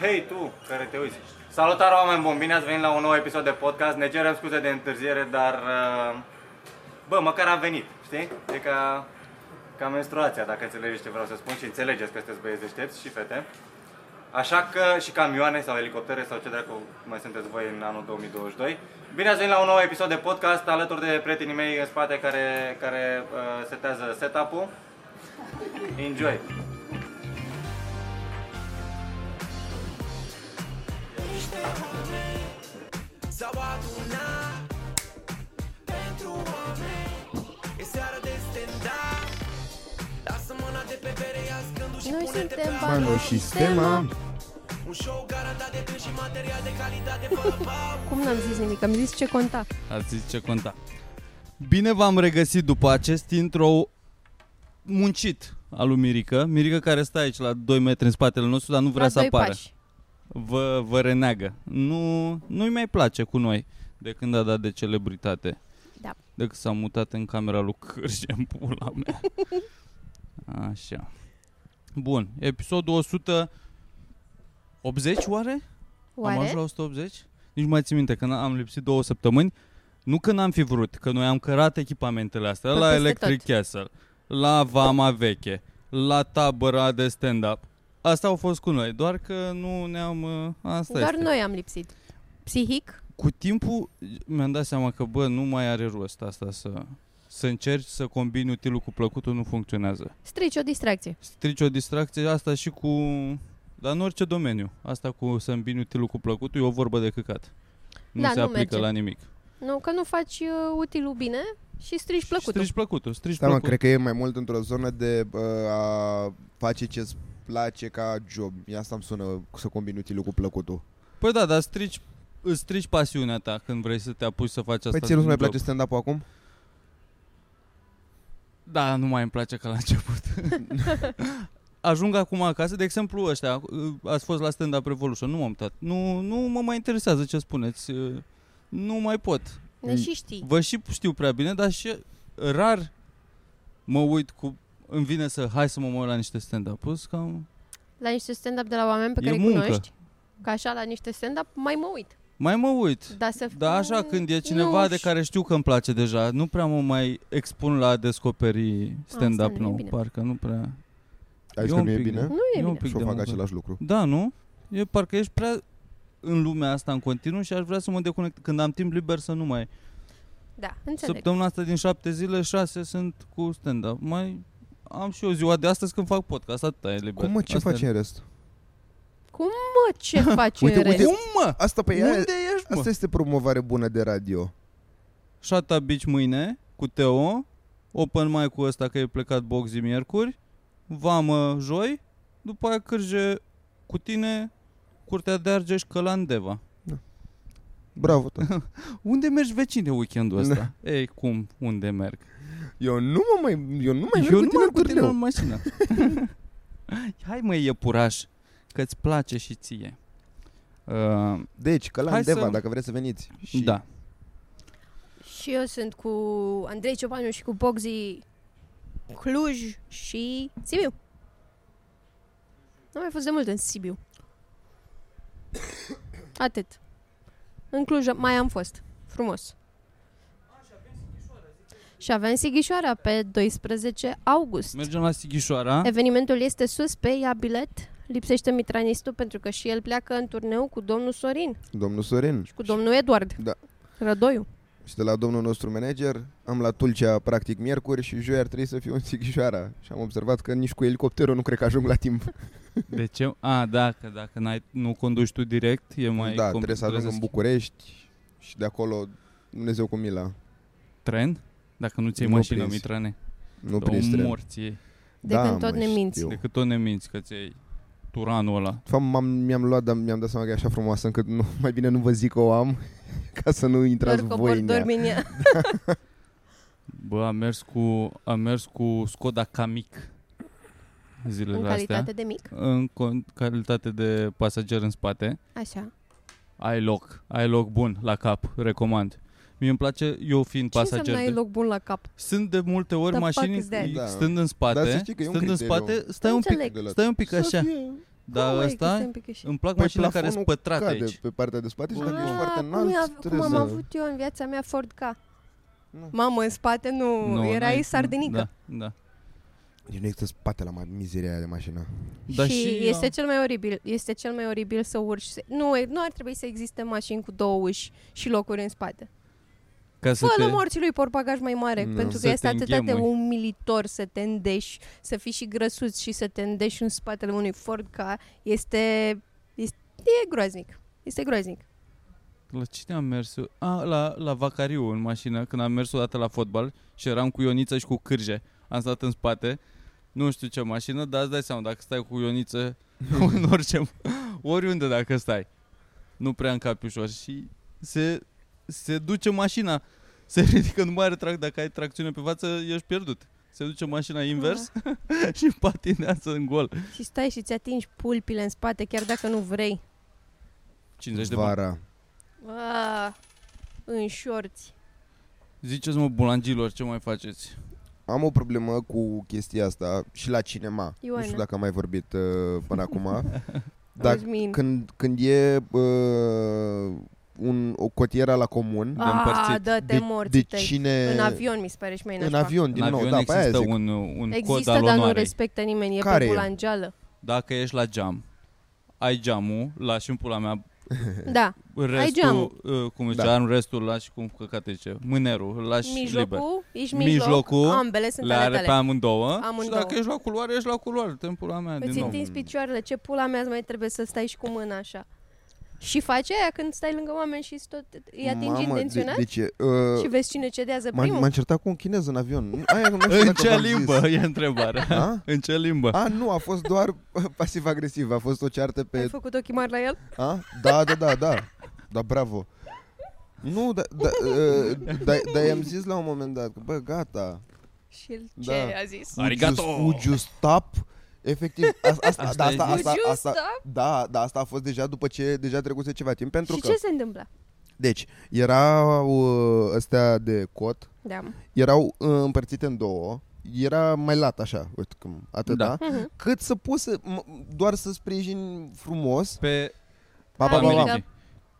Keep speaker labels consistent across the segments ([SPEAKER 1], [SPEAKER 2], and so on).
[SPEAKER 1] Hei tu, care te uiți! Salutare oameni buni, bine ați venit la un nou episod de podcast. Ne cerem scuze de întârziere, dar... uh, Bă, măcar am venit, știi? E ca, ca menstruația, dacă înțelegeți ce vreau să spun și înțelegeți că sunteți băieți deștepți și fete. Așa că și camioane sau elicoptere sau ce dracu mai sunteți voi în anul 2022. Bine ați venit la un nou episod de podcast alături de prietenii mei în spate care, care uh, setează setup-ul. Enjoy!
[SPEAKER 2] S-au adunat pentru oameni E seara de stand-up Lasă mâna de pe bere, ia scându-și
[SPEAKER 3] Noi
[SPEAKER 2] pune-te
[SPEAKER 3] suntem
[SPEAKER 2] pe
[SPEAKER 3] Banu
[SPEAKER 4] Banu și Stema
[SPEAKER 2] al- Un show garantat de tâns și material de calitate fără bau
[SPEAKER 3] Cum n-am zis nimic? Am zis ce conta.
[SPEAKER 5] Ați zis ce conta. Bine v-am regăsit după acest intro muncit al lui Mirica. Mirica care stă aici la 2 metri în spatele nostru, dar nu vrea
[SPEAKER 3] La
[SPEAKER 5] să
[SPEAKER 3] doi
[SPEAKER 5] apară.
[SPEAKER 3] pași.
[SPEAKER 5] Vă, vă reneagă. Nu, nu-i mai place cu noi de când a dat de celebritate.
[SPEAKER 3] Da.
[SPEAKER 5] De când s-a mutat în camera lui Cârge în pula mea. Așa. Bun, episodul 180 oare?
[SPEAKER 3] Oare?
[SPEAKER 5] Am ajuns la 180? Nici nu mai țin minte, că n- am lipsit două săptămâni. Nu că n-am fi vrut, că noi am cărat echipamentele astea
[SPEAKER 3] Pe
[SPEAKER 5] la
[SPEAKER 3] peste
[SPEAKER 5] Electric
[SPEAKER 3] tot.
[SPEAKER 5] Castle, la Vama Veche, la tabăra de stand-up. Asta au fost cu noi, doar că nu ne-am... uh, Asta
[SPEAKER 3] Doar
[SPEAKER 5] este.
[SPEAKER 3] noi am lipsit. Psihic?
[SPEAKER 5] Cu timpul mi-am dat seama că, bă, nu mai are rost asta să... Să încerci să combini utilul cu plăcutul nu funcționează.
[SPEAKER 3] Strici o distracție.
[SPEAKER 5] Strici o distracție asta și cu... Dar în orice domeniu. Asta cu să îmbini utilul cu plăcutul e o vorbă de căcat. Nu
[SPEAKER 3] Da,
[SPEAKER 5] se
[SPEAKER 3] nu
[SPEAKER 5] aplică
[SPEAKER 3] merge.
[SPEAKER 5] la nimic.
[SPEAKER 3] Nu, că nu faci uh, utilul bine și strici plăcutul.
[SPEAKER 5] Strici plăcutul, strici
[SPEAKER 4] Da, mă,
[SPEAKER 5] plăcutul.
[SPEAKER 4] cred că e mai mult într-o zonă de uh, a face ce-ți place ca job. Ia asta îmi sună să combin utilul cu plăcutul.
[SPEAKER 5] Păi da, dar strici, îți strici pasiunea ta când vrei să te apuci să faci asta.
[SPEAKER 4] Păi ție nu-ți mai
[SPEAKER 5] în job.
[SPEAKER 4] place stand-up-ul acum?
[SPEAKER 5] Da, nu mai îmi place ca la început. Ajung acum acasă, de exemplu ăștia, ă, ați fost la Stand Up Revolution, nu m-am uitat. Nu, nu mă mai interesează ce spuneți. ă, Nu mai pot.
[SPEAKER 3] Ne și știi.
[SPEAKER 5] Vă și știu prea bine, dar și rar mă uit cu... Îmi vine să... Hai să mă mă uit la niște stand-up-uri, cam...
[SPEAKER 3] La niște stand-up de la oameni pe
[SPEAKER 5] E
[SPEAKER 3] care îi
[SPEAKER 5] muncă.
[SPEAKER 3] cunoști, că așa la niște stand-up mai mă uit.
[SPEAKER 5] Mai mă uit.
[SPEAKER 3] Dar să
[SPEAKER 5] Da, așa, când e cineva
[SPEAKER 3] Mm, nu,
[SPEAKER 5] de
[SPEAKER 3] și-
[SPEAKER 5] care știu că îmi place deja, nu prea mă mai expun la a descoperi stand-up
[SPEAKER 3] Ah, Asta nu e
[SPEAKER 5] nou,
[SPEAKER 3] bine.
[SPEAKER 5] parcă nu prea...
[SPEAKER 4] Ai zis că
[SPEAKER 5] E un
[SPEAKER 4] nu e
[SPEAKER 5] pic,
[SPEAKER 4] bine?
[SPEAKER 3] Nu e
[SPEAKER 5] E un
[SPEAKER 3] bine.
[SPEAKER 5] pic
[SPEAKER 4] Și o
[SPEAKER 5] de
[SPEAKER 4] fac
[SPEAKER 5] muncă.
[SPEAKER 4] același lucru.
[SPEAKER 5] Da, nu? E parcă ești prea în lumea asta în continuu și aș vrea să mă deconect când am timp liber să nu mai...
[SPEAKER 3] Da, înțeleg.
[SPEAKER 5] Săptămâna asta din șapte zile, șase sunt cu stand-up. Mai am și eu ziua de astăzi când fac podcast, atâta e liber.
[SPEAKER 4] Cum mă, ce
[SPEAKER 5] Asta e-
[SPEAKER 4] faci în rest?
[SPEAKER 3] Bă, ce faci
[SPEAKER 4] Uite,
[SPEAKER 3] în
[SPEAKER 4] uite,
[SPEAKER 3] rest?
[SPEAKER 5] Cum mă?
[SPEAKER 4] Asta pe ea,
[SPEAKER 5] Unde ești, mă?
[SPEAKER 4] asta este promovare bună de radio.
[SPEAKER 5] Shut Up Beach mâine cu Teo, open mai cu ăsta că e plecat boxi miercuri, vamă joi, după aia cârje cu tine, curtea de Argeș, Călandeva.
[SPEAKER 4] Bravo, tată.
[SPEAKER 5] Unde mergi vecine weekendul ăsta? Da. Ei, cum, unde merg?
[SPEAKER 4] Eu nu mă mai, eu nu mai merg
[SPEAKER 5] Eu
[SPEAKER 4] cu
[SPEAKER 5] nu
[SPEAKER 4] tine
[SPEAKER 5] merg cu
[SPEAKER 4] în
[SPEAKER 5] tine în
[SPEAKER 4] turneu.
[SPEAKER 5] mașină. Hai mă, iepuraș, că-ți place și ție. Uh,
[SPEAKER 4] Deci, că la
[SPEAKER 5] Hai
[SPEAKER 4] Andeva,
[SPEAKER 5] să-
[SPEAKER 4] dacă vreți să veniți. Și
[SPEAKER 5] da.
[SPEAKER 3] Și eu sunt cu Andrei Ciobanu și cu Bogzi Cluj și Sibiu. Nu am mai fost de mult în Sibiu. Atât. În Cluj mai am fost. Frumos. Și avem Sighișoara pe 12 august.
[SPEAKER 5] Mergem la Sighișoara.
[SPEAKER 3] Evenimentul este sus pe ia bilet. Lipsește Mitranistul pentru că și el pleacă în turneu cu domnul Sorin
[SPEAKER 4] Domnul Sorin.
[SPEAKER 3] și cu domnul Eduard.
[SPEAKER 4] Da.
[SPEAKER 3] Rădoiu.
[SPEAKER 4] Și de la domnul nostru manager am la Tulcea practic miercuri și joi ar trebui să fiu în Sighișoara. Și am observat că nici cu elicopterul nu cred că ajung la timp.
[SPEAKER 5] De ce? A, da, că dacă n-ai, nu conduci tu direct, e mai
[SPEAKER 4] da,
[SPEAKER 5] compl-
[SPEAKER 4] trebuie să ajung în București și de acolo Dumnezeu cu mila.
[SPEAKER 5] Tren? Dacă nu ți iei
[SPEAKER 4] Nu
[SPEAKER 5] mașină,
[SPEAKER 4] prins.
[SPEAKER 5] Mitrane.
[SPEAKER 4] Nu
[SPEAKER 5] Te
[SPEAKER 4] prins tren.
[SPEAKER 5] omori ție.
[SPEAKER 3] De
[SPEAKER 4] da,
[SPEAKER 3] când tot
[SPEAKER 4] mă,
[SPEAKER 3] ne minți.
[SPEAKER 4] știu.
[SPEAKER 5] De cât tot ne minți că ți iei turanul ăla.
[SPEAKER 4] De fapt, m-am, mi-am luat, dar mi-am dat seama că e așa frumoasă încât nu, mai bine nu vă zic că o am ca să nu intrați
[SPEAKER 3] Doar
[SPEAKER 4] voi
[SPEAKER 3] cobor,
[SPEAKER 4] în ea.
[SPEAKER 3] dormi în ea.
[SPEAKER 5] Bă, am mers cu, am mers cu Skoda Kamiq zilele
[SPEAKER 3] În
[SPEAKER 5] astea.
[SPEAKER 3] calitate de mic.
[SPEAKER 5] În con- calitate de pasager în spate.
[SPEAKER 3] Așa.
[SPEAKER 5] Ai loc, ai loc bun la cap, recomand. Mie îmi place, eu fiind
[SPEAKER 3] Ce
[SPEAKER 5] pasager,
[SPEAKER 3] înseamnă ai
[SPEAKER 5] de-
[SPEAKER 3] loc bun la cap?
[SPEAKER 5] sunt de multe ori
[SPEAKER 3] The fuck
[SPEAKER 5] mașini
[SPEAKER 3] is that?
[SPEAKER 4] Da.
[SPEAKER 5] stând în
[SPEAKER 4] Dar să
[SPEAKER 5] spate,
[SPEAKER 4] știi că e un
[SPEAKER 5] stând în
[SPEAKER 4] criteriu.
[SPEAKER 5] spate, stai un pic,
[SPEAKER 3] Înțeleg.
[SPEAKER 4] de la-
[SPEAKER 5] stai un pic
[SPEAKER 4] Să
[SPEAKER 5] așa.
[SPEAKER 4] fie.
[SPEAKER 5] Dar
[SPEAKER 3] Cum, măi, că
[SPEAKER 5] Da, ăsta,
[SPEAKER 3] stai un pic și-
[SPEAKER 5] îmi plac mașinile care sunt
[SPEAKER 4] Păi plafonul
[SPEAKER 5] pătrate deci-
[SPEAKER 4] cade
[SPEAKER 5] aici.
[SPEAKER 4] pe partea de spate și dacă
[SPEAKER 5] Ah,
[SPEAKER 4] ești foarte
[SPEAKER 3] cum
[SPEAKER 4] înalt,
[SPEAKER 3] ia- Cum
[SPEAKER 4] trebuie
[SPEAKER 3] am
[SPEAKER 4] să...
[SPEAKER 3] avut eu în viața mea Ford K.
[SPEAKER 4] Nu.
[SPEAKER 3] Mamă, în spate nu, erai
[SPEAKER 5] n-ai-
[SPEAKER 3] sardinică.
[SPEAKER 5] Da, da.
[SPEAKER 4] Deci nu există spate la ma- mizeria aia de mașină.
[SPEAKER 5] Dar
[SPEAKER 3] și,
[SPEAKER 5] și
[SPEAKER 3] este
[SPEAKER 5] eu-
[SPEAKER 3] cel mai oribil, este cel mai oribil să urci. se- Nu, e- nu ar trebui să existe mașini cu două uși și locuri în spate.
[SPEAKER 5] Ca să
[SPEAKER 3] Fă
[SPEAKER 5] te...
[SPEAKER 3] la morții lui portbagaj mai mare,
[SPEAKER 4] Nu.
[SPEAKER 3] pentru
[SPEAKER 5] Să
[SPEAKER 3] că este
[SPEAKER 5] te
[SPEAKER 3] atât de
[SPEAKER 5] înghemui.
[SPEAKER 3] umilitor să te îndeși, să fii și grăsuț și să te îndeși în spatele unui Ford ca este, este e groaznic. Este groaznic.
[SPEAKER 5] La cine am mers eu? A, la, la Vacariu în mașină, când am mers odată la fotbal și eram cu Ioniță și cu Cârje. Am stat în spate, nu știu ce mașină, dar îți dai seama, dacă stai cu Ioniță în orice, oriunde dacă stai, nu prea încapi ușor și se, se duce mașina, se ridică, nu mai are trac, dacă ai tracțiune pe față, ești pierdut. Se duce mașina invers și patinează în gol.
[SPEAKER 3] Și stai și ți atingi pulpile în spate chiar dacă nu vrei.
[SPEAKER 5] 50 de bani.
[SPEAKER 4] Vara.
[SPEAKER 3] Ah, în șorți.
[SPEAKER 5] Ziceți-mă, bulangilor, ce mai faceți?
[SPEAKER 4] Am o problemă cu chestia asta și la cinema.
[SPEAKER 3] Ioana.
[SPEAKER 4] Nu știu dacă am mai vorbit uh, până acum.
[SPEAKER 3] Da,
[SPEAKER 4] Dar când, când e uh, un, o cotiera la comun,
[SPEAKER 5] de
[SPEAKER 3] Ah,
[SPEAKER 5] împărțit.
[SPEAKER 3] dă-te morții
[SPEAKER 4] de
[SPEAKER 3] tăi.
[SPEAKER 4] cine...
[SPEAKER 3] În avion, mi se pare și mai
[SPEAKER 4] În
[SPEAKER 3] nașpa.
[SPEAKER 4] avion, din
[SPEAKER 5] în
[SPEAKER 4] nou,
[SPEAKER 5] avion
[SPEAKER 4] da, pe aia
[SPEAKER 5] există
[SPEAKER 4] zic.
[SPEAKER 5] un, un cod
[SPEAKER 3] Există,
[SPEAKER 5] al
[SPEAKER 3] dar nu
[SPEAKER 5] onoarei.
[SPEAKER 3] respectă nimeni, e
[SPEAKER 4] Care
[SPEAKER 3] pe
[SPEAKER 4] e?
[SPEAKER 3] bulangeală.
[SPEAKER 5] Dacă ești la geam, ai geamul, lași în pula mea
[SPEAKER 3] Da,
[SPEAKER 5] restul,
[SPEAKER 3] geamul.
[SPEAKER 5] Uh, cum
[SPEAKER 4] Da.
[SPEAKER 5] da. în restul lași cum căcate ce, mânerul, îl lași liber.
[SPEAKER 3] mijlocul, ești mijloc,
[SPEAKER 5] Mijlocul
[SPEAKER 3] ambele sunt
[SPEAKER 5] Le
[SPEAKER 3] ale
[SPEAKER 5] are
[SPEAKER 3] tale.
[SPEAKER 5] pe amândouă,
[SPEAKER 3] Amândouă.
[SPEAKER 5] și dacă ești la culoare, ești la culoare, te în pula mea din
[SPEAKER 3] Îți
[SPEAKER 5] nou.
[SPEAKER 3] întinzi picioarele, ce pula mea îți mai trebuie să stai și cu mâna așa. Și faci aia când stai lângă oameni și tot îi atingi
[SPEAKER 4] Mamă,
[SPEAKER 3] intenționat
[SPEAKER 4] De, de ce? Uh,
[SPEAKER 3] și vezi cine cedează
[SPEAKER 4] m-am,
[SPEAKER 3] primul.
[SPEAKER 4] m-am certat cu un chinez în avion. Nu- Aia nu știu
[SPEAKER 5] În
[SPEAKER 4] dacă
[SPEAKER 5] ce
[SPEAKER 4] v-am
[SPEAKER 5] limbă
[SPEAKER 4] Zis.
[SPEAKER 5] e întrebarea?
[SPEAKER 4] A?
[SPEAKER 5] În ce limbă?
[SPEAKER 4] A, nu, a fost doar pasiv-agresiv. A fost o ceartă
[SPEAKER 3] Ai
[SPEAKER 4] pe...
[SPEAKER 3] făcut ochii mari la el?
[SPEAKER 4] A? Da, da, da, da. Da, bravo. Nu, dar da, uh, da, da, i-am zis la un moment dat că, bă, gata.
[SPEAKER 3] Și el ce
[SPEAKER 4] Da.
[SPEAKER 3] a zis?
[SPEAKER 4] Would you-
[SPEAKER 5] Arigato!
[SPEAKER 4] Would you stop? Efectiv, asta, asta,
[SPEAKER 5] Asta
[SPEAKER 4] da,
[SPEAKER 5] ai
[SPEAKER 4] asta,
[SPEAKER 5] zis?
[SPEAKER 4] asta,
[SPEAKER 3] Would you
[SPEAKER 4] asta, da, da, asta a fost deja după ce deja trecuse ceva timp, pentru
[SPEAKER 3] și
[SPEAKER 4] că,
[SPEAKER 3] ce se întâmplă?
[SPEAKER 4] deci, erau uh, astea de cot,
[SPEAKER 3] Da.
[SPEAKER 4] erau uh, împărțite în două, era mai lat așa, uite cum, atât, da.
[SPEAKER 5] Da.
[SPEAKER 3] Mhm.
[SPEAKER 4] cât să poți să, m- doar să sprijin frumos,
[SPEAKER 5] Pe
[SPEAKER 4] pa, pa,
[SPEAKER 3] Hai,
[SPEAKER 4] pa, pa.
[SPEAKER 3] Mica.
[SPEAKER 5] familie.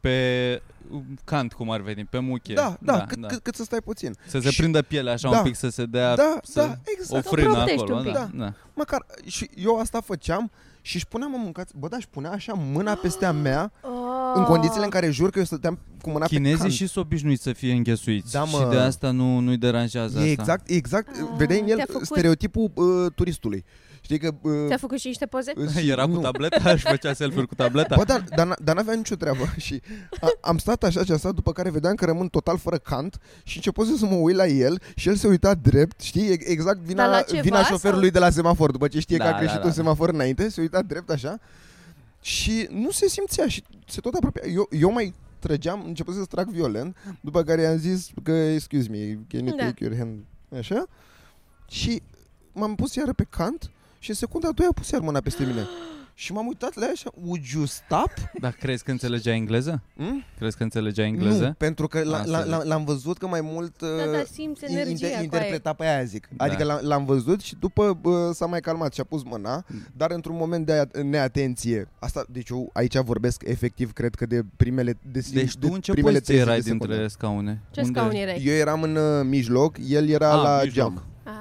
[SPEAKER 5] Pe um, cant, cum ar veni, pe muche.
[SPEAKER 4] Da, da, da, cât, da. Cât, cât să stai puțin.
[SPEAKER 5] Să se
[SPEAKER 4] Și-
[SPEAKER 5] prindă pielea așa
[SPEAKER 4] Da,
[SPEAKER 5] un pic, să se dea
[SPEAKER 4] da,
[SPEAKER 5] să...
[SPEAKER 4] da,
[SPEAKER 5] o
[SPEAKER 4] exact.
[SPEAKER 5] frână
[SPEAKER 3] Oprotești
[SPEAKER 5] acolo.
[SPEAKER 3] un pic.
[SPEAKER 5] Da,
[SPEAKER 4] Da.
[SPEAKER 5] da.
[SPEAKER 4] Măcar, și eu asta făceam și își puneam în mâncați, bă, da, își punea așa mâna peste a mea,
[SPEAKER 3] Oh.
[SPEAKER 4] în condițiile în care jur că eu stăteam cu mâna pe
[SPEAKER 5] Chinezii
[SPEAKER 4] cant.
[SPEAKER 5] și s-au obișnuit să fie înghesuiți
[SPEAKER 4] Da,
[SPEAKER 5] da,
[SPEAKER 4] mă.
[SPEAKER 5] și de asta nu, nu-i deranjează
[SPEAKER 4] E
[SPEAKER 5] asta.
[SPEAKER 4] exact, e exact,
[SPEAKER 3] Ah,
[SPEAKER 4] vedeai în
[SPEAKER 3] te-a
[SPEAKER 4] el
[SPEAKER 3] făcut-
[SPEAKER 4] stereotipul uh, turistului. Știi că... Uh,
[SPEAKER 3] Ți-a făcut și niște poze?
[SPEAKER 4] îs-
[SPEAKER 5] Era cu
[SPEAKER 4] nu.
[SPEAKER 5] tableta și făcea selfie cu tableta.
[SPEAKER 4] Bă, dar, dar, n- dar n-avea nicio treabă și a, am stat așa și am stat după care vedeam că rămân total fără cant și începuse să mă uit la el și el se uita drept, știi, E- exact vina,
[SPEAKER 3] Dar la ceva
[SPEAKER 4] vina
[SPEAKER 3] sau?
[SPEAKER 4] șoferului de la semafor, după ce știe
[SPEAKER 5] Da,
[SPEAKER 4] că a
[SPEAKER 5] da,
[SPEAKER 4] greșit
[SPEAKER 5] da,
[SPEAKER 4] un
[SPEAKER 5] da.
[SPEAKER 4] semafor înainte, se uita drept așa și nu se simțea și se tot apropia. Eu, eu mai trăgeam, început să trag violent, după care i-am zis că, excuse me, can you
[SPEAKER 3] Da.
[SPEAKER 4] take your hand, așa, și m-am pus iară pe cant și în secunda a doua a pus iar mâna peste mine. Și m-am uitat la ea așa, would you stop?
[SPEAKER 5] Dar crezi că înțelegea engleză?
[SPEAKER 4] Mm?
[SPEAKER 5] Crezi că înțelegea
[SPEAKER 4] Nu,
[SPEAKER 5] engleză?
[SPEAKER 4] pentru că la,
[SPEAKER 5] Ah,
[SPEAKER 4] la,
[SPEAKER 5] să
[SPEAKER 4] la,
[SPEAKER 5] vezi.
[SPEAKER 4] l-am văzut că mai mult
[SPEAKER 3] Da,
[SPEAKER 4] uh,
[SPEAKER 3] dar simți
[SPEAKER 4] in-
[SPEAKER 3] energia
[SPEAKER 4] inter-
[SPEAKER 3] cu
[SPEAKER 4] interpreta pe aia zic.
[SPEAKER 5] Da.
[SPEAKER 4] Adică l-am, l-am văzut și după bă, s-a mai calmat și a pus mâna,
[SPEAKER 5] Mm.
[SPEAKER 4] dar într-un moment de aia- neatenție. Asta, deci eu aici vorbesc efectiv, cred că de primele de, sim-
[SPEAKER 5] Deci
[SPEAKER 4] de
[SPEAKER 5] tu în ce
[SPEAKER 4] primele
[SPEAKER 5] poziție
[SPEAKER 4] 30 de
[SPEAKER 5] erai
[SPEAKER 4] secunde.
[SPEAKER 5] dintre scaune?
[SPEAKER 3] Ce
[SPEAKER 5] Unde?
[SPEAKER 3] scaun erai?
[SPEAKER 4] Eu eram în uh, mijloc, el era
[SPEAKER 5] Ah,
[SPEAKER 4] la
[SPEAKER 5] mijloc.
[SPEAKER 4] geam.
[SPEAKER 3] Ah,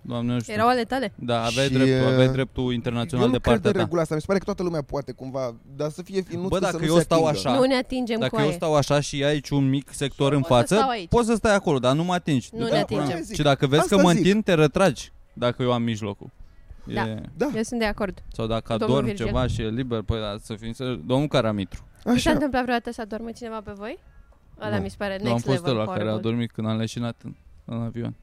[SPEAKER 5] Doamne, nu știu.
[SPEAKER 3] erau ale tale?
[SPEAKER 5] Da, aveai,
[SPEAKER 4] Și,
[SPEAKER 5] drept,
[SPEAKER 4] uh,
[SPEAKER 5] aveai dreptul
[SPEAKER 4] eu
[SPEAKER 5] internațional
[SPEAKER 4] nu
[SPEAKER 5] de
[SPEAKER 4] cred
[SPEAKER 5] partea
[SPEAKER 4] în
[SPEAKER 5] ta.
[SPEAKER 4] regula asta, mi se pare că toată lumea poate cumva, dar să fie finuț
[SPEAKER 5] Bă,
[SPEAKER 4] să
[SPEAKER 5] dacă
[SPEAKER 4] nu
[SPEAKER 5] eu
[SPEAKER 4] se
[SPEAKER 5] stau
[SPEAKER 4] atingă.
[SPEAKER 5] Da.
[SPEAKER 3] Nu ne atingem cu
[SPEAKER 5] Dacă eu
[SPEAKER 3] aia.
[SPEAKER 5] stau așa și ai aici un mic sector în
[SPEAKER 3] Poți să stau
[SPEAKER 5] față,
[SPEAKER 3] aici.
[SPEAKER 5] poți să stai acolo, dar nu mă atingi.
[SPEAKER 3] Nu
[SPEAKER 5] Du-te
[SPEAKER 3] ne
[SPEAKER 5] în pula
[SPEAKER 3] atingem.
[SPEAKER 5] mea.
[SPEAKER 4] Zic.
[SPEAKER 5] Și dacă vezi
[SPEAKER 4] Asta
[SPEAKER 5] că mă
[SPEAKER 4] zic.
[SPEAKER 5] întind, te retragi dacă eu am mijlocul.
[SPEAKER 3] Da.
[SPEAKER 5] E...
[SPEAKER 4] Da,
[SPEAKER 3] Eu sunt de acord.
[SPEAKER 5] Sau dacă
[SPEAKER 3] Domnul
[SPEAKER 5] adorm
[SPEAKER 3] Virgil.
[SPEAKER 5] ceva și e liber, păi da, să fim să... Domnul Caramitru.
[SPEAKER 3] Așa. S-a
[SPEAKER 4] așa.
[SPEAKER 3] întâmplat vreodată să adormă cineva pe voi? Ăla
[SPEAKER 4] Nu.
[SPEAKER 3] mi se pare
[SPEAKER 5] Eu am
[SPEAKER 3] next
[SPEAKER 5] fost
[SPEAKER 3] level
[SPEAKER 5] la care a
[SPEAKER 3] horrible.
[SPEAKER 5] dormit când am leșinat în, în avion.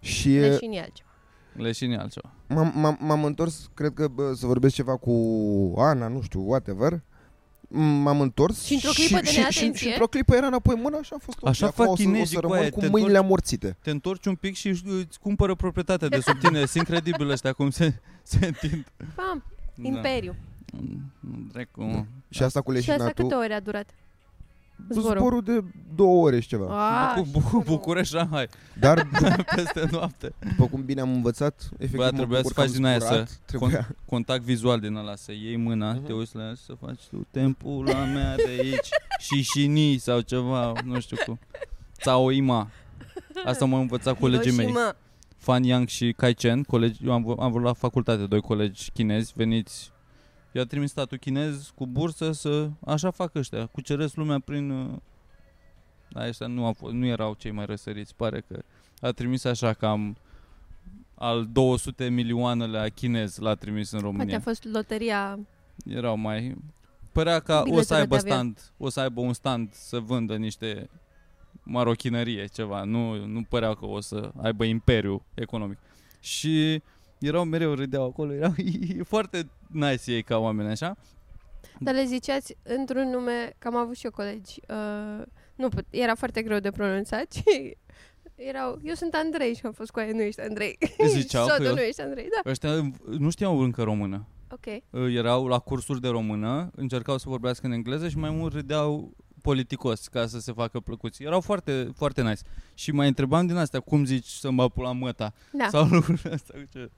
[SPEAKER 4] Și uh,
[SPEAKER 3] Leșinii altceva.
[SPEAKER 5] Leșine altceva.
[SPEAKER 4] M-am, m-am, m-am întors, cred că bă, să vorbesc ceva cu Ana, nu știu, whatever. M-am întors
[SPEAKER 3] Și într-o clipă
[SPEAKER 4] și,
[SPEAKER 3] de
[SPEAKER 4] și, și,
[SPEAKER 3] neatenție?
[SPEAKER 4] și într-o clipă era înapoi mâna și a fost ok.
[SPEAKER 5] Așa
[SPEAKER 4] Acum
[SPEAKER 5] fac
[SPEAKER 4] o să, o să
[SPEAKER 5] chinezii cu
[SPEAKER 4] rămân
[SPEAKER 5] aia,
[SPEAKER 4] cu
[SPEAKER 5] te
[SPEAKER 4] mâinile
[SPEAKER 5] întorci-
[SPEAKER 4] amorțite.
[SPEAKER 5] Te întorci un pic și își- îți cumpără proprietatea de sub tine. Sunt incredibil ăștia cum se, se întind.
[SPEAKER 3] Pam, imperiu.
[SPEAKER 5] Da. Mm, Dracu.
[SPEAKER 4] Și asta cu
[SPEAKER 3] Și asta
[SPEAKER 4] leșinatul.
[SPEAKER 3] câte ori a durat? Zborul. Ah.
[SPEAKER 4] zborul de două ore și ceva.
[SPEAKER 3] A,
[SPEAKER 5] Cu bu- București, Shanghai,
[SPEAKER 4] Dar,
[SPEAKER 5] peste noapte.
[SPEAKER 4] după cum bine am învățat, efectiv
[SPEAKER 5] Bă,
[SPEAKER 4] mă
[SPEAKER 5] trebuia
[SPEAKER 4] bucur că
[SPEAKER 5] să faci
[SPEAKER 4] am
[SPEAKER 5] din aia
[SPEAKER 4] zburat.
[SPEAKER 5] să-
[SPEAKER 4] Trebuia.
[SPEAKER 5] Contact vizual din ăla, să iei mâna,
[SPEAKER 4] Mhm.
[SPEAKER 5] te uiți la ea și să faci tu tempul la mea de aici. și șini sau ceva, nu știu cum. Țaoima. Asta m-au învățat colegii mei.
[SPEAKER 3] Hiroshima.
[SPEAKER 5] Fan Yang și Kai Chen, colegi, eu am, v- am vrut la facultate, doi colegi chinezi veniți. I-a trimis statul chinez cu bursă să așa fac ăștia, cuceresc lumea prin... uh, Da, ăștia nu, au, f- nu erau cei mai răsăriți, pare că a trimis așa cam al 200 milioanele a chinez l-a trimis în
[SPEAKER 3] Poate a
[SPEAKER 5] România.
[SPEAKER 3] fost loteria
[SPEAKER 5] Erau mai... Părea că o să
[SPEAKER 3] Biletele
[SPEAKER 5] aibă
[SPEAKER 3] de avion.
[SPEAKER 5] stand, o să aibă un stand să vândă niște marochinărie, ceva. Nu, nu părea că o să aibă imperiu economic. Și erau mereu râdeau acolo, erau foarte nice ei ca oameni așa.
[SPEAKER 3] Dar le ziceați într-un nume, că am avut și eu colegi, uh, nu, put- era foarte greu de pronunțat și erau, eu sunt Andrei și am fost cu aia, nu ești Andrei.
[SPEAKER 5] Îi ziceau că
[SPEAKER 3] Sotul,
[SPEAKER 5] eu,
[SPEAKER 3] nu ești Andrei, da,
[SPEAKER 5] ăștia nu știau încă română. Ă,
[SPEAKER 3] ok.
[SPEAKER 5] Erau la cursuri de română, încercau să vorbească în engleză și mai mult râdeau politicos ca să se facă plăcuți. Erau foarte, foarte nice. Și mai întrebam din astea, cum zici să mă pula măta?
[SPEAKER 3] Da,
[SPEAKER 5] sau lucrurile astea cu ce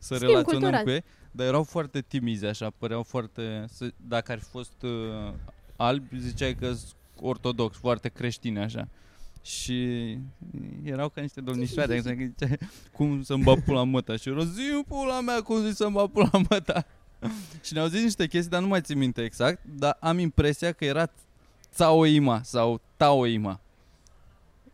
[SPEAKER 5] să
[SPEAKER 3] Schimb
[SPEAKER 5] relaționăm
[SPEAKER 3] cultural.
[SPEAKER 5] cu ei, dar erau foarte timizi așa, păreau foarte, să, dacă ar fi fost uh, albi, ziceai că sunt ortodox, foarte creștini așa. Și erau ca niște domnișoare, exact, când ziceai, cum să-mi bat pula măta? Și eu, zi pula mea, cum zici să-mi bat pula măta? și ne-au zis niște chestii, dar nu mai țin minte exact, dar am impresia că era Țaoima sau Taoima.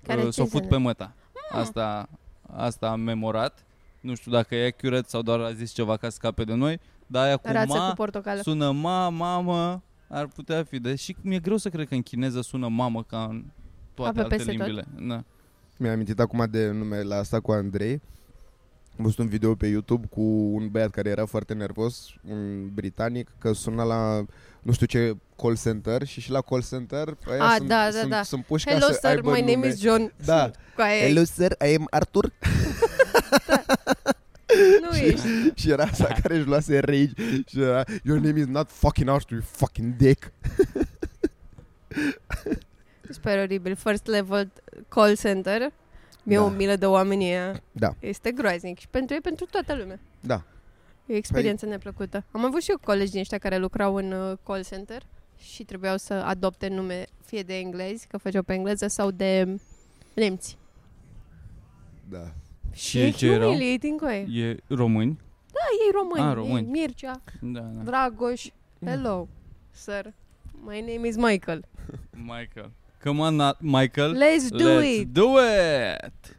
[SPEAKER 3] Care ce
[SPEAKER 5] Uh,
[SPEAKER 3] Ah.
[SPEAKER 5] S-o fut
[SPEAKER 3] înseamnă?
[SPEAKER 5] pe măta. Asta, asta am memorat. Nu știu dacă e accurate sau doar a zis ceva ca să scape de noi, dar aia cu
[SPEAKER 3] rață
[SPEAKER 5] ma
[SPEAKER 3] cu portocală.
[SPEAKER 5] sună ma, mamă, ar putea fi. Deși mi-e greu să cred că în chineză sună mamă ca în toate
[SPEAKER 3] Aproape
[SPEAKER 5] alte
[SPEAKER 3] peste tot.
[SPEAKER 5] limbile. Da.
[SPEAKER 4] Mi-am amintit acum de nume la asta cu Andrei. Am văzut un video pe YouTube cu un băiat care era foarte nervos, un britanic, că suna la nu știu ce call center și și la call center aia
[SPEAKER 3] Ah,
[SPEAKER 4] sunt,
[SPEAKER 3] da, da,
[SPEAKER 4] sunt,
[SPEAKER 3] da.
[SPEAKER 4] sunt puși ca
[SPEAKER 3] Hello
[SPEAKER 4] să
[SPEAKER 3] sir,
[SPEAKER 4] aibă
[SPEAKER 3] my name
[SPEAKER 4] nume.
[SPEAKER 3] is John.
[SPEAKER 4] Da.
[SPEAKER 3] Cu aia e.
[SPEAKER 4] Hello sir, I am Arthur.
[SPEAKER 3] Nu ești.
[SPEAKER 4] și era asta
[SPEAKER 3] Da.
[SPEAKER 4] care își luase rage și era Your name is not fucking Arthur, you fucking dick.
[SPEAKER 3] Super oribil. First level call center. Mi-e
[SPEAKER 4] Da.
[SPEAKER 3] o milă de oamenii ăia.
[SPEAKER 4] Da.
[SPEAKER 3] Este groaznic. Și pentru ei, pentru toată lumea.
[SPEAKER 4] Da. Păi-
[SPEAKER 3] E o experiență neplăcută. Am avut și eu colegi din ăștia care lucrau în uh, call center și trebuiau să adopte nume fie de englezi, că făceau pe engleză, sau de nemți.
[SPEAKER 4] Da.
[SPEAKER 5] Și ei ce
[SPEAKER 3] e
[SPEAKER 5] erau?
[SPEAKER 3] humiliating, coaie. Ei
[SPEAKER 5] E români?
[SPEAKER 3] români.
[SPEAKER 5] Ah,
[SPEAKER 3] ei
[SPEAKER 5] români.
[SPEAKER 3] Mircea,
[SPEAKER 5] Da, da.
[SPEAKER 3] Dragoș, hello, sir. My name is Michael.
[SPEAKER 5] Michael. Come on, not Michael.
[SPEAKER 3] Let's do
[SPEAKER 5] Let's
[SPEAKER 3] it!
[SPEAKER 5] do it!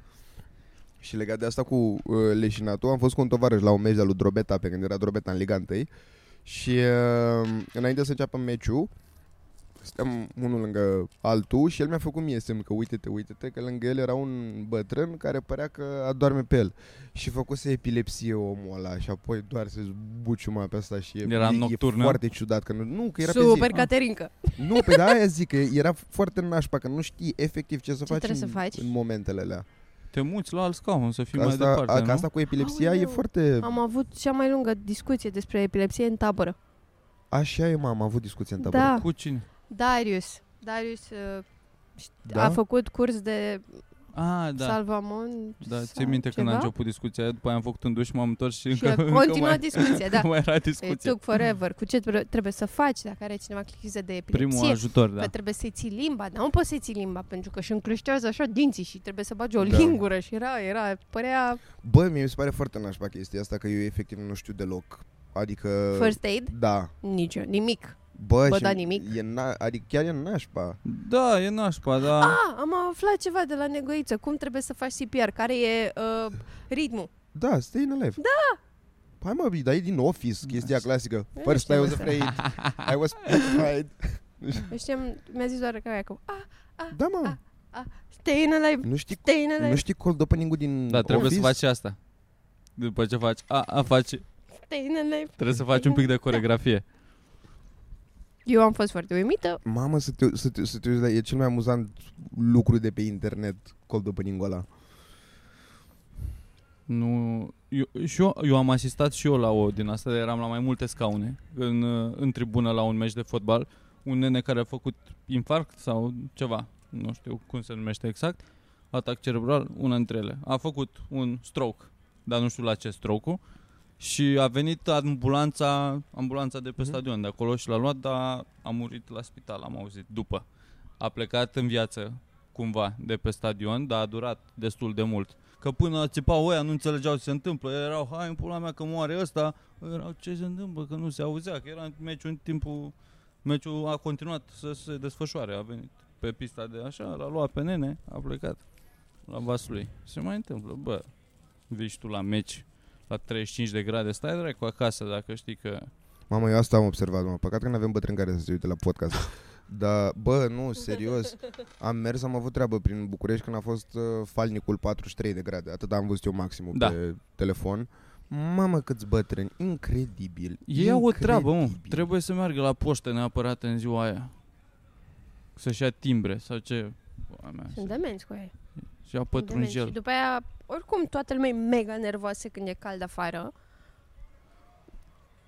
[SPEAKER 4] Și legat de asta cu uh, leșinatul, am fost cu un tovarăș la un meci de lui Drobeta, pe când era Drobeta în Liga 1 și uh, înainte să înceapă meciul, stăm unul lângă altul și el mi-a făcut mie semn că uite-te, uite-te, că lângă el era un bătrân care părea că adorme pe el și făcuse epilepsie omul ăla și apoi doar se zbuciuma pe asta și e-
[SPEAKER 5] Era
[SPEAKER 4] e,
[SPEAKER 5] nocturnă?
[SPEAKER 4] e foarte ciudat că nu, nu că era pe zi. Ah.
[SPEAKER 3] Super, Caterinca.
[SPEAKER 4] Nu, pe da, aia zic că era foarte nașpa, că nu știi efectiv ce să faci,
[SPEAKER 3] trebuie
[SPEAKER 4] în,
[SPEAKER 3] să faci?
[SPEAKER 4] în momentele alea.
[SPEAKER 5] Te muți la alt scaun să fii
[SPEAKER 4] Că
[SPEAKER 5] mai
[SPEAKER 4] asta,
[SPEAKER 5] departe,
[SPEAKER 4] a,
[SPEAKER 5] nu?
[SPEAKER 4] că asta cu epilepsia e
[SPEAKER 3] Aoleu.
[SPEAKER 4] foarte...
[SPEAKER 3] Am avut cea mai lungă discuție despre epilepsie în tabără.
[SPEAKER 4] Așa e, mă, am avut discuție în tabără.
[SPEAKER 3] Da.
[SPEAKER 5] Cu cine?
[SPEAKER 3] Darius. Darius uh, șt-
[SPEAKER 4] Da?
[SPEAKER 3] a făcut curs de
[SPEAKER 5] Ah, da.
[SPEAKER 3] Salvamon
[SPEAKER 5] Da,
[SPEAKER 3] sau
[SPEAKER 5] ți minte când a
[SPEAKER 3] ceva?
[SPEAKER 5] început discuția aia, după aia am făcut un duș, m-am întors și,
[SPEAKER 3] Și
[SPEAKER 5] încă,
[SPEAKER 3] a
[SPEAKER 5] încă
[SPEAKER 3] continuat
[SPEAKER 5] mai,
[SPEAKER 3] discuția, da.
[SPEAKER 5] mai era
[SPEAKER 3] It
[SPEAKER 5] discuție.
[SPEAKER 3] took forever. Cu ce tre- trebuie să faci dacă are cineva criză de epilepsie?
[SPEAKER 5] Primul ajutor, da.
[SPEAKER 3] Că trebuie să-i ții limba, dar nu poți să-i ții limba pentru că își încruștează așa dinții și trebuie să bagi o
[SPEAKER 4] Da.
[SPEAKER 3] lingură și era, era, părea
[SPEAKER 4] Bă, mie mi se pare foarte nașpa chestia asta, că eu efectiv nu știu deloc. Adică...
[SPEAKER 3] first aid,
[SPEAKER 4] Da.
[SPEAKER 3] nicio, nimic.
[SPEAKER 4] Bă,
[SPEAKER 3] Bă,
[SPEAKER 4] și
[SPEAKER 3] da, nimic.
[SPEAKER 4] E na- adică chiar e nașpa.
[SPEAKER 5] Da, e nașpa, da.
[SPEAKER 3] Ah, am aflat ceva de la negoiță, cum trebuie să faci CPR, care e uh, ritmul.
[SPEAKER 4] Da, stay in alive. Da! Hai mă, dar e din office, chestia clasică.
[SPEAKER 3] Eu nu
[SPEAKER 4] First I
[SPEAKER 3] știam
[SPEAKER 4] was
[SPEAKER 3] asta.
[SPEAKER 4] afraid, I was petrified.
[SPEAKER 3] Eu știam, mi-a zis doar că aia cu, ah,
[SPEAKER 4] Da, mă,
[SPEAKER 3] stay in alive,
[SPEAKER 4] nu știi,
[SPEAKER 3] stay in alive,
[SPEAKER 4] nu știi cold opening-ul din
[SPEAKER 5] Da, trebuie
[SPEAKER 4] office?
[SPEAKER 5] să faci și asta. După ce faci, a, a faci,
[SPEAKER 3] stay in alive.
[SPEAKER 5] trebuie să faci un pic de coregrafie.
[SPEAKER 3] Eu am fost foarte uimită.
[SPEAKER 4] Mamă, să te, să te, să te uiți la, e cel mai amuzant lucru de pe internet, cold opening-ul ăla.
[SPEAKER 5] Nu, eu, și eu, eu am asistat și eu la o din asta, eram la mai multe scaune, în, uh, în tribună la un meci de fotbal, un nene care a făcut infarct sau ceva, nu știu cum se numește exact, atac cerebral, una dintre ele. A făcut un stroke, dar nu știu la ce stroke și a venit ambulanța, ambulanța de pe
[SPEAKER 4] Mhm.
[SPEAKER 5] stadion de acolo și l-a luat, dar a murit la spital, am auzit, după. A plecat în viață, cumva, de pe stadion, dar a durat destul de mult. Că până țipau ăia, nu înțelegeau ce se întâmplă, erau, hai în pula mea că moare ăsta, erau, ce se întâmplă, că nu se auzea, că era meciul în timpul, meciul a continuat să se desfășoare, a venit pe pista de așa, l-a luat pe nene, a plecat la vasului. Se mai întâmplă, bă, vii și tu la meci la 35 de grade, stai dracu acasă dacă știi că...
[SPEAKER 4] Mamă, eu asta am observat, mă. Păcat că nu avem bătrâni care să se uite la podcast. Dar, bă, nu, serios. Am mers, am avut treabă prin București când a fost uh, falnicul 43 de grade. Atât am văzut eu maximum
[SPEAKER 5] Da.
[SPEAKER 4] pe telefon. Mamă, câți bătrâni. Incredibil.
[SPEAKER 5] Ei au o
[SPEAKER 4] Incredibil.
[SPEAKER 5] treabă, mă. Trebuie să meargă la poștă neapărat în ziua aia. Să-și ia timbre sau ce... Pula mea,
[SPEAKER 3] Sunt
[SPEAKER 5] să-
[SPEAKER 3] demenți cu aia.
[SPEAKER 5] Și ia
[SPEAKER 3] Sunt demenți.
[SPEAKER 5] pătrunjel.
[SPEAKER 3] Și după aia, oricum, toată lumea e mega nervoasă când e cald afară.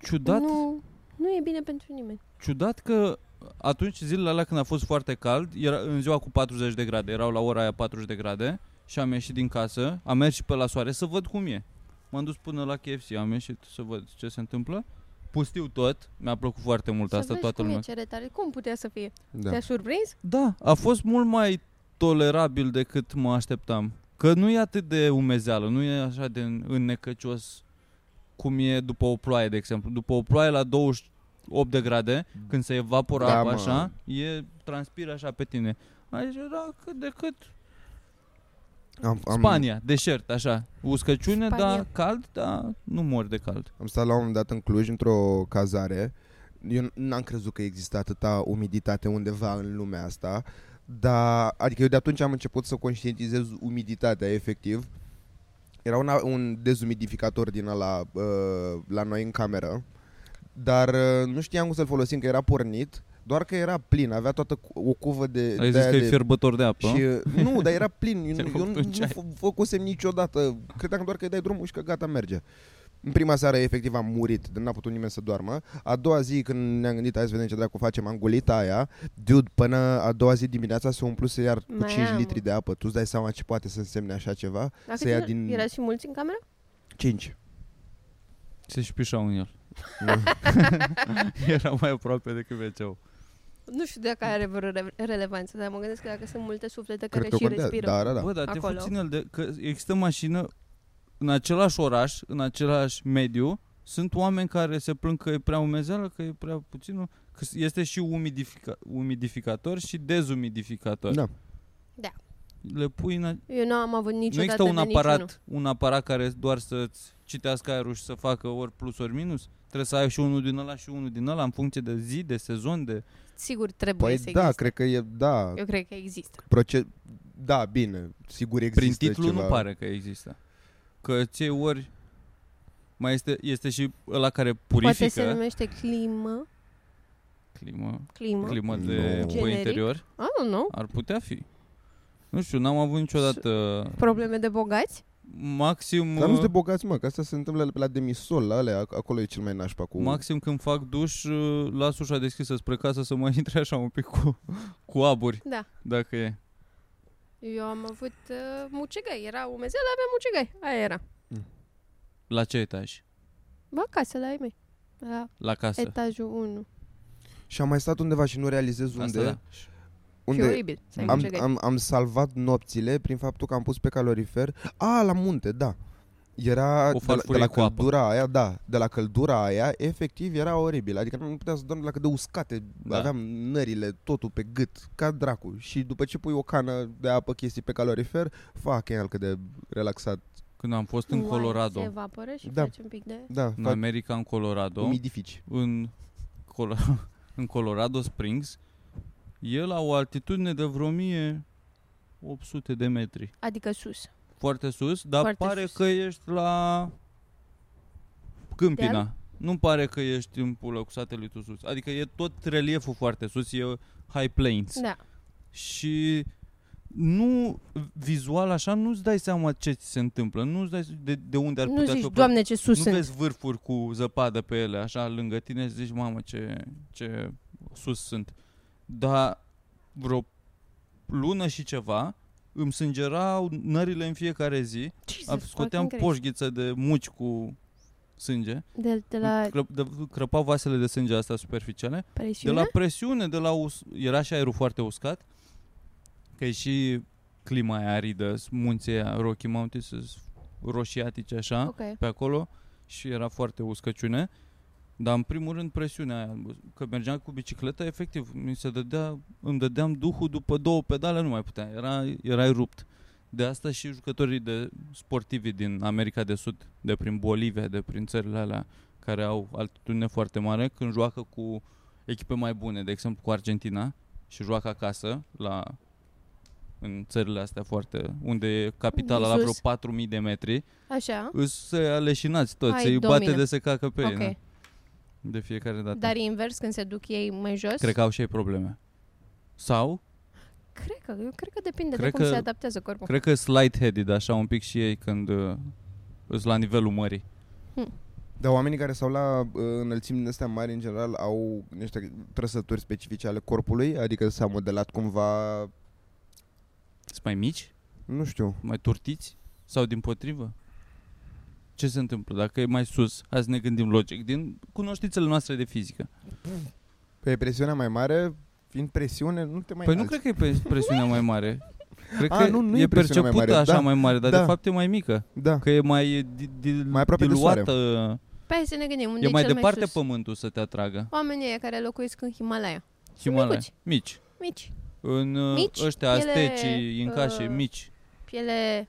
[SPEAKER 5] Ciudat,
[SPEAKER 3] Nu, nu e bine pentru nimeni.
[SPEAKER 5] ciudat că atunci zilele alea când a fost foarte cald, era în ziua cu 40 de grade, erau la ora aia 40 de grade și am ieșit din casă, am mers și pe la soare să văd cum e. M-am dus până la KFC, am ieșit să văd ce se întâmplă. Pustiu tot, mi-a plăcut foarte mult
[SPEAKER 3] Să
[SPEAKER 5] asta,
[SPEAKER 3] vezi
[SPEAKER 5] toată
[SPEAKER 3] cum
[SPEAKER 5] lumea.
[SPEAKER 3] e cere tare. Cum putea să fie? Da.
[SPEAKER 4] Da.
[SPEAKER 3] Te-a surprins?
[SPEAKER 5] Da, a fost mult mai tolerabil decât mă așteptam. Că nu e atât de umezeală, nu e așa de în- înnecăcios cum e după o ploaie, de exemplu. După o ploaie la 28 de grade, când se evapora
[SPEAKER 4] Da,
[SPEAKER 5] apa
[SPEAKER 4] mă.
[SPEAKER 5] așa, e transpiră așa pe tine. Aici era cât de cât
[SPEAKER 4] Am,
[SPEAKER 5] am... Spania, deșert, așa. Uscăciune,
[SPEAKER 3] Spania.
[SPEAKER 5] dar cald, dar nu mor de cald.
[SPEAKER 4] Am stat la un moment dat în Cluj, într-o cazare. Eu n- n-am crezut că există atâta umiditate undeva în lumea asta, dar adică eu de atunci am început să conștientizez umiditatea efectiv. Era una, un dezumidificator din ăla uh, la noi în cameră, dar uh, nu știam cum să-l folosim, că era pornit, doar că era plin, avea toată cu- o cuvă de...
[SPEAKER 5] Ai
[SPEAKER 4] de
[SPEAKER 5] zis
[SPEAKER 4] aia
[SPEAKER 5] că e
[SPEAKER 4] de-
[SPEAKER 5] fierbător de apă.
[SPEAKER 4] și, uh, nu, dar era plin. Eu,
[SPEAKER 5] Ți-ai
[SPEAKER 4] nu- eu
[SPEAKER 5] făcut
[SPEAKER 4] nu,
[SPEAKER 5] un ceai.
[SPEAKER 4] nu fă- făcusem niciodată. Credeam doar că îi dai drumul și că gata, merge. În prima seară, efectiv, am murit, de n-a putut nimeni să doarmă. A doua zi, când ne-am gândit, hai să vedem ce dracu facem, am golit aia. Dude, până a doua zi dimineața se umpluse iar cu
[SPEAKER 3] Mai
[SPEAKER 4] 5
[SPEAKER 3] am.
[SPEAKER 4] litri de apă. Tu-ți dai seama ce poate să însemne așa ceva?
[SPEAKER 3] La
[SPEAKER 4] Să
[SPEAKER 3] cât
[SPEAKER 4] ia
[SPEAKER 3] era-
[SPEAKER 4] din-
[SPEAKER 3] Erați și mulți în cameră?
[SPEAKER 4] 5.
[SPEAKER 5] Se și pișau în el.
[SPEAKER 4] Da.
[SPEAKER 5] era mai aproape decât wc
[SPEAKER 3] Nu știu dacă are vreo re- relevanță, dar mă gândesc că dacă sunt multe suflete care
[SPEAKER 4] Cred că
[SPEAKER 3] și
[SPEAKER 4] contează.
[SPEAKER 3] respiră.
[SPEAKER 4] Da, da, da.
[SPEAKER 5] Bă, dar te
[SPEAKER 3] Acolo.
[SPEAKER 5] puțin el de, că există mașină în același oraș, în același mediu, sunt oameni care se plâng că e prea umezeală, că e prea puțin, că s- este și umidifica, umidificator și dezumidificator.
[SPEAKER 4] Da.
[SPEAKER 3] Da.
[SPEAKER 5] Le pui în a-
[SPEAKER 3] Eu nu am avut niciodată
[SPEAKER 5] nu există un
[SPEAKER 3] de niciunul.
[SPEAKER 5] aparat, un aparat care doar să-ți citească aerul și să facă ori plus, ori minus? Trebuie să ai și unul din ăla și unul din ăla în funcție de zi, de sezon, de...
[SPEAKER 3] Sigur trebuie
[SPEAKER 4] Păi
[SPEAKER 3] să
[SPEAKER 4] da,
[SPEAKER 3] existe.
[SPEAKER 4] cred că e, da,
[SPEAKER 3] Eu cred că există.
[SPEAKER 4] proces... Da, bine, sigur există
[SPEAKER 5] Prin titlu
[SPEAKER 4] ceva.
[SPEAKER 5] nu pare că există. Că ți ori... Mai este, este și ăla care purifică...
[SPEAKER 3] Poate se numește climă.
[SPEAKER 5] climă,
[SPEAKER 3] Climă. Ah, Clim.
[SPEAKER 5] climă
[SPEAKER 4] Nu.
[SPEAKER 5] de pe
[SPEAKER 3] Generic?
[SPEAKER 5] interior,
[SPEAKER 3] I don't know.
[SPEAKER 5] ar putea fi. Nu știu, n-am avut niciodată
[SPEAKER 3] Probleme de bogați?
[SPEAKER 5] maxim uh,
[SPEAKER 4] Dar nu sunt de bogați, mă, că asta se întâmplă la- la demisol, la alea, ac- acolo e cel mai nașpa cu...
[SPEAKER 5] maxim când fac duș, uh, las ușa deschisă spre casă să mai intre așa un pic cu, cu aburi,
[SPEAKER 3] Da.
[SPEAKER 5] dacă e.
[SPEAKER 3] Eu am avut uh, mucegai. Era umezeală, aveam mucegai. Aia era.
[SPEAKER 5] La ce etaj?
[SPEAKER 3] Bă, acasă la ai mei. La
[SPEAKER 5] La casă.
[SPEAKER 3] etajul 1.
[SPEAKER 4] Și am mai stat undeva și nu realizez unde.
[SPEAKER 5] Asta, da.
[SPEAKER 3] Și
[SPEAKER 4] unde
[SPEAKER 3] oribil să ai
[SPEAKER 5] Am-
[SPEAKER 4] am,
[SPEAKER 3] mucegai.
[SPEAKER 4] am, am salvat nopțile prin faptul că am pus pe calorifer. A, la munte, da. Era
[SPEAKER 5] O
[SPEAKER 4] de la, de
[SPEAKER 5] farfurie
[SPEAKER 4] la
[SPEAKER 5] cu apă.
[SPEAKER 4] căldura aia, da, de la căldura aia, efectiv era oribil. Adică nu puteam să dorm la cât de uscate.
[SPEAKER 5] Da.
[SPEAKER 4] Da. Aveam nările, totul pe gât, ca dracu. Și după ce pui o cană de apă, chestii pe calorifer, fac el cât de relaxat.
[SPEAKER 5] Când am fost în
[SPEAKER 3] Uai,
[SPEAKER 5] Colorado,
[SPEAKER 3] Se evaporă și
[SPEAKER 4] Da.
[SPEAKER 3] da. un pic de...
[SPEAKER 4] Da,
[SPEAKER 5] în
[SPEAKER 4] fac
[SPEAKER 5] America, în Colorado,
[SPEAKER 4] umidifici.
[SPEAKER 5] în, Colo- în Colorado Springs, e la o altitudine de vreo 1800 de metri.
[SPEAKER 3] Adică sus.
[SPEAKER 5] Foarte sus, dar
[SPEAKER 3] Foarte
[SPEAKER 5] pare
[SPEAKER 3] sus.
[SPEAKER 5] că ești la Câmpina. Nu pare că ești în pulă cu satelitul sus. Adică e tot relieful foarte sus, e high plains.
[SPEAKER 3] Da.
[SPEAKER 5] și nu vizual așa nu-ți dai seama ce ți se întâmplă, nu-ți dai de, de unde ar
[SPEAKER 3] nu
[SPEAKER 5] putea
[SPEAKER 3] zici,
[SPEAKER 5] să
[SPEAKER 3] doamne, ce sus
[SPEAKER 5] nu
[SPEAKER 3] sunt.
[SPEAKER 5] vezi vârfuri cu zăpadă pe ele, așa lângă tine, și zici, mamă, ce, ce sus sunt. dar vreo lună și ceva îmi sângerau nările în fiecare zi,
[SPEAKER 3] Jesus,
[SPEAKER 5] Ab- scoteam
[SPEAKER 3] fucking Christ.
[SPEAKER 5] poșghiță de muci cu sânge,
[SPEAKER 3] De, de la
[SPEAKER 5] îmi cră- de- crăpau vasele de sânge astea superficiale, de
[SPEAKER 3] presiune?
[SPEAKER 5] la presiune, de la us- era și aerul foarte uscat, că e și clima aia aridă, s- munții aia, Rocky Mountains, sunt roșiatice așa,
[SPEAKER 3] Ok.
[SPEAKER 5] pe acolo și era foarte uscăciune. Dar în primul rând presiunea aia, că mergeam cu bicicleta, efectiv, mi se dădea, îmi dădeam duhul după două pedale, nu mai puteam, era, erai rupt. De asta și jucătorii de sportivi din America de Sud, de prin Bolivia, de prin țările alea, care au altitudine foarte mare, când joacă cu echipe mai bune, de exemplu cu Argentina, și joacă acasă la în țările astea foarte, unde e capitala la
[SPEAKER 3] Sus.
[SPEAKER 5] vreo 4.000 de metri,
[SPEAKER 3] Așa.
[SPEAKER 5] Îs se aleșinați toți,
[SPEAKER 3] Hai,
[SPEAKER 5] îi
[SPEAKER 3] domină.
[SPEAKER 5] bate de se cacă pe ei,
[SPEAKER 3] ok.
[SPEAKER 5] na, de fiecare dată.
[SPEAKER 3] Dar invers, când se duc ei mai jos?
[SPEAKER 5] da. Cred că au și ei probleme. Sau,
[SPEAKER 3] Cred că, eu cred că depinde
[SPEAKER 5] Cred
[SPEAKER 3] de cum
[SPEAKER 5] că-
[SPEAKER 3] se adaptează corpul.
[SPEAKER 5] cred că light-headed așa un pic și ei când uh, îs la nivelul mării.
[SPEAKER 4] Dar oamenii care s-au la uh, înălțimi din astea mari, în general, au niște trăsături specifice ale corpului? Adică s-a modelat cumva,
[SPEAKER 5] Sunt mai mici?
[SPEAKER 4] nu știu,
[SPEAKER 5] Mai turtiți? Sau din potrivă? Ce se întâmplă? Dacă e mai sus, hai să ne gândim logic, din cunoștințele noastre de fizică.
[SPEAKER 4] pe presiunea mai mare, fiind presiune, nu te mai
[SPEAKER 5] păi nu
[SPEAKER 4] înalți.
[SPEAKER 5] cred că e pe- presiunea mai mare. Cred
[SPEAKER 4] A,
[SPEAKER 5] că
[SPEAKER 4] nu, nu
[SPEAKER 5] e
[SPEAKER 4] e presiunea
[SPEAKER 5] percepută
[SPEAKER 4] mai mare,
[SPEAKER 5] așa
[SPEAKER 4] da.
[SPEAKER 5] mai mare, dar
[SPEAKER 4] Da.
[SPEAKER 5] de fapt e mai mică.
[SPEAKER 4] Da.
[SPEAKER 5] Că e mai, di- di-
[SPEAKER 4] Mai aproape de soare.
[SPEAKER 5] diluată...
[SPEAKER 3] Păi să ne gândim, unde
[SPEAKER 5] E mai
[SPEAKER 3] cel
[SPEAKER 5] departe
[SPEAKER 3] mai sus?
[SPEAKER 5] pământul să te atragă.
[SPEAKER 3] Oamenii ăia care locuiesc în Himalaya.
[SPEAKER 5] Himalaya.
[SPEAKER 3] micuți.
[SPEAKER 5] Mici.
[SPEAKER 3] Mici.
[SPEAKER 5] În uh,
[SPEAKER 3] Mici,
[SPEAKER 5] ăștia
[SPEAKER 3] ele,
[SPEAKER 5] astecii, incașe,
[SPEAKER 3] uh,
[SPEAKER 5] mici,
[SPEAKER 3] Piele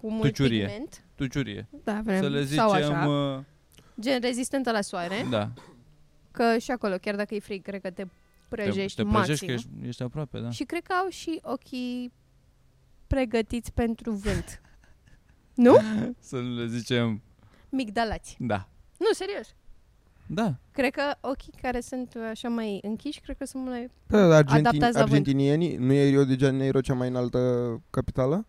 [SPEAKER 3] cu mult
[SPEAKER 5] Tuciurie.
[SPEAKER 3] pigment.
[SPEAKER 5] tuciurie.
[SPEAKER 3] Da, vrem.
[SPEAKER 5] Să le zicem,
[SPEAKER 3] Sau așa. Eh?
[SPEAKER 5] uh,
[SPEAKER 3] Gen rezistentă la soare.
[SPEAKER 5] da,
[SPEAKER 3] Că și acolo, chiar dacă e frig, cred că te
[SPEAKER 5] te,
[SPEAKER 3] prăjești
[SPEAKER 5] te prăjești
[SPEAKER 3] maxim.
[SPEAKER 5] că ești, ești aproape, da.
[SPEAKER 3] Și cred că au și ochii pregătiți pentru vânt. nu?
[SPEAKER 5] Să le zicem,
[SPEAKER 3] Migdalați.
[SPEAKER 5] da,
[SPEAKER 3] Nu, serios.
[SPEAKER 5] da,
[SPEAKER 3] Cred că ochii care sunt așa mai închiși, cred că sunt
[SPEAKER 5] Păi,
[SPEAKER 3] mai...
[SPEAKER 4] Da, dar argentin,
[SPEAKER 3] Adaptați la vânt.
[SPEAKER 4] argentinienii, nu e Rio de Janeiro cea mai înaltă capitală?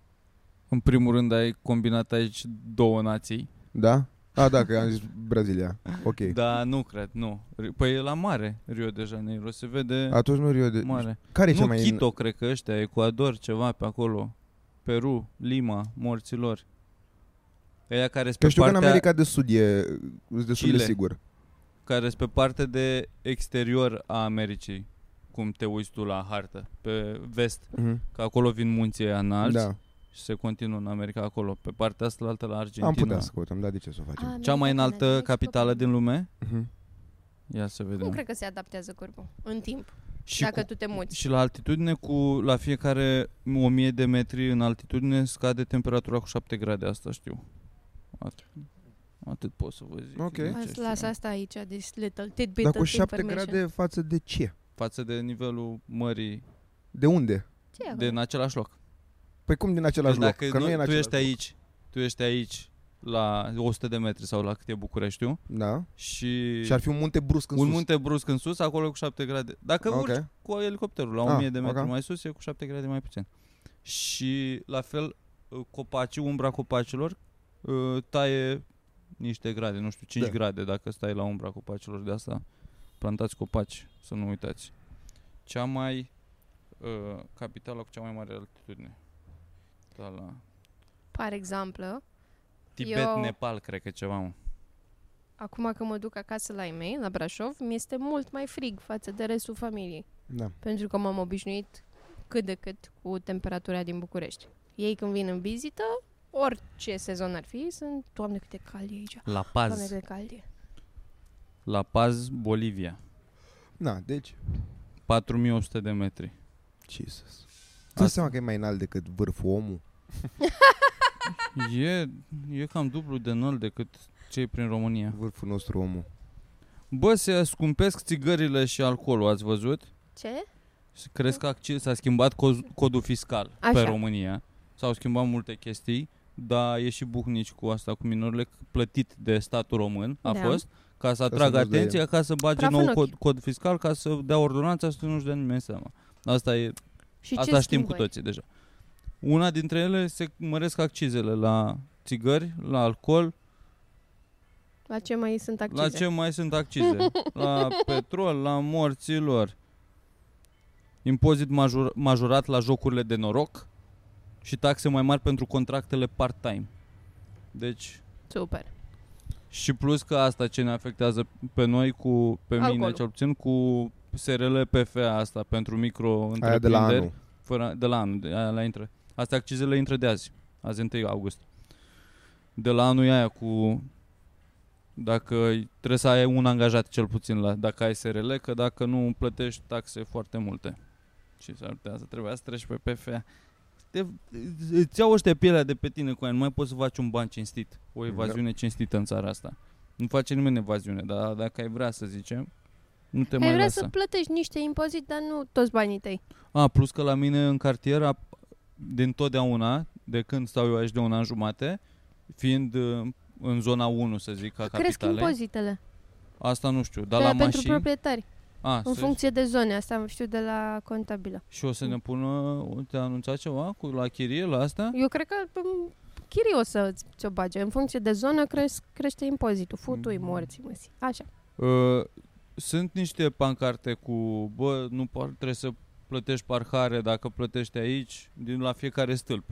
[SPEAKER 5] în primul rând ai combinat aici două nații,
[SPEAKER 4] Da? A, da, că am zis Brazilia. Ok. Da.
[SPEAKER 5] dar nu cred, nu. Ri- Păi e la mare, Rio de Janeiro, se vede
[SPEAKER 4] Atunci nu Rio de...
[SPEAKER 5] mare.
[SPEAKER 4] Care e cea
[SPEAKER 5] Nu,
[SPEAKER 4] mai...
[SPEAKER 5] Quito, cred că ăștia, Ecuador, ceva pe acolo, Peru, Lima, morților. Ăia care sunt
[SPEAKER 4] Că
[SPEAKER 5] pe
[SPEAKER 4] știu că în
[SPEAKER 5] partea-
[SPEAKER 4] America de Sud e... Sunt destul de
[SPEAKER 5] Chile.
[SPEAKER 4] sigur.
[SPEAKER 5] care sunt pe parte de exterior a Americii, cum te uiți tu la hartă, pe vest,
[SPEAKER 4] Mhm.
[SPEAKER 5] că acolo vin munții ăia înalți
[SPEAKER 4] Da.
[SPEAKER 5] și se continuă în America acolo, pe partea asta la altă la Argentina.
[SPEAKER 4] Am putea să căutăm, dar de ce să o facem?
[SPEAKER 3] America
[SPEAKER 5] Cea mai
[SPEAKER 3] din
[SPEAKER 5] înaltă
[SPEAKER 3] Nord,
[SPEAKER 5] capitală din lume?
[SPEAKER 4] Mhm.
[SPEAKER 5] Ia să vedem.
[SPEAKER 3] Nu cred că se adaptează corpul în timp,
[SPEAKER 5] și,
[SPEAKER 3] și dacă
[SPEAKER 5] cu,
[SPEAKER 3] tu te muți.
[SPEAKER 5] și la altitudine, cu la fiecare 1000 de metri în altitudine, scade temperatura cu 7 grade, asta știu. Atât, atât pot să vă zic.
[SPEAKER 4] Ok.
[SPEAKER 5] din ce
[SPEAKER 3] Las,
[SPEAKER 5] știu
[SPEAKER 3] las
[SPEAKER 5] eu.
[SPEAKER 3] asta aici, this little tidbit
[SPEAKER 4] Dar cu
[SPEAKER 3] of
[SPEAKER 4] 7
[SPEAKER 3] information.
[SPEAKER 4] grade față de ce?
[SPEAKER 5] Față de nivelul mării,
[SPEAKER 4] De unde?
[SPEAKER 3] Ce e acolo?
[SPEAKER 5] de în același loc.
[SPEAKER 4] Păi cum din același
[SPEAKER 5] Deci
[SPEAKER 4] loc?
[SPEAKER 5] dacă
[SPEAKER 4] Că nu e în
[SPEAKER 5] tu
[SPEAKER 4] același
[SPEAKER 5] ești
[SPEAKER 4] loc.
[SPEAKER 5] aici, tu ești aici la 100 de metri sau la cât e Bucureștiul
[SPEAKER 4] Da.
[SPEAKER 5] și,
[SPEAKER 4] Și ar fi un munte brusc în
[SPEAKER 5] un
[SPEAKER 4] sus. Da,
[SPEAKER 5] munte brusc în sus, acolo cu 7 grade. Dacă
[SPEAKER 4] Ok.
[SPEAKER 5] okay. urci cu elicopterul la
[SPEAKER 4] Ah,
[SPEAKER 5] 1000 de metri
[SPEAKER 4] ok.
[SPEAKER 5] mai sus, e cu 7 grade mai puțin. Și la fel uh, copacii, umbra copacilor uh, taie niște grade, nu știu, 5
[SPEAKER 4] Da.
[SPEAKER 5] da. grade dacă stai la umbra copacilor de asta. Plantați copaci, să nu uitați. Cea mai uh, capitala cu cea mai mare altitudine. Da, la
[SPEAKER 3] Par exemplu,
[SPEAKER 5] Tibet,
[SPEAKER 3] Eu-
[SPEAKER 5] Nepal, cred că ceva, mă.
[SPEAKER 3] acum că mă duc acasă la ei mei, la Brașov, mi-este mult mai frig față de restul familiei.
[SPEAKER 4] Da.
[SPEAKER 3] Pentru că m-am obișnuit cât de cât cu temperatura din București. Ei când vin în vizită, orice sezon ar fi, sunt, doamne cât de cald e aici,
[SPEAKER 5] La
[SPEAKER 3] doamne
[SPEAKER 5] Paz.
[SPEAKER 3] cât de cald e.
[SPEAKER 5] La Paz, Bolivia.
[SPEAKER 4] Na, deci...
[SPEAKER 5] 4800 de metri.
[SPEAKER 4] Jesus. Tu dai seama că e mai înalt decât vârful omul?
[SPEAKER 5] E, e cam dublu de înalt decât cei prin România.
[SPEAKER 4] Vârful nostru omul.
[SPEAKER 5] Bă, se scumpesc țigările și alcoolul, ați văzut?
[SPEAKER 3] Ce?
[SPEAKER 5] Și Crezi că acci- s-a schimbat coz- codul fiscal
[SPEAKER 3] Așa.
[SPEAKER 5] pe România. S-au schimbat multe chestii, dar e și buhnici cu asta, cu minorile, c- plătit de statul român, a
[SPEAKER 3] Da.
[SPEAKER 5] fost, ca să
[SPEAKER 4] să
[SPEAKER 5] atragă
[SPEAKER 4] nu-ți dea
[SPEAKER 5] atenția, ca să bage
[SPEAKER 3] Praf în
[SPEAKER 5] nou
[SPEAKER 3] ochi.
[SPEAKER 5] cod, cod fiscal, ca să dea ordonanța să nu-și dea nimeni seama. Asta e
[SPEAKER 3] Și
[SPEAKER 5] Asta
[SPEAKER 3] ce
[SPEAKER 5] știm cu
[SPEAKER 3] schimbă?
[SPEAKER 5] toții deja. Una dintre ele se măresc accizele la țigări, la alcool,
[SPEAKER 3] La ce mai sunt accize?
[SPEAKER 5] la ce mai sunt accize? la petrol, la morților. impozit major, majorat la jocurile de noroc și taxe mai mari pentru contractele part-time. Deci,
[SPEAKER 3] Super.
[SPEAKER 5] și plus că asta ce ne afectează pe noi, cu pe mine
[SPEAKER 3] Alcoolul.
[SPEAKER 5] cel puțin, cu SRL PFA asta pentru micro
[SPEAKER 4] Aia de la anul.
[SPEAKER 5] Fără, de la anul, de, aia la intră. Astea accizele intră de azi, azi 1 august. De la anul e aia cu... Dacă trebuie să ai un angajat cel puțin la, dacă ai SRL, că dacă nu plătești taxe foarte multe. Și s-ar putea să trebuia să treci pe PFA. Te, îți iau ăștia pielea de pe tine cu aia, nu mai poți să faci un ban cinstit. O evaziune cinstită în țara asta. Nu face nimeni evaziune, dar dacă ai vrea să zicem, nu te
[SPEAKER 3] Ai
[SPEAKER 5] mai
[SPEAKER 3] vrea
[SPEAKER 5] lasă.
[SPEAKER 3] Păi să plătești niște impozit, dar nu toți banii tăi.
[SPEAKER 5] A, plus că la mine în cartier, a- din totdeauna, de când stau eu aici de un an jumate, fiind uh, în zona 1, să zic, a
[SPEAKER 3] Cresc
[SPEAKER 5] capitalei,
[SPEAKER 3] impozitele.
[SPEAKER 5] asta nu știu, dar
[SPEAKER 3] de
[SPEAKER 5] la
[SPEAKER 3] Da, pentru
[SPEAKER 5] mașini,
[SPEAKER 3] proprietari.
[SPEAKER 5] a,
[SPEAKER 3] În
[SPEAKER 5] să-
[SPEAKER 3] funcție de zone. Asta știu de la contabilă.
[SPEAKER 5] și o să ne pună, te-a anunțat ceva cu la chirie, la asta?
[SPEAKER 3] Eu cred că m, chirii o să ți- ți-o bage. În funcție de zonă cresc, crește impozitul. Futui,
[SPEAKER 5] Mm.
[SPEAKER 3] morții, măsi. Așa.
[SPEAKER 5] Uh, sunt niște pancarte cu, bă, nu par, trebuie să plătești parcare dacă plătești aici, din la fiecare stâlp.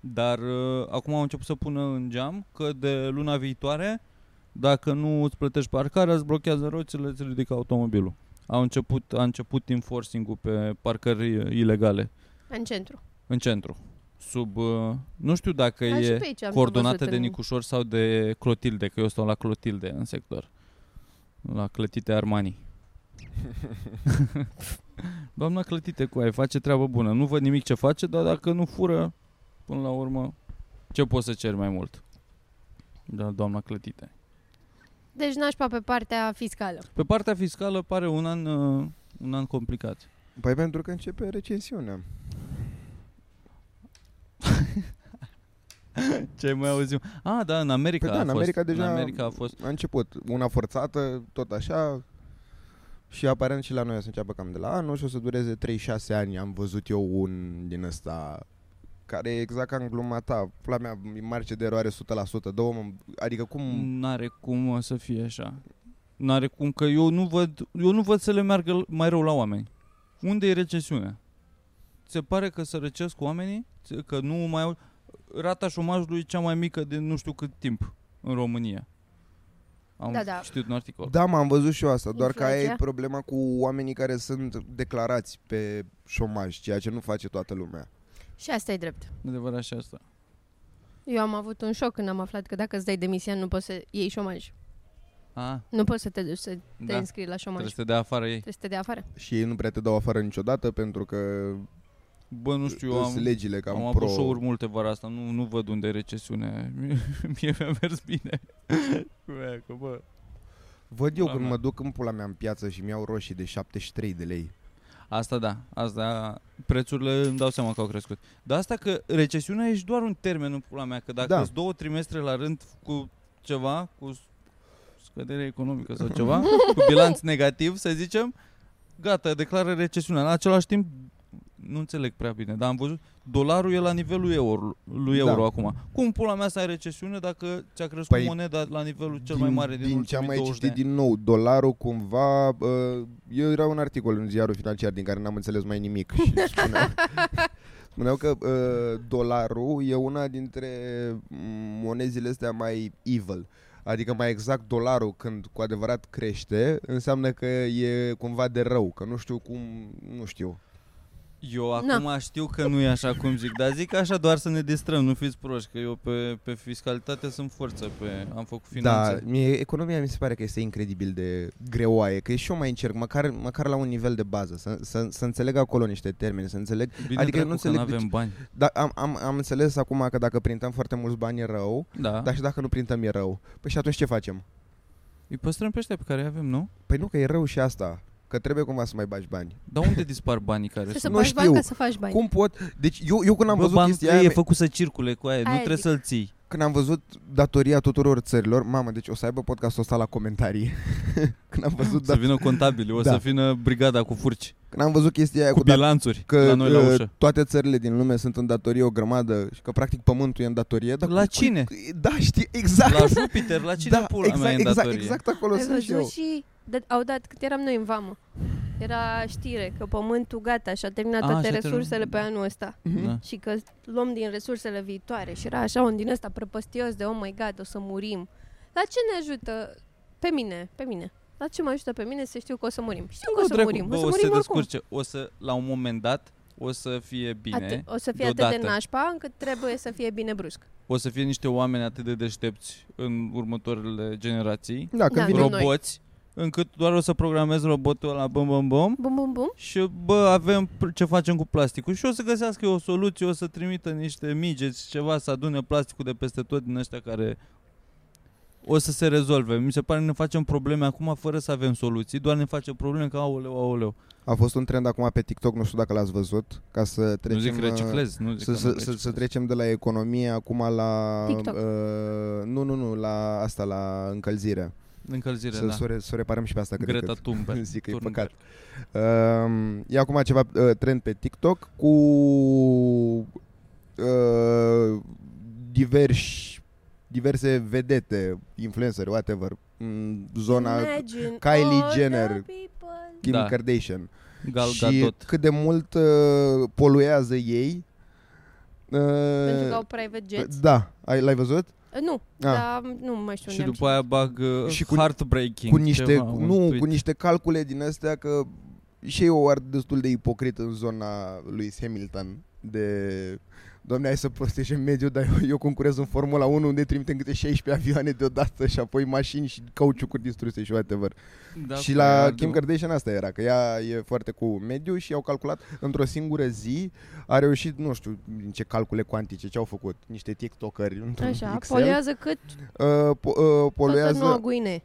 [SPEAKER 5] Dar uh, acum au început să pună în geam că de luna viitoare, dacă nu îți plătești parcarea, îți blochează roțile, îți ridică automobilul. Au început, a început enforcing-ul pe parcări uh, ilegale
[SPEAKER 3] În centru.
[SPEAKER 5] în centru. Sub, uh, nu știu dacă
[SPEAKER 3] Dar și
[SPEAKER 5] e
[SPEAKER 3] pe aici am
[SPEAKER 5] coordonată
[SPEAKER 3] văzut
[SPEAKER 5] de
[SPEAKER 3] în-
[SPEAKER 5] Nicușor sau de Clotilde, că eu stau la Clotilde în sector. La Clătite Armani. Doamna Clătite cu aia, face treabă bună. Nu văd nimic ce face, dar dacă nu fură, până la urmă, ce poți să ceri mai mult? Da, doamna Clătite.
[SPEAKER 3] Deci nașpa pe partea fiscală.
[SPEAKER 5] Pe partea fiscală pare un an, uh, un an complicat.
[SPEAKER 4] Păi pentru că începe recensiunea.
[SPEAKER 5] Ce mai auzim? Ah, da, în America
[SPEAKER 4] Păi da,
[SPEAKER 5] a
[SPEAKER 4] în
[SPEAKER 5] fost.
[SPEAKER 4] America deja
[SPEAKER 5] în America a fost.
[SPEAKER 4] A început una forțată, tot așa, și aparent și la noi o să înceapă cam de la anul și o să dureze 3-6 ani. Am văzut eu un din ăsta care e exact ca în gluma ta. Pula mea, e marge de eroare 100%. Două, adică cum...
[SPEAKER 3] Mm.
[SPEAKER 5] N-are cum mă, să fie așa. N-are cum că eu nu văd, eu nu văd să le meargă l- mai rău la oameni. Unde e recesiunea? Se pare că sărăcesc oamenii, Ți- că nu mai au... Rata șomajului e cea mai mică de nu știu cât timp în România. Am
[SPEAKER 3] Da, da.
[SPEAKER 5] știut un articol.
[SPEAKER 4] Da, m-am văzut și eu asta, doar că aia e
[SPEAKER 3] Inflația.
[SPEAKER 4] problema cu oamenii care sunt declarați pe șomaj, ceea ce nu face toată lumea.
[SPEAKER 3] Și asta e drept.
[SPEAKER 5] Adevărat și asta.
[SPEAKER 3] Eu am avut un șoc când am aflat că dacă îți dai demisia nu poți să iei șomaj.
[SPEAKER 5] A,
[SPEAKER 3] Nu poți să te duci să te
[SPEAKER 5] da. Trebuie
[SPEAKER 3] înscrii la șomaj.
[SPEAKER 5] să te dea afară ei.
[SPEAKER 3] Trebuie să te dea afară.
[SPEAKER 4] Și ei nu prea te dau afară niciodată pentru că
[SPEAKER 5] Bă, nu știu, eu
[SPEAKER 4] sunt
[SPEAKER 5] am,
[SPEAKER 4] legile cam
[SPEAKER 5] am
[SPEAKER 4] pro...
[SPEAKER 5] avut show-uri multe vara asta, nu, nu văd unde e recesiune. Mie mi-a mers bine. Cu aia, că bă,
[SPEAKER 4] Văd eu
[SPEAKER 5] Pula
[SPEAKER 4] când
[SPEAKER 5] mea.
[SPEAKER 4] mă duc în pula mea în piață și mi-au roșii de 73 de lei.
[SPEAKER 5] Asta da, asta prețurile îmi dau seama că au crescut. Dar asta că recesiunea ești doar un termen în pula mea, că dacă
[SPEAKER 4] Da.
[SPEAKER 5] da. două trimestre la rând cu ceva, cu s- scădere economică sau ceva, cu bilanț negativ, să zicem, gata, declară recesiunea. În același timp, nu înțeleg prea bine, dar am văzut, dolarul e la nivelul euro, lui
[SPEAKER 4] Da.
[SPEAKER 5] euro acum. Cum pula mea să ai recesiune dacă ți-a crescut
[SPEAKER 4] Păi,
[SPEAKER 5] moneda la nivelul cel mai mare din,
[SPEAKER 4] din ce am
[SPEAKER 5] ultimii
[SPEAKER 4] mai
[SPEAKER 5] 20 de
[SPEAKER 4] citit
[SPEAKER 5] ani?
[SPEAKER 4] din nou, dolarul cumva... Uh, eu era un articol în ziarul financiar din care n-am înțeles mai nimic și spuneau, spuneau că uh, dolarul e una dintre mm, monezile astea mai evil. Adică mai exact dolarul când cu adevărat crește înseamnă că e cumva de rău, că nu știu cum, nu știu.
[SPEAKER 5] Eu acum știu că nu e așa cum zic, dar zic așa doar să ne distrăm, nu fiți proști, că eu pe, pe fiscalitate sunt forță, pe, am făcut finanțe.
[SPEAKER 4] Da, mie, economia mi se pare că este incredibil de greoaie, că și eu mai încerc, măcar, măcar la un nivel de bază, să, să, să înțeleg acolo niște termeni, să înțeleg.
[SPEAKER 5] Bine
[SPEAKER 4] adică
[SPEAKER 5] adică
[SPEAKER 4] eu nu
[SPEAKER 5] nu că
[SPEAKER 4] înțeleg
[SPEAKER 5] nu
[SPEAKER 4] de
[SPEAKER 5] avem bani.
[SPEAKER 4] Dar Da, am, am, am înțeles acum că dacă printăm foarte mulți bani e rău,
[SPEAKER 5] Da.
[SPEAKER 4] dar și dacă nu printăm e rău. Păi și atunci ce facem?
[SPEAKER 5] Îi păstrăm pe ăștia pe care îi avem, nu?
[SPEAKER 4] Păi nu, că e rău și asta, că trebuie cumva să mai bagi bani.
[SPEAKER 5] Dar unde dispar banii care
[SPEAKER 3] Trebuie să
[SPEAKER 5] sunt?
[SPEAKER 4] Nu
[SPEAKER 3] faci bani ca
[SPEAKER 4] știu.
[SPEAKER 3] să faci bani.
[SPEAKER 4] Cum pot? Deci eu, eu când am
[SPEAKER 5] Bă,
[SPEAKER 4] văzut
[SPEAKER 5] banul
[SPEAKER 4] chestia
[SPEAKER 5] tău e
[SPEAKER 4] aia,
[SPEAKER 5] făcut să circule cu aia, nu
[SPEAKER 3] Aia
[SPEAKER 5] trebuie
[SPEAKER 3] zic.
[SPEAKER 5] să-l ții.
[SPEAKER 4] când am văzut datoria tuturor țărilor, mamă, deci o să aibă podcastul ăsta la comentarii. când am văzut
[SPEAKER 5] Să
[SPEAKER 4] da,
[SPEAKER 5] vină contabili, o
[SPEAKER 4] Da.
[SPEAKER 5] să vină brigada cu furci,
[SPEAKER 4] când am văzut chestia aia
[SPEAKER 5] cu
[SPEAKER 4] cu, dat-
[SPEAKER 5] bilanțuri,
[SPEAKER 4] că
[SPEAKER 5] la noi la
[SPEAKER 4] uh,
[SPEAKER 5] ușă.
[SPEAKER 4] toate țările din lume sunt în datorie o grămadă și că practic pământul e în datorie. Dar
[SPEAKER 5] La
[SPEAKER 4] cum-
[SPEAKER 5] cine?
[SPEAKER 4] Da, știi, exact.
[SPEAKER 5] La Jupiter, la cine
[SPEAKER 4] da,
[SPEAKER 5] pula
[SPEAKER 4] exact,
[SPEAKER 5] mea e în
[SPEAKER 4] exact,
[SPEAKER 5] datorie?
[SPEAKER 4] exact acolo
[SPEAKER 3] Ai
[SPEAKER 4] sunt și eu.
[SPEAKER 3] văzut și de, au dat cât eram noi în vamă. Era știre că pământul gata și-a terminat
[SPEAKER 5] A,
[SPEAKER 3] toate
[SPEAKER 5] Ah, și-a terminat.
[SPEAKER 3] resursele pe anul ăsta.
[SPEAKER 5] Da.
[SPEAKER 3] Și că luăm din resursele viitoare. Și era așa un din ăsta prăpăstios de oh my god, o să murim. La ce ne ajută? Pe mine, pe mine. La ce mă ajută pe mine să știu că o să murim? Știu că o să
[SPEAKER 5] dracu,
[SPEAKER 3] murim,
[SPEAKER 5] bă,
[SPEAKER 3] o să
[SPEAKER 5] o să
[SPEAKER 3] murim
[SPEAKER 5] se
[SPEAKER 3] oricum.
[SPEAKER 5] descurce. O să, la un moment dat, o să fie bine.
[SPEAKER 3] Ate- o să fie atât
[SPEAKER 5] deodată.
[SPEAKER 3] de nașpa încât trebuie să fie bine brusc.
[SPEAKER 5] O să fie niște oameni atât de deștepți în următoarele generații,
[SPEAKER 4] Da, când
[SPEAKER 3] Da,
[SPEAKER 4] vine...
[SPEAKER 3] nu.
[SPEAKER 5] roboți, încât doar o să programez robotul la bum bum bum
[SPEAKER 3] Bum, bum, bum.
[SPEAKER 5] și bă, avem pr- ce facem cu plasticul și o să găsească o soluție, o să trimită niște migeți, ceva, să adune plasticul de peste tot din ăștia care o să se rezolve. Mi se pare că ne facem probleme acum fără să avem soluții, doar ne facem probleme ca aoleu, aoleu.
[SPEAKER 4] A fost un trend acum pe TikTok, nu știu dacă l-ați văzut, ca să
[SPEAKER 5] Nu
[SPEAKER 4] trecem...
[SPEAKER 5] zic
[SPEAKER 4] uh,
[SPEAKER 5] reciclez, nu zic
[SPEAKER 4] Să,
[SPEAKER 5] că
[SPEAKER 4] să,
[SPEAKER 5] nu
[SPEAKER 4] să, să
[SPEAKER 5] reciclez.
[SPEAKER 4] trecem de la economie acum la...
[SPEAKER 3] TikTok.
[SPEAKER 4] Uh, nu, nu, nu, la asta, la încălzire.
[SPEAKER 5] Încălzire,
[SPEAKER 4] Să,
[SPEAKER 5] da.
[SPEAKER 4] să, o re, să o reparăm și pe asta cât de
[SPEAKER 5] Greta
[SPEAKER 4] cât.
[SPEAKER 5] Thunberg.
[SPEAKER 4] Zic că e
[SPEAKER 5] Thunberg.
[SPEAKER 4] păcat. Uh, e acum ceva uh, trend pe TikTok cu uh, diversi, diverse vedete, influenceri, whatever, în zona
[SPEAKER 3] Imagine
[SPEAKER 4] Kylie
[SPEAKER 3] all the
[SPEAKER 4] Jenner.
[SPEAKER 3] people.
[SPEAKER 4] Kim
[SPEAKER 5] Da.
[SPEAKER 4] Kardashian.
[SPEAKER 5] Gal
[SPEAKER 4] și
[SPEAKER 5] Gadot.
[SPEAKER 4] cât de mult uh, poluează ei. Uh,
[SPEAKER 3] Pentru că au private jets.
[SPEAKER 4] Da, ai, l-ai văzut?
[SPEAKER 3] Uh,
[SPEAKER 4] Ah.
[SPEAKER 3] Nu, dar nu mai știu
[SPEAKER 5] Și
[SPEAKER 3] unde am
[SPEAKER 5] după aia bag uh,
[SPEAKER 4] Și
[SPEAKER 5] și
[SPEAKER 4] cu-
[SPEAKER 5] cu, heartbreaking
[SPEAKER 4] Cu niște,
[SPEAKER 5] ceva, un
[SPEAKER 4] nu,
[SPEAKER 5] tweet.
[SPEAKER 4] cu niște calcule din astea că și eu o ard destul de ipocrit în zona lui Hamilton de Doamne, hai să protejăm mediul, dar eu, eu concurez în Formula 1 unde trimitem câte 16 avioane deodată și apoi mașini și cauciucuri distruse și whatever.
[SPEAKER 5] da,
[SPEAKER 4] și
[SPEAKER 5] cu
[SPEAKER 4] la
[SPEAKER 5] aia
[SPEAKER 4] Kim
[SPEAKER 5] de-
[SPEAKER 4] Kardashian asta era, că ea e foarte cu mediu și au calculat într-o singură zi, a reușit, nu știu din ce calcule cuantice, ce au făcut, niște tiktokeri într-un
[SPEAKER 3] Așa,
[SPEAKER 4] Excel.
[SPEAKER 3] poluează cât
[SPEAKER 4] Uh, po- uh,
[SPEAKER 3] poluează... toată noua
[SPEAKER 4] poluează,
[SPEAKER 3] guine.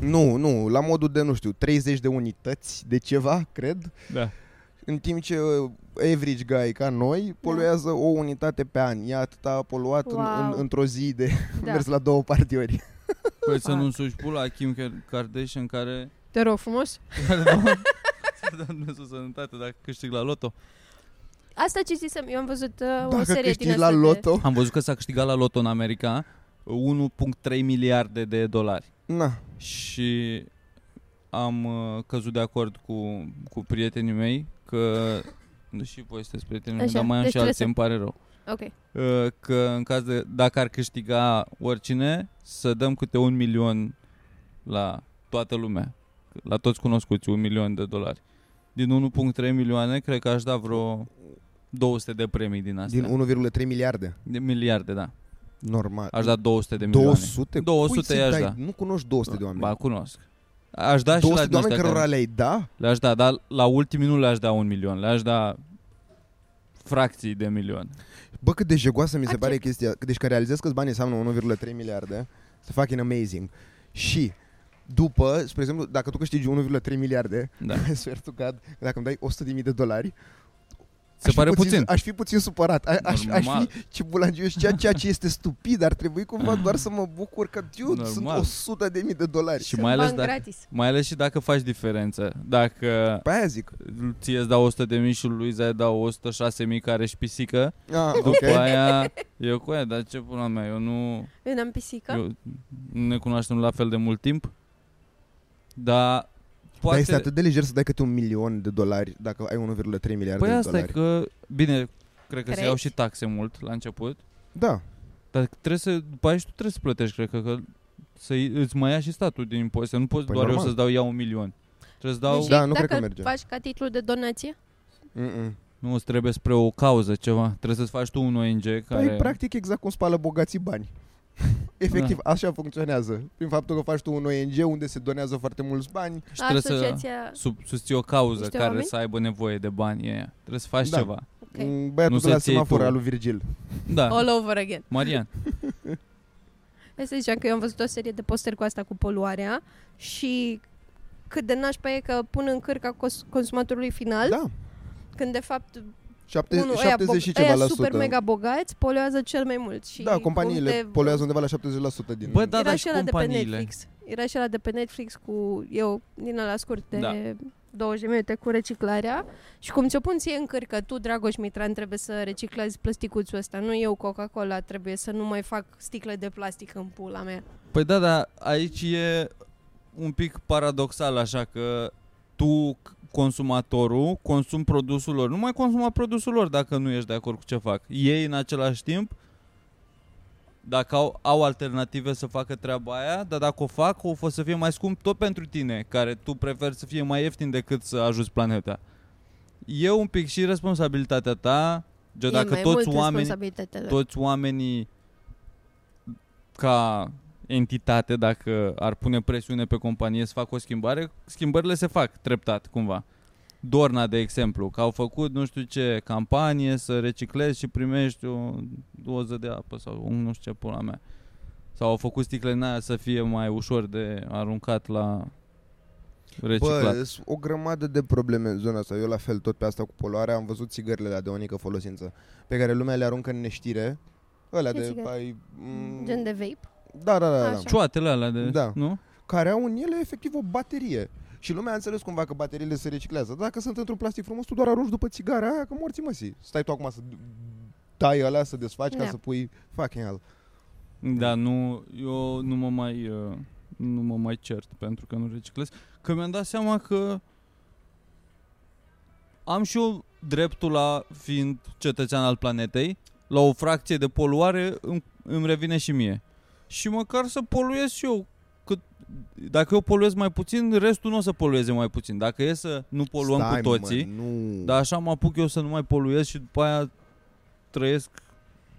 [SPEAKER 4] nu, nu, la modul de, nu știu, 30 de unități de ceva, cred,
[SPEAKER 5] Da.
[SPEAKER 4] în timp ce uh, average guy ca noi
[SPEAKER 3] Da.
[SPEAKER 4] poluează o unitate pe an. Ea atâta a poluat în, în,
[SPEAKER 3] Wow.
[SPEAKER 4] într-o zi de da.
[SPEAKER 3] Da.
[SPEAKER 4] mers la două partiuri.
[SPEAKER 5] Păi să
[SPEAKER 3] Fuck.
[SPEAKER 5] nu-mi suși pula Kim Kar- Kardashian care
[SPEAKER 3] Te rog frumos.
[SPEAKER 5] Să dea Dumnezeu sănătate dacă câștig la loto
[SPEAKER 3] Asta ce zisem, eu am văzut uh, o
[SPEAKER 4] Dacă
[SPEAKER 3] serie din
[SPEAKER 4] câștigi
[SPEAKER 3] asta
[SPEAKER 4] la loto,
[SPEAKER 5] Am văzut că s-a câștigat la loto în America 1.3 miliarde de dolari
[SPEAKER 4] na,
[SPEAKER 5] Și am uh, căzut de acord cu, cu prietenii mei Că nu și voi sunteți prietenii mei,
[SPEAKER 3] Așa,
[SPEAKER 5] dar mai am
[SPEAKER 3] deci
[SPEAKER 5] și
[SPEAKER 3] trebuie
[SPEAKER 5] alții,
[SPEAKER 3] să-
[SPEAKER 5] îmi pare rău
[SPEAKER 3] De... Ok.
[SPEAKER 5] Uh, că în caz de, dacă ar câștiga oricine, să dăm câte un milion la toată lumea, la toți cunoscuți, un milion de dolari. Din 1.3 milioane, cred că aș da vreo 200 de premii din astea.
[SPEAKER 4] din 1,3 miliarde.
[SPEAKER 5] de miliarde, da.
[SPEAKER 4] Normal.
[SPEAKER 5] Aș da 200 de milioane.
[SPEAKER 4] 200?
[SPEAKER 5] 200
[SPEAKER 4] Cui să-i
[SPEAKER 5] i-aș
[SPEAKER 4] Păi, dai?
[SPEAKER 5] da.
[SPEAKER 4] Nu cunoști 200 de oameni.
[SPEAKER 5] Ba, cunosc. Aș
[SPEAKER 4] 200
[SPEAKER 5] da și
[SPEAKER 4] de
[SPEAKER 5] la din
[SPEAKER 4] oameni
[SPEAKER 5] ăștia
[SPEAKER 4] cărora
[SPEAKER 5] care-
[SPEAKER 4] le-ai da?
[SPEAKER 5] Le-aș da, dar la ultimii nu le-aș da un milion, le-aș da fracții de milion.
[SPEAKER 4] Bă, cât de jegoasă mi se
[SPEAKER 3] Accept.
[SPEAKER 4] pare chestia. Deci că realizez că bani înseamnă 1,3 miliarde, să fucking amazing. Și după, spre exemplu, dacă tu câștigi 1,3 miliarde,
[SPEAKER 5] Da.
[SPEAKER 4] sper tu God, dacă îmi dai 100.000 de dolari,
[SPEAKER 5] Se
[SPEAKER 4] aș fi
[SPEAKER 5] pare puțin.
[SPEAKER 4] Aș fi puțin supărat. A, aș, aș
[SPEAKER 5] Normal.
[SPEAKER 4] fi ce bulangios, ceea, ceea ce este stupid, ar trebui cumva doar să mă bucur că, dude,
[SPEAKER 5] Normal.
[SPEAKER 4] sunt 100.000 de dolari.
[SPEAKER 5] Și mai ales,
[SPEAKER 3] Bani
[SPEAKER 5] dacă,
[SPEAKER 3] gratis.
[SPEAKER 5] mai ales și dacă faci diferență. Dacă
[SPEAKER 4] Pe aia zic.
[SPEAKER 5] ție îți dau 100 de mii și lui Luiza îi dau 106 mii care își pisică,
[SPEAKER 4] Ah,
[SPEAKER 5] după
[SPEAKER 4] ok.
[SPEAKER 5] aia eu cu aia, dar ce pula mea, eu nu,
[SPEAKER 3] Eu n-am pisică. Deci Eu...
[SPEAKER 5] eu, nu ne cunoaștem la fel de mult timp, dar
[SPEAKER 4] Dar
[SPEAKER 5] poate...
[SPEAKER 4] este atât de lejer să dai câte un milion de dolari dacă ai 1,3 miliarde
[SPEAKER 5] păi
[SPEAKER 4] de
[SPEAKER 5] asta e
[SPEAKER 4] dolari.
[SPEAKER 5] că, bine, cred că se iau
[SPEAKER 3] Crezi?
[SPEAKER 5] și taxe mult la început,
[SPEAKER 4] Da.
[SPEAKER 5] dar trebuie să, după aia și tu trebuie să plătești, cred că, că să îți mai ia și statul din impozite, nu poți
[SPEAKER 4] Păi
[SPEAKER 5] păi doar
[SPEAKER 4] normal.
[SPEAKER 5] eu să-ți dau ia un milion. Trebuie să dau...
[SPEAKER 3] Deci,
[SPEAKER 4] Da, nu
[SPEAKER 3] dacă
[SPEAKER 4] cred că merge.
[SPEAKER 3] faci ca titlu de donație,
[SPEAKER 4] Mm-mm.
[SPEAKER 5] Nu, îți trebuie spre o cauză ceva. Trebuie să-ți faci tu un ONG care...
[SPEAKER 4] Păi practic exact cum spală bogații bani. Efectiv,
[SPEAKER 5] Da.
[SPEAKER 4] așa funcționează. Prin faptul că faci tu un ONG unde se donează foarte mulți bani.
[SPEAKER 5] și
[SPEAKER 3] la
[SPEAKER 5] Deci trebuie să...
[SPEAKER 3] asociația...
[SPEAKER 5] sub, susții o cauză
[SPEAKER 3] Niște
[SPEAKER 5] Niște care
[SPEAKER 3] oameni?
[SPEAKER 5] să aibă nevoie de banii ăia. Trebuie să faci
[SPEAKER 4] Da.
[SPEAKER 5] da. ceva.
[SPEAKER 3] Okay.
[SPEAKER 4] Mm, Băiatul
[SPEAKER 5] Nu
[SPEAKER 4] de la
[SPEAKER 5] să-ți iei
[SPEAKER 4] semafor
[SPEAKER 5] tu.
[SPEAKER 4] al lui Virgil.
[SPEAKER 5] Da.
[SPEAKER 3] All over again.
[SPEAKER 5] Marian,
[SPEAKER 3] Asta zicea că eu am văzut o serie de posteri cu asta cu poluarea și cât de nașpa e că pun în cârca cos- consumatorului final,
[SPEAKER 4] Da,
[SPEAKER 3] când de fapt
[SPEAKER 4] 7,
[SPEAKER 3] unul,
[SPEAKER 4] 70 și
[SPEAKER 3] bog-
[SPEAKER 4] ceva
[SPEAKER 3] aia
[SPEAKER 4] la
[SPEAKER 3] super
[SPEAKER 4] sută.
[SPEAKER 3] mega bogați poluează cel mai mult. Și
[SPEAKER 4] Da, companiile
[SPEAKER 3] cum te-
[SPEAKER 4] poluează undeva la 70% din...
[SPEAKER 5] Bă, da,
[SPEAKER 3] era
[SPEAKER 5] dar
[SPEAKER 3] și
[SPEAKER 5] și
[SPEAKER 3] ăla de pe
[SPEAKER 5] companiile.
[SPEAKER 3] Netflix. Era și ăla de pe Netflix cu, eu, din ăla scurt, de
[SPEAKER 5] Da.
[SPEAKER 3] 20 minute cu reciclarea și cum ți-o pun ție în cârcă, tu, Dragoș Mitran, trebuie să reciclezi plasticuțul ăsta, nu eu, Coca-Cola, trebuie să nu mai fac sticle de plastic în pula mea.
[SPEAKER 5] Păi da, dar aici e un pic paradoxal așa că tu, c- consumatorul, consumi produsul lor. Nu mai consuma produsul lor dacă nu ești de acord cu ce fac. Ei, în același timp, dacă au, au alternative să facă treaba aia, dar dacă o fac, o, o să fie mai scump tot pentru tine, care tu preferi să fie mai ieftin decât să ajuți planeta. E un pic și responsabilitatea ta,
[SPEAKER 3] E
[SPEAKER 5] de dacă
[SPEAKER 3] mai
[SPEAKER 5] toți
[SPEAKER 3] mult
[SPEAKER 5] oamenii,
[SPEAKER 3] responsabilitatea lor.
[SPEAKER 5] toți oamenii ca entitate, dacă ar pune presiune pe companie să facă o schimbare, schimbările se fac treptat, cumva. Dorna, de exemplu, că au făcut nu știu ce campanie să reciclezi și primești o doză de apă sau un nu știu ce pula mea. Sau au făcut sticlele în aia să fie mai ușor de aruncat la reciclat.
[SPEAKER 4] Bă, sunt o grămadă de probleme în zona asta. Eu la fel, tot pe asta cu poluarea, am văzut țigările alea de o unică folosință, pe care lumea le aruncă în neștire. Alea
[SPEAKER 3] Ce
[SPEAKER 4] de...
[SPEAKER 3] țigări?
[SPEAKER 4] Ai, mm,
[SPEAKER 3] Gen de vape.
[SPEAKER 4] da, da, da, da.
[SPEAKER 3] Așa.
[SPEAKER 5] Cioatele alea de...
[SPEAKER 4] Da.
[SPEAKER 5] Nu?
[SPEAKER 4] Care au în ele efectiv o baterie. Și lumea a înțeles cumva că bateriile se reciclează. Dacă sunt într-un plastic frumos, tu doar arunci după țigara aia, că morți măsii. Stai tu acum să tai alea, să desfaci
[SPEAKER 3] Da.
[SPEAKER 4] ca să pui fucking hell.
[SPEAKER 5] Da, nu, eu nu mă mai uh, nu mă mai cert pentru că nu reciclez, că mi-am dat seama că am și eu dreptul la fiind cetățean al planetei, la o fracție de poluare îmi, îmi revine și mie. Și măcar să poluez și eu cât dacă eu poluez mai puțin, restul nu o să polueze mai puțin. Dacă e să nu poluăm
[SPEAKER 4] Stai,
[SPEAKER 5] cu toții,
[SPEAKER 4] Mă, nu.
[SPEAKER 5] dar așa mă apuc eu să nu mai poluez și după aia trăiesc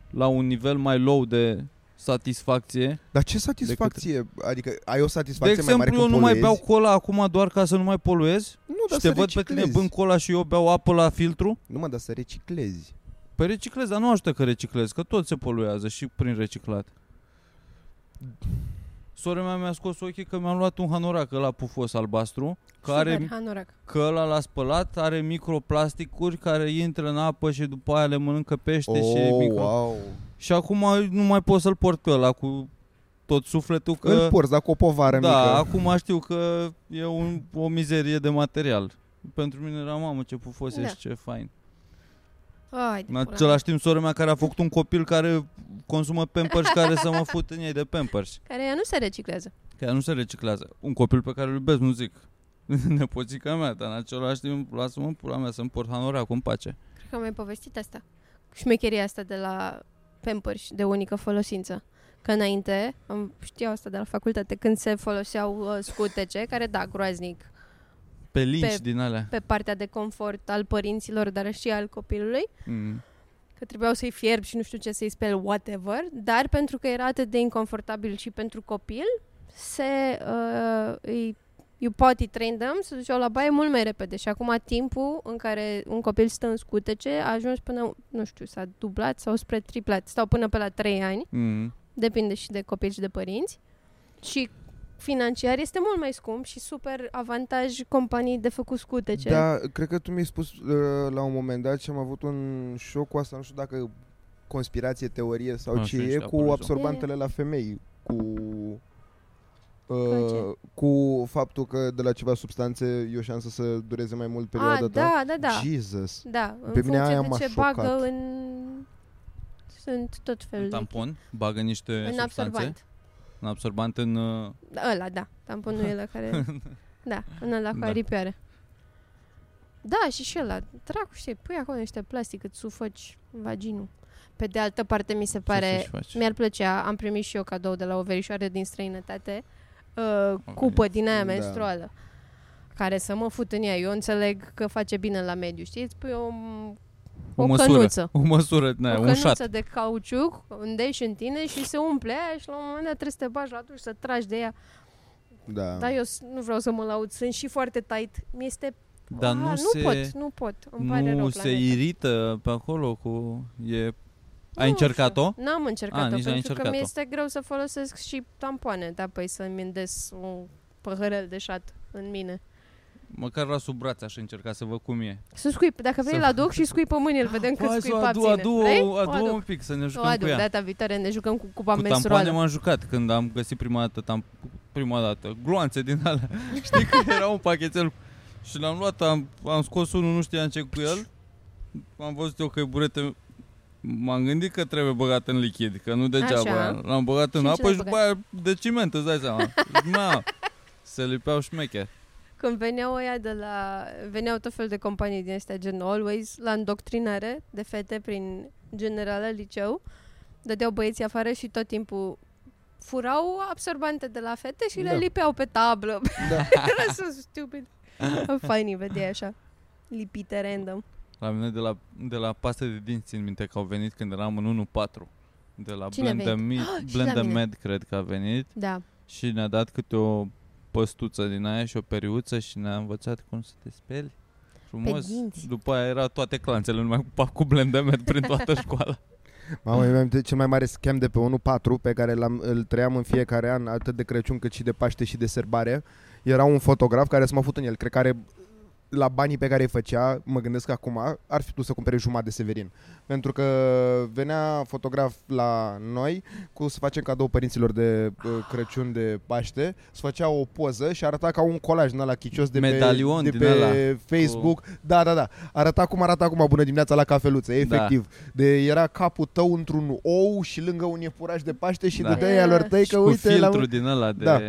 [SPEAKER 5] la un nivel mai low de satisfacție.
[SPEAKER 4] Dar ce satisfacție? Adică ai o
[SPEAKER 5] de
[SPEAKER 4] satisfacție mai
[SPEAKER 5] exemplu,
[SPEAKER 4] mare
[SPEAKER 5] eu
[SPEAKER 4] când
[SPEAKER 5] nu mai
[SPEAKER 4] poluezi?
[SPEAKER 5] beau cola acum doar ca să nu mai poluez
[SPEAKER 4] Nu,
[SPEAKER 5] și
[SPEAKER 4] dar
[SPEAKER 5] te
[SPEAKER 4] să
[SPEAKER 5] văd pe tine
[SPEAKER 4] reciclezi.
[SPEAKER 5] bând cola și eu beau apă la filtru.
[SPEAKER 4] Nu mă, dar să reciclezi.
[SPEAKER 5] Păi reciclez, dar nu ajută că reciclez, că tot se poluează și prin reciclat. Sora mea mi-a scos ochii că mi-am luat un hanorac la pufos albastru, care
[SPEAKER 3] Super, hanorac.
[SPEAKER 5] că ăla l-a spălat are microplasticuri care intră în apă și după aia le mănâncă pește și
[SPEAKER 4] oh,
[SPEAKER 5] micro...
[SPEAKER 4] wow.
[SPEAKER 5] Și acum nu mai pot să-l port pe ăla cu tot sufletul că...
[SPEAKER 4] Îl porți, dar cu o povară
[SPEAKER 5] da,
[SPEAKER 4] mică.
[SPEAKER 5] acum știu că e un, o mizerie de material. Pentru mine era, mamă, ce pufos
[SPEAKER 3] Da.
[SPEAKER 5] ești, ce fain.
[SPEAKER 3] Ai, de
[SPEAKER 5] În
[SPEAKER 3] pula
[SPEAKER 5] același timp, sora mea care a făcut un copil care consumă Pampers care să mă fut în ei de Pampers.
[SPEAKER 3] mea. Care ea nu se reciclează.
[SPEAKER 5] Că ea nu se reciclează. Un copil pe care îl iubesc, nu zic. Nepoțica mea, dar în același timp, lasă-mă, pula mea, să-mi port hanoracul în pace.
[SPEAKER 3] Cred că am mai povestit asta. Șmecheria asta de la Pampers, de unică folosință. Că înainte, am, știau asta de la facultate, când se foloseau uh, scutece, care da, groaznic,
[SPEAKER 5] Pe linci
[SPEAKER 3] Pe-
[SPEAKER 5] din alea.
[SPEAKER 3] pe partea de confort al părinților, dar și al copilului,
[SPEAKER 5] Mm.
[SPEAKER 3] că trebuiau să-i fierb și nu știu ce să-i speli, whatever, dar pentru că era atât de inconfortabil și pentru copil, se uh, îi you potty train them, se duceau la baie mult mai repede și acum timpul în care un copil stă în scutece a ajuns până, nu știu, s-a dublat sau spre triplat, stau până pe la 3 ani,
[SPEAKER 5] Mm.
[SPEAKER 3] depinde și de copil și de părinți și financiar este mult mai scump și super avantaj companii de făcut scutece.
[SPEAKER 4] Da, cred că tu mi-ai spus uh, la un moment dat și am avut un șoc cu asta, nu știu dacă conspirație, teorie sau
[SPEAKER 5] Așa
[SPEAKER 4] ce
[SPEAKER 5] niște
[SPEAKER 4] e, cu
[SPEAKER 5] apologi,
[SPEAKER 4] absorbantele la femei, cu...
[SPEAKER 3] Ca
[SPEAKER 4] Uh,
[SPEAKER 3] ce?
[SPEAKER 4] cu faptul că de la ceva substanțe e o șansă să dureze mai mult perioada
[SPEAKER 3] a,
[SPEAKER 4] ta.
[SPEAKER 3] da, da, da.
[SPEAKER 4] Jesus.
[SPEAKER 3] Da, în
[SPEAKER 4] Pe mine
[SPEAKER 3] funcție
[SPEAKER 4] aia
[SPEAKER 3] de
[SPEAKER 4] m-a
[SPEAKER 3] ce
[SPEAKER 4] șocat.
[SPEAKER 3] bagă în... Sunt tot felul
[SPEAKER 5] Un
[SPEAKER 3] de...
[SPEAKER 5] tampon, bagă niște
[SPEAKER 3] în
[SPEAKER 5] substanțe.
[SPEAKER 3] absorbant.
[SPEAKER 5] Un absorbant în... uh,
[SPEAKER 3] Da, Ăla, da. Tamponul e la care... da, în ăla cu
[SPEAKER 5] Da.
[SPEAKER 3] aripioare. Da, și și ăla. Dracu, știi, pui acolo niște plastic, îți sufoci vaginul. Pe de altă parte, mi se
[SPEAKER 5] ce
[SPEAKER 3] pare...
[SPEAKER 5] să-și faci?
[SPEAKER 3] Mi-ar plăcea, am primit și eu cadou de la o verișoară din străinătate, uh,
[SPEAKER 5] Ok.
[SPEAKER 3] cupă din aia
[SPEAKER 4] Da.
[SPEAKER 3] menstruală, care să mă fut în ea. Eu înțeleg că face bine la mediu, știi? Îți pui o,
[SPEAKER 5] o,
[SPEAKER 3] o
[SPEAKER 5] măsură,
[SPEAKER 3] cănuță.
[SPEAKER 5] o măsură, na,
[SPEAKER 3] o
[SPEAKER 5] un șat.
[SPEAKER 3] cănuță de cauciuc, îndeși în tine și se umple aia și la un moment dat trebuie să te bagi la duș, să tragi de ea.
[SPEAKER 4] Da.
[SPEAKER 3] Dar eu s- nu vreau să mă laud, sunt și foarte tight. Mi-este...
[SPEAKER 5] Dar
[SPEAKER 3] Ah,
[SPEAKER 5] nu,
[SPEAKER 3] nu
[SPEAKER 5] se,
[SPEAKER 3] pot, nu pot. Îmi pare
[SPEAKER 5] nu
[SPEAKER 3] rău
[SPEAKER 5] se
[SPEAKER 3] planeta.
[SPEAKER 5] irită pe acolo cu... E... Ai
[SPEAKER 3] Nu
[SPEAKER 5] încercat-o?
[SPEAKER 3] știu. N-am
[SPEAKER 5] A,
[SPEAKER 3] încercat-o,
[SPEAKER 5] nici
[SPEAKER 3] pentru
[SPEAKER 5] n-ai
[SPEAKER 3] că
[SPEAKER 5] încercat-o.
[SPEAKER 3] mi-este greu să folosesc și tampoane, da, păi să-mi îndes un păhărel de șat în mine.
[SPEAKER 5] Măcar la sub braț aș încerca să văd cum e.
[SPEAKER 3] Să scuip, dacă vrei,
[SPEAKER 5] Să-
[SPEAKER 3] l aduc și scuipă mâinile, vedem cât
[SPEAKER 5] Hai să o
[SPEAKER 3] scuip
[SPEAKER 5] adu,
[SPEAKER 3] abține.
[SPEAKER 5] adu,
[SPEAKER 3] vrei?
[SPEAKER 5] adu,
[SPEAKER 3] o aduc.
[SPEAKER 5] un pic să ne
[SPEAKER 3] O da,
[SPEAKER 5] jucăm cu
[SPEAKER 3] aduc,
[SPEAKER 5] ea.
[SPEAKER 3] data viitoare ne jucăm cu cupa
[SPEAKER 5] cu tampoane
[SPEAKER 3] menstruală.
[SPEAKER 5] m-am jucat când am găsit prima dată, tam, prima dată gloanțe din alea. Știi că era un pachetel și l-am luat, am, am scos unul, nu știam ce cu el. Am văzut eu că e burete M-am gândit că trebuie băgat în lichid, că nu
[SPEAKER 3] Așa.
[SPEAKER 5] degeaba. L-am băgat în
[SPEAKER 3] Și în ce
[SPEAKER 5] apă
[SPEAKER 3] l-ai
[SPEAKER 5] și după aia de ciment, îți dai seama. Ma, se lipeau șmeche.
[SPEAKER 3] Când veneau ăia de la... Veneau tot fel de companii din astea, gen Always, la îndoctrinare de fete prin generală liceu, dădeau băieții afară și tot timpul furau absorbante de la fete și le
[SPEAKER 4] Da.
[SPEAKER 3] lipeau pe tablă.
[SPEAKER 4] Da.
[SPEAKER 3] Era so stupid. Fainii vedeai așa, lipite random.
[SPEAKER 5] La mine de la, de la paste de dinți țin minte că au venit când eram în 1-4. De la
[SPEAKER 3] Cine a
[SPEAKER 5] Blenda,
[SPEAKER 3] venit? Ah,
[SPEAKER 5] Mi-
[SPEAKER 3] și la
[SPEAKER 5] Blenda
[SPEAKER 3] mine.
[SPEAKER 5] Med, cred că a venit.
[SPEAKER 3] Da.
[SPEAKER 5] Și ne-a dat câte o păstuță din aia și o periuță și ne-a învățat cum să te speli. Frumos.
[SPEAKER 3] dinți.
[SPEAKER 5] După aia era toate clanțele, numai cu- cu Blenda Med prin toată școala.
[SPEAKER 4] Mamă, eu mi-am amintit cel mai mare schem de pe 1.4 pe care l-am, îl trăiam în fiecare an, atât de Crăciun cât și de Paște și de Sărbare. Era un fotograf care s-a făcut în el, cred că are la banii pe care îi făcea, mă gândesc acum, ar fi putut să cumpere jumătate de Severin. Pentru că venea fotograf la noi cu să facem cadou părinților de uh, Crăciun, de Paște, să făcea o poză și arăta ca un colaj din la chicios de
[SPEAKER 5] Medalion
[SPEAKER 4] pe, de
[SPEAKER 5] din
[SPEAKER 4] pe
[SPEAKER 5] ăla.
[SPEAKER 4] Facebook. Da, da, da. Arăta cum arată acum bună dimineața la
[SPEAKER 5] Da.
[SPEAKER 4] cafeluță, efectiv. De era capul tău într-un ou și lângă un iepuraș de paște și
[SPEAKER 5] Da.
[SPEAKER 4] da. dădeai alor tăi
[SPEAKER 5] și
[SPEAKER 4] că
[SPEAKER 5] cu
[SPEAKER 4] uite la
[SPEAKER 5] filtrul
[SPEAKER 4] un...
[SPEAKER 5] din ăla de...
[SPEAKER 4] Da.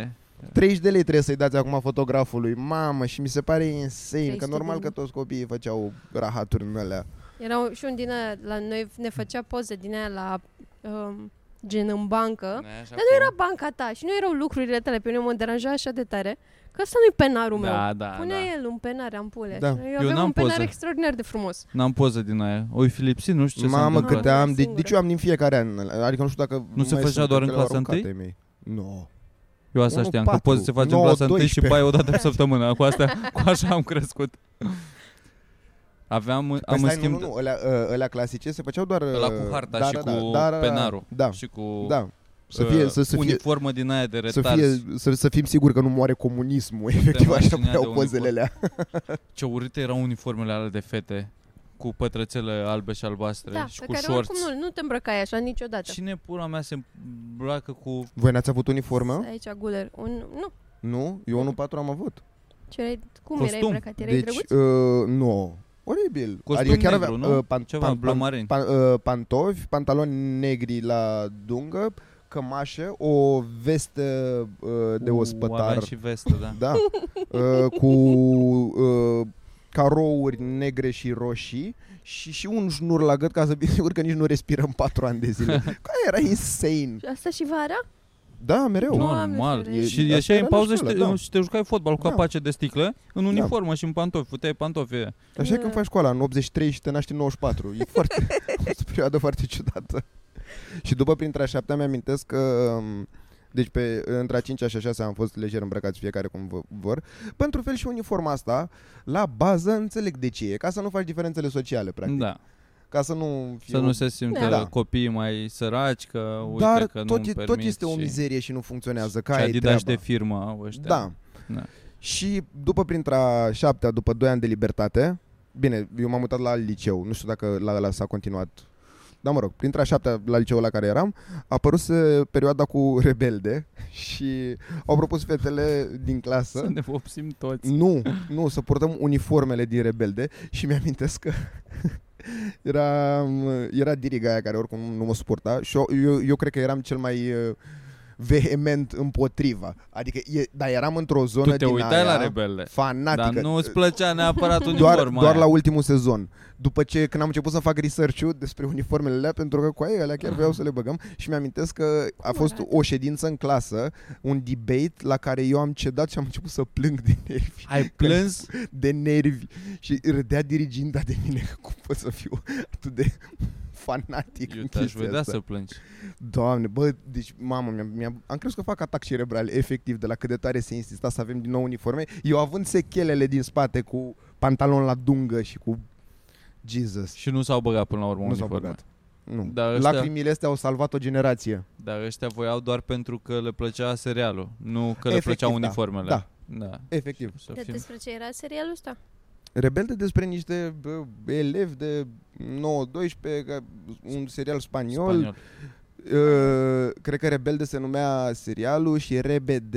[SPEAKER 4] 30 de lei trebuie să-i dați acum fotografului. Mamă, și mi se pare insane, că
[SPEAKER 3] 300
[SPEAKER 4] normal
[SPEAKER 3] de
[SPEAKER 4] că
[SPEAKER 3] lei.
[SPEAKER 4] toți copiii făceau rahaturi în alea.
[SPEAKER 3] Era și un din aia, la noi ne făcea poze din aia la... Um, gen în bancă.
[SPEAKER 5] Dar
[SPEAKER 3] nu era banca ta și nu erau lucrurile tale. Pe mine mă deranja așa de tare că asta nu-i penarul meu.
[SPEAKER 5] Da, da,
[SPEAKER 3] Punea
[SPEAKER 5] da.
[SPEAKER 3] el un penar ampule.
[SPEAKER 4] Da.
[SPEAKER 3] Da. Eu,
[SPEAKER 5] Eu
[SPEAKER 3] aveam
[SPEAKER 5] n-am
[SPEAKER 3] un penar
[SPEAKER 5] poză.
[SPEAKER 3] extraordinar de frumos.
[SPEAKER 5] N-am poză din aia. Oi, Filipsi, nu știu ce s-a
[SPEAKER 4] Mamă,
[SPEAKER 5] întâmplat.
[SPEAKER 4] câte am. De,
[SPEAKER 3] Singură.
[SPEAKER 4] deci eu am din fiecare an. Adică nu știu dacă...
[SPEAKER 5] Nu se
[SPEAKER 4] mai
[SPEAKER 5] făcea
[SPEAKER 4] sunt,
[SPEAKER 5] doar
[SPEAKER 4] cred că
[SPEAKER 5] în
[SPEAKER 4] le-au
[SPEAKER 5] clasa
[SPEAKER 4] aruncat
[SPEAKER 5] întâi?
[SPEAKER 4] ai mei. Nu.
[SPEAKER 5] Eu asta
[SPEAKER 4] Unu,
[SPEAKER 5] știam, că
[SPEAKER 4] patru,
[SPEAKER 5] poze se face în
[SPEAKER 4] nouă,
[SPEAKER 5] clasa 1 și
[SPEAKER 4] 12.
[SPEAKER 5] bai o dată pe săptămână. Cu, asta, cu așa am crescut. Aveam,
[SPEAKER 4] Păi
[SPEAKER 5] am în
[SPEAKER 4] stai,
[SPEAKER 5] schimb...
[SPEAKER 4] nu, nu, nu. Alea, uh, alea clasice se făceau doar...
[SPEAKER 5] Ăla
[SPEAKER 4] uh,
[SPEAKER 5] cu harta
[SPEAKER 4] da,
[SPEAKER 5] și
[SPEAKER 4] da,
[SPEAKER 5] cu
[SPEAKER 4] da, da, da, da,
[SPEAKER 5] penarul.
[SPEAKER 4] Da,
[SPEAKER 5] Și cu
[SPEAKER 4] da. Să fie,
[SPEAKER 5] uh,
[SPEAKER 4] să, să fie,
[SPEAKER 5] uniformă din aia de
[SPEAKER 4] să,
[SPEAKER 5] retars.
[SPEAKER 4] fie, să, să fim siguri că nu moare comunismul, efectiv, așa
[SPEAKER 5] imaginea de
[SPEAKER 4] puneau
[SPEAKER 5] un
[SPEAKER 4] pozele alea.
[SPEAKER 5] Ce urâte erau uniformele alea de fete cu pătrățele albe și albastre
[SPEAKER 3] Da,
[SPEAKER 5] și
[SPEAKER 3] pe
[SPEAKER 5] cu
[SPEAKER 3] care
[SPEAKER 5] shorts.
[SPEAKER 3] oricum nu, nu te îmbrăcai așa niciodată.
[SPEAKER 5] Cine pura mea se îmbracă cu...
[SPEAKER 4] Voi n-ați avut uniformă?
[SPEAKER 3] Aici, guler. Un, nu,
[SPEAKER 4] Nu, eu 1-4 am avut.
[SPEAKER 3] ce erai, cum
[SPEAKER 5] Costum.
[SPEAKER 3] erai îmbrăcat? Erai
[SPEAKER 4] deci,
[SPEAKER 3] drăguț?
[SPEAKER 4] uh, nu, oribil.
[SPEAKER 5] Costum negru, nu?
[SPEAKER 4] uh, pan,
[SPEAKER 5] Ceva,
[SPEAKER 4] pan,
[SPEAKER 5] blămarin.
[SPEAKER 4] pan, pan, uh, pantofi, pantaloni negri la dungă, cămașă, o vestă uh, de
[SPEAKER 5] Uuu,
[SPEAKER 4] ospătar.
[SPEAKER 5] Aveam și vestă, da.
[SPEAKER 4] Da, uh, cu uh, carouri negre și roșii și și un șnur la gât ca să fie sigur că nici nu respirăm patru ani de zile. Că era insane.
[SPEAKER 3] Și asta și vara?
[SPEAKER 4] Da, mereu.
[SPEAKER 3] Nu, Doamne,
[SPEAKER 5] Normal. și
[SPEAKER 4] ferește.
[SPEAKER 5] ieșeai în
[SPEAKER 4] Asta era la
[SPEAKER 5] pauză și te,
[SPEAKER 4] școală, da.
[SPEAKER 5] și te jucai fotbal cu
[SPEAKER 4] Da.
[SPEAKER 5] capace de sticlă, în uniformă și în pantofi, puteai pantofi.
[SPEAKER 4] Așa e când faci școala în 83 și te naști în 94. E foarte, o perioadă foarte ciudată. Și după printre a șaptea mi-amintesc că um, deci pe, între a 5 și a 6 am fost lejer îmbrăcați fiecare cum vă- vor. Pentru fel și uniforma asta, la bază înțeleg de ce e, ca să nu faci diferențele sociale, practic.
[SPEAKER 5] Da.
[SPEAKER 4] Ca să nu fiu...
[SPEAKER 5] Să nu se simtă
[SPEAKER 4] Da.
[SPEAKER 5] da. copiii mai săraci, că uite
[SPEAKER 4] Dar
[SPEAKER 5] că
[SPEAKER 4] tot,
[SPEAKER 5] nu
[SPEAKER 4] e, tot este o mizerie și nu funcționează, ca
[SPEAKER 5] Ca
[SPEAKER 4] ai
[SPEAKER 5] Adidas
[SPEAKER 4] treaba.
[SPEAKER 5] de firmă au ăștia.
[SPEAKER 4] Da.
[SPEAKER 5] Da.
[SPEAKER 4] Și după printre șaptea, după 2 ani de libertate, bine, eu m-am mutat la liceu, nu știu dacă la ăla s-a continuat. Dar mă rog, printre a șaptea la liceu la care eram, a apărut perioada cu Rebelde și au propus fetele din
[SPEAKER 5] Să
[SPEAKER 4] clasă
[SPEAKER 5] ne vopsim toți.
[SPEAKER 4] nu, nu, să purtăm uniformele din Rebelde și mi-amintesc că era, era diriga aia care oricum nu mă suporta și eu, eu, eu cred că eram cel mai uh, vehement împotriva. Adică, e, dar eram într-o zonă
[SPEAKER 5] Tu te
[SPEAKER 4] din
[SPEAKER 5] uitai
[SPEAKER 4] aia
[SPEAKER 5] la rebelde.
[SPEAKER 4] fanatică.
[SPEAKER 5] Dar nu îți plăcea neapărat
[SPEAKER 4] doar,
[SPEAKER 5] uniforma
[SPEAKER 4] doar
[SPEAKER 5] aia.
[SPEAKER 4] la ultimul sezon. După ce când am început să fac research-ul despre uniformele alea, pentru că cu aia alea chiar vreau să le băgăm și mi-amintesc că a
[SPEAKER 3] Cum
[SPEAKER 4] fost
[SPEAKER 3] arată?
[SPEAKER 4] o ședință în clasă, un debate la care eu am cedat și am început să plâng din nervi
[SPEAKER 5] Ai plâns?
[SPEAKER 4] de nervi și râdea diriginta de mine că cum pot să fiu atât de fanatic
[SPEAKER 5] Eu
[SPEAKER 4] în
[SPEAKER 5] te-aș
[SPEAKER 4] chestia
[SPEAKER 5] vedea
[SPEAKER 4] asta.
[SPEAKER 5] să plângi.
[SPEAKER 4] Doamne, bă, deci, mamă, mi-am, mi-am, am crezut că fac atac cerebral, efectiv, de la cât de tare se insista să avem din nou uniforme. Eu având sechelele din spate cu pantalon la dungă și cu Jesus.
[SPEAKER 5] Și nu s-au băgat până la urmă
[SPEAKER 4] nu s-au
[SPEAKER 5] uniforma.
[SPEAKER 4] băgat. Nu.
[SPEAKER 5] Dar Da, ăștia-
[SPEAKER 4] Lacrimile astea au salvat o generație.
[SPEAKER 5] Dar ăștia voiau doar pentru că le plăcea serialul, nu că le
[SPEAKER 4] Efectiv,
[SPEAKER 5] plăceau
[SPEAKER 4] da.
[SPEAKER 5] uniformele.
[SPEAKER 4] Da.
[SPEAKER 5] da.
[SPEAKER 4] Efectiv.
[SPEAKER 5] Să
[SPEAKER 3] Dar
[SPEAKER 5] fim.
[SPEAKER 3] despre ce era serialul ăsta?
[SPEAKER 4] Rebelde despre niște bă, elevi de 9-12, că- un serial spaniol, spaniol.
[SPEAKER 5] Spaniol.
[SPEAKER 4] Uh, cred că Rebelde se numea serialul și RBD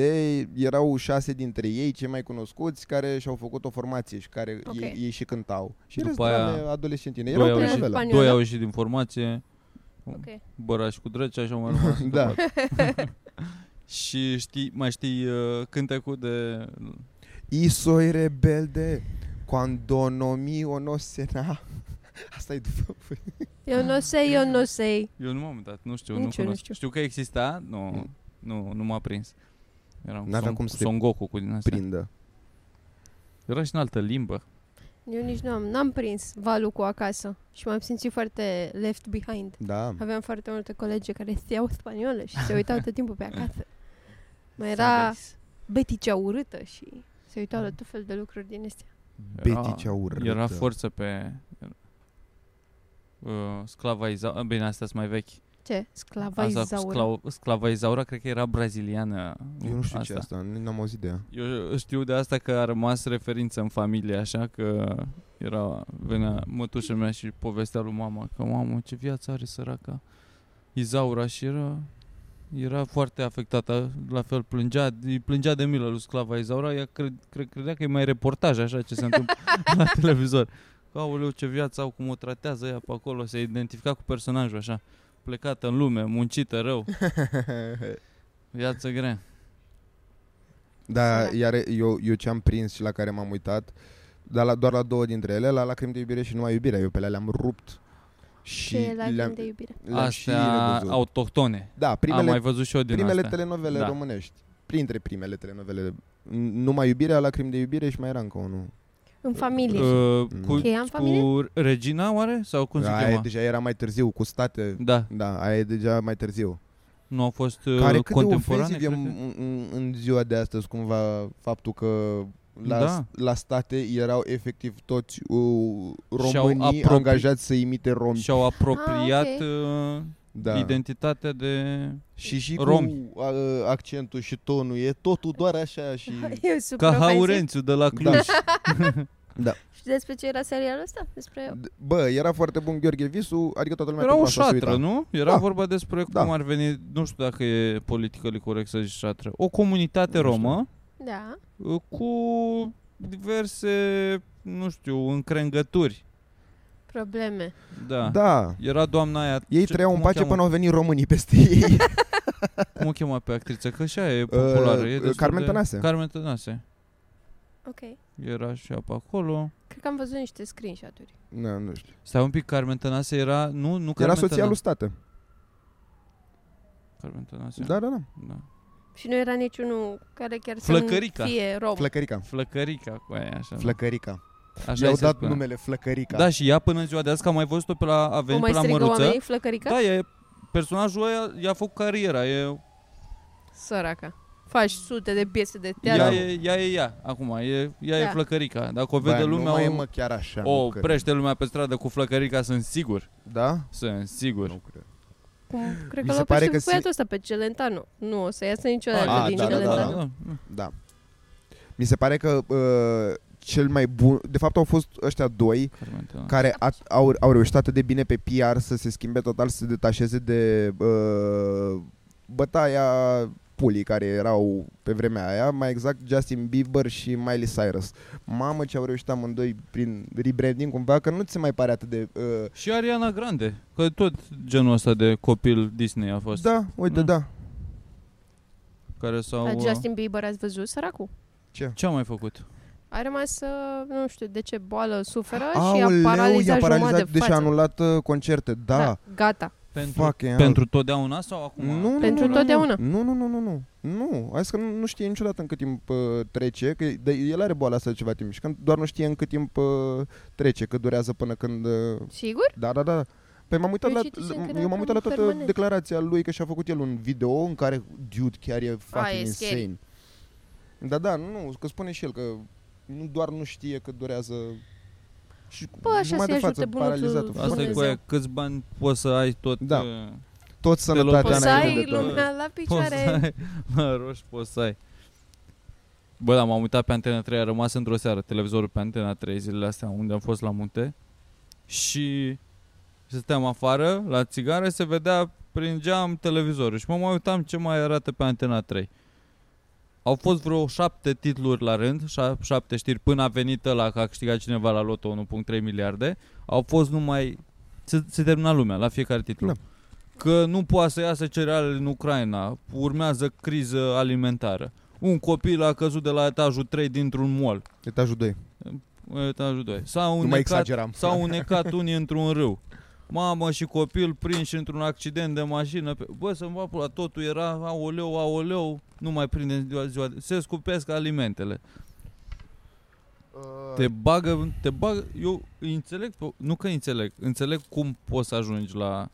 [SPEAKER 4] erau șase dintre ei, cei mai cunoscuți, care și-au făcut o formație și care
[SPEAKER 3] Ok.
[SPEAKER 4] ei, ei și cântau. Și
[SPEAKER 5] După
[SPEAKER 4] După
[SPEAKER 5] aia,
[SPEAKER 4] aia, adolescentine.
[SPEAKER 5] doi
[SPEAKER 4] Erau
[SPEAKER 5] au,
[SPEAKER 4] pe
[SPEAKER 5] ieșit,
[SPEAKER 4] novela.
[SPEAKER 3] Spaniol.
[SPEAKER 5] doi au ieșit din formație, Da.
[SPEAKER 3] Ok.
[SPEAKER 5] Băraș cu Drăcea și au mai rămas
[SPEAKER 4] Da.
[SPEAKER 5] câteva. Și știi, mai știi uh, cântecul de
[SPEAKER 4] I soy rebelde cuando no mi onosena. Asta e după.
[SPEAKER 3] Eu nu sei, eu nu sei.
[SPEAKER 5] Eu nu m-am uitat, nu știu,
[SPEAKER 3] Nici eu
[SPEAKER 5] nu
[SPEAKER 3] nu
[SPEAKER 5] cunosc.
[SPEAKER 3] știu.
[SPEAKER 5] știu. că exista, nu,
[SPEAKER 4] Mm.
[SPEAKER 5] nu, nu m-a prins. Era un
[SPEAKER 4] N-avea
[SPEAKER 5] Son,
[SPEAKER 4] cum să te
[SPEAKER 5] Son Goku cu din astea.
[SPEAKER 4] Prindă.
[SPEAKER 5] Era și în altă limbă.
[SPEAKER 3] Eu nici nu am, n-am prins valul cu acasă și m-am simțit foarte left behind.
[SPEAKER 4] Da.
[SPEAKER 3] Aveam foarte multe colegi care știau spaniolă și se uitau tot timpul pe acasă. Mai
[SPEAKER 5] S-a
[SPEAKER 3] era
[SPEAKER 5] găsit.
[SPEAKER 3] Betty cea urâtă și se uitau la tot fel de lucruri din astea.
[SPEAKER 4] Beti cea urâtă.
[SPEAKER 5] Era forță pe uh, sclava Izaura. Bine, astea sunt mai vechi.
[SPEAKER 3] Ce? Sclava
[SPEAKER 5] Asta cu
[SPEAKER 3] Izaura.
[SPEAKER 5] sclau, sclava Izaura cred că era braziliană.
[SPEAKER 4] Eu nu știu ce e asta, nu- n-am auzit de ea.
[SPEAKER 5] Eu știu de asta că a rămas referință în familie, așa că era, venea mătușa mea și povestea lui mama că mamă, ce viață are săraca Izaura și era, era foarte afectată, la fel plângea, îi plângea de milă lui sclava Izaura, ea cred, cred, credea că e mai reportaj așa ce se întâmplă la televizor. Aoleu, ce viață au, cum o tratează ea pe acolo, se identifica cu personajul așa, plecată în lume, muncită rău, viață grea.
[SPEAKER 4] Da,
[SPEAKER 3] Da.
[SPEAKER 4] iar eu, eu ce am prins și la care m-am uitat, dar la, doar la două dintre ele, la lacrimi de iubire și numai iubirea, eu pe alea le-am rupt. Și
[SPEAKER 3] Ce la
[SPEAKER 4] le-am,
[SPEAKER 3] de iubire.
[SPEAKER 4] le-am și
[SPEAKER 5] Astea
[SPEAKER 4] revăzut.
[SPEAKER 5] autohtone.
[SPEAKER 4] Da,
[SPEAKER 5] Primele, Am mai
[SPEAKER 4] primele,
[SPEAKER 5] văzut și eu din
[SPEAKER 4] primele
[SPEAKER 5] astea.
[SPEAKER 4] telenovele
[SPEAKER 5] Da.
[SPEAKER 4] românești. Printre primele telenovele. N- Numai iubirea, lacrimi de iubire și mai era încă unul.
[SPEAKER 3] În familie.
[SPEAKER 5] Uh,
[SPEAKER 4] Mm.
[SPEAKER 5] cu,
[SPEAKER 3] Cheia în familie?
[SPEAKER 5] cu Regina, oare? Sau cum se
[SPEAKER 4] aia deci-
[SPEAKER 5] chema?
[SPEAKER 4] deja era mai târziu, cu state.
[SPEAKER 5] Da,
[SPEAKER 4] Da, aia e deja mai târziu.
[SPEAKER 5] nu au fost uh,
[SPEAKER 4] Care cât de
[SPEAKER 5] contemporane.
[SPEAKER 4] ofensiv e
[SPEAKER 5] cred că.
[SPEAKER 4] în, în, în ziua de astăzi cumva faptul că la,
[SPEAKER 5] Da.
[SPEAKER 4] la state erau efectiv toți uh,
[SPEAKER 5] Și-au
[SPEAKER 4] românii
[SPEAKER 5] apropii-
[SPEAKER 4] angajați să imite romi.
[SPEAKER 5] Și-au apropiat
[SPEAKER 3] Ah, ok.
[SPEAKER 5] uh,
[SPEAKER 4] da.
[SPEAKER 5] identitatea de...
[SPEAKER 4] și și
[SPEAKER 5] romi.
[SPEAKER 4] cu uh, accentul și tonul, e totul doar așa și...
[SPEAKER 3] Eu super
[SPEAKER 5] Ca
[SPEAKER 3] ofensiv.
[SPEAKER 5] Haurențiu de la Cluj.
[SPEAKER 4] Da.
[SPEAKER 3] Și despre ce era serialul ăsta? Despre
[SPEAKER 5] Mm.
[SPEAKER 4] Bă, era foarte bun Gheorghe Visu, adică toată lumea
[SPEAKER 5] Era o
[SPEAKER 4] pentru asta se uita.
[SPEAKER 5] șatră, nu? Era
[SPEAKER 4] Da.
[SPEAKER 5] vorba despre cum
[SPEAKER 4] Da.
[SPEAKER 5] ar veni, nu știu dacă e politică corect să zici șatră, o
[SPEAKER 4] Nu
[SPEAKER 5] comunitate
[SPEAKER 4] știu.
[SPEAKER 5] romă
[SPEAKER 3] Da.
[SPEAKER 5] uh, cu diverse, nu știu, încrengături.
[SPEAKER 3] Probleme.
[SPEAKER 5] Da.
[SPEAKER 4] Da,
[SPEAKER 5] Era doamna aia...
[SPEAKER 4] ei
[SPEAKER 5] ce-
[SPEAKER 4] trăiau
[SPEAKER 5] cum
[SPEAKER 4] în
[SPEAKER 5] o
[SPEAKER 4] pace
[SPEAKER 5] cheamă?
[SPEAKER 4] până au venit românii peste ei.
[SPEAKER 5] Cum o chema pe actriță? Că și aia e populară.
[SPEAKER 4] Uh,
[SPEAKER 5] e destul
[SPEAKER 4] Carmen
[SPEAKER 5] de...
[SPEAKER 4] Tănase.
[SPEAKER 5] Carmen Tănase.
[SPEAKER 3] Ok.
[SPEAKER 5] Era și ea pe acolo.
[SPEAKER 3] Cred că am văzut niște screenshot-uri.
[SPEAKER 4] Na, Da, nu știu.
[SPEAKER 5] Stai un pic, Carmen Tănase era... Nu, nu
[SPEAKER 4] Era
[SPEAKER 5] Carmen
[SPEAKER 4] soția lui
[SPEAKER 5] Tănase.
[SPEAKER 4] state.
[SPEAKER 5] Carmen Tănase.
[SPEAKER 4] Da, da, da.
[SPEAKER 5] da.
[SPEAKER 3] Și nu era niciunul care chiar să nu
[SPEAKER 5] Flăcărica.
[SPEAKER 3] fie rom.
[SPEAKER 4] Flăcărica.
[SPEAKER 5] Flăcărica cu aia, așa.
[SPEAKER 4] Flăcărica.
[SPEAKER 5] Da. așa
[SPEAKER 4] I-au
[SPEAKER 5] îi se
[SPEAKER 4] dat
[SPEAKER 5] spunea.
[SPEAKER 4] numele Flăcărica.
[SPEAKER 5] Da, și ea până în ziua de azi, că am mai văzut-o pe la... A
[SPEAKER 3] Cum
[SPEAKER 5] venit
[SPEAKER 3] mai
[SPEAKER 5] pe la
[SPEAKER 3] strigă
[SPEAKER 5] Măruță.
[SPEAKER 3] oamenii? Flăcărica?
[SPEAKER 5] Da, e... Personajul ăia i-a făcut cariera. E,
[SPEAKER 3] Săraca. Faci sute de piese de
[SPEAKER 5] ea,
[SPEAKER 3] teatru.
[SPEAKER 4] Da.
[SPEAKER 5] e, ea e ea acum. E, ea
[SPEAKER 3] Da.
[SPEAKER 5] e flăcărica. Dacă o
[SPEAKER 4] Bă,
[SPEAKER 5] vede
[SPEAKER 4] nu
[SPEAKER 5] lumea,
[SPEAKER 4] mai e
[SPEAKER 5] o,
[SPEAKER 4] mă chiar așa.
[SPEAKER 5] o
[SPEAKER 4] nu cred.
[SPEAKER 5] oprește lumea pe stradă cu flăcărica, sunt sigur.
[SPEAKER 4] Da?
[SPEAKER 5] Sunt sigur.
[SPEAKER 4] Nu cred.
[SPEAKER 3] Cum, cred
[SPEAKER 4] Mi
[SPEAKER 3] că
[SPEAKER 4] se
[SPEAKER 3] l-a
[SPEAKER 4] pare
[SPEAKER 3] pare
[SPEAKER 4] că
[SPEAKER 3] că
[SPEAKER 4] se-
[SPEAKER 3] băiatul ăsta pe Celentano. Nu o să iasă niciodată
[SPEAKER 4] Ah,
[SPEAKER 3] din
[SPEAKER 4] da, da, da,
[SPEAKER 3] Celentano.
[SPEAKER 4] da. Da. Mi se pare că uh, cel mai bun... De fapt au fost ăștia doi
[SPEAKER 5] Carmen Tănase.
[SPEAKER 4] care a, au, au reușit atât de bine pe PR să se schimbe total, să se detașeze de uh, bătaia pulii care erau pe vremea aia, mai exact Justin Bieber și Miley Cyrus. Mamă ce au reușit amândoi prin rebranding cumva, că nu ți se mai pare atât de... Uh,
[SPEAKER 5] Și Ariana Grande, că tot genul ăsta de copil Disney a fost, da.
[SPEAKER 4] da, uite,
[SPEAKER 5] Mm.
[SPEAKER 4] da.
[SPEAKER 5] care s-au... uh,
[SPEAKER 3] La Justin Bieber ați văzut, săracul?
[SPEAKER 4] Ce?
[SPEAKER 5] Ce a mai făcut?
[SPEAKER 3] A rămas, uh, nu știu de ce boală suferă și
[SPEAKER 4] Aoleu,
[SPEAKER 3] a paralizat,
[SPEAKER 4] i-a paralizat
[SPEAKER 3] jumătate de
[SPEAKER 4] deci a
[SPEAKER 3] față.
[SPEAKER 4] anulat uh, concerte, da.
[SPEAKER 3] da. Gata.
[SPEAKER 5] Pentru,
[SPEAKER 4] Fuck, e,
[SPEAKER 5] pentru totdeauna sau acum?
[SPEAKER 4] Nu, nu,
[SPEAKER 3] Pentru
[SPEAKER 4] nu,
[SPEAKER 3] totdeauna.
[SPEAKER 4] Nu, nu, nu, nu, nu. Nu, hai să că nu, nu știe niciodată în cât timp uh, trece, că de, el are boala asta de ceva timp și că doar nu știe în cât timp uh, trece, că durează până când... Uh,
[SPEAKER 3] Sigur?
[SPEAKER 4] da, da, da. Păi m-am uitat
[SPEAKER 3] Eu
[SPEAKER 4] la,
[SPEAKER 3] citisem că era
[SPEAKER 4] eu m-am uitat
[SPEAKER 3] cam
[SPEAKER 4] la toată
[SPEAKER 3] permanent.
[SPEAKER 4] declarația lui că și-a făcut el un video în care, dude, chiar e fucking
[SPEAKER 3] e
[SPEAKER 4] insane.
[SPEAKER 3] scary.
[SPEAKER 4] Da, da, nu, că spune și el că nu doar nu știe că durează și
[SPEAKER 3] Bă, Păi așa
[SPEAKER 4] jumătate
[SPEAKER 3] să-i
[SPEAKER 4] de față,
[SPEAKER 3] ajute bunuțul
[SPEAKER 4] paralizat.
[SPEAKER 5] Asta e cu
[SPEAKER 3] Dumnezeu.
[SPEAKER 5] aia, câți bani poți să ai tot...
[SPEAKER 4] Da.
[SPEAKER 5] uh,
[SPEAKER 4] Tot sănătatea
[SPEAKER 3] Poți să
[SPEAKER 4] înainte
[SPEAKER 3] ai
[SPEAKER 4] de toate.
[SPEAKER 3] lumea la
[SPEAKER 5] Poți să
[SPEAKER 3] picioare.
[SPEAKER 5] ai, mă, roșu, poți să ai. Bă, da, m-am uitat pe Antena 3, a rămas într-o seară televizorul pe Antena 3 zilele astea unde am fost la munte și stăteam afară la țigară se vedea prin geam televizorul și mă mai uitam ce mai arată pe Antena 3. Au fost vreo șapte titluri la rând, șa- șapte știri, până a venit ăla că a câștigat cineva la loto 1.3 miliarde. Au fost numai... Se, se termina lumea la fiecare titlu.
[SPEAKER 4] Da.
[SPEAKER 5] Că nu poate să iasă cerealele în Ucraina, urmează criză alimentară. Un copil a căzut de la etajul 3 dintr-un mall.
[SPEAKER 4] Etajul 2.
[SPEAKER 5] Etajul 2. S-au
[SPEAKER 4] mai
[SPEAKER 5] unecat,
[SPEAKER 4] exageram.
[SPEAKER 5] s-au unecat unii într-un râu. Mamă și copil prinși într-un accident de mașină. Pe... Bă, să-mi va pula, totul era aoleu, aoleu, nu mai prinde ziua, ziua. de- Se scupesc alimentele. Te bagă, te bagă, eu îi înțeleg, pe- nu că îi înțeleg, înțeleg cum poți să ajungi la,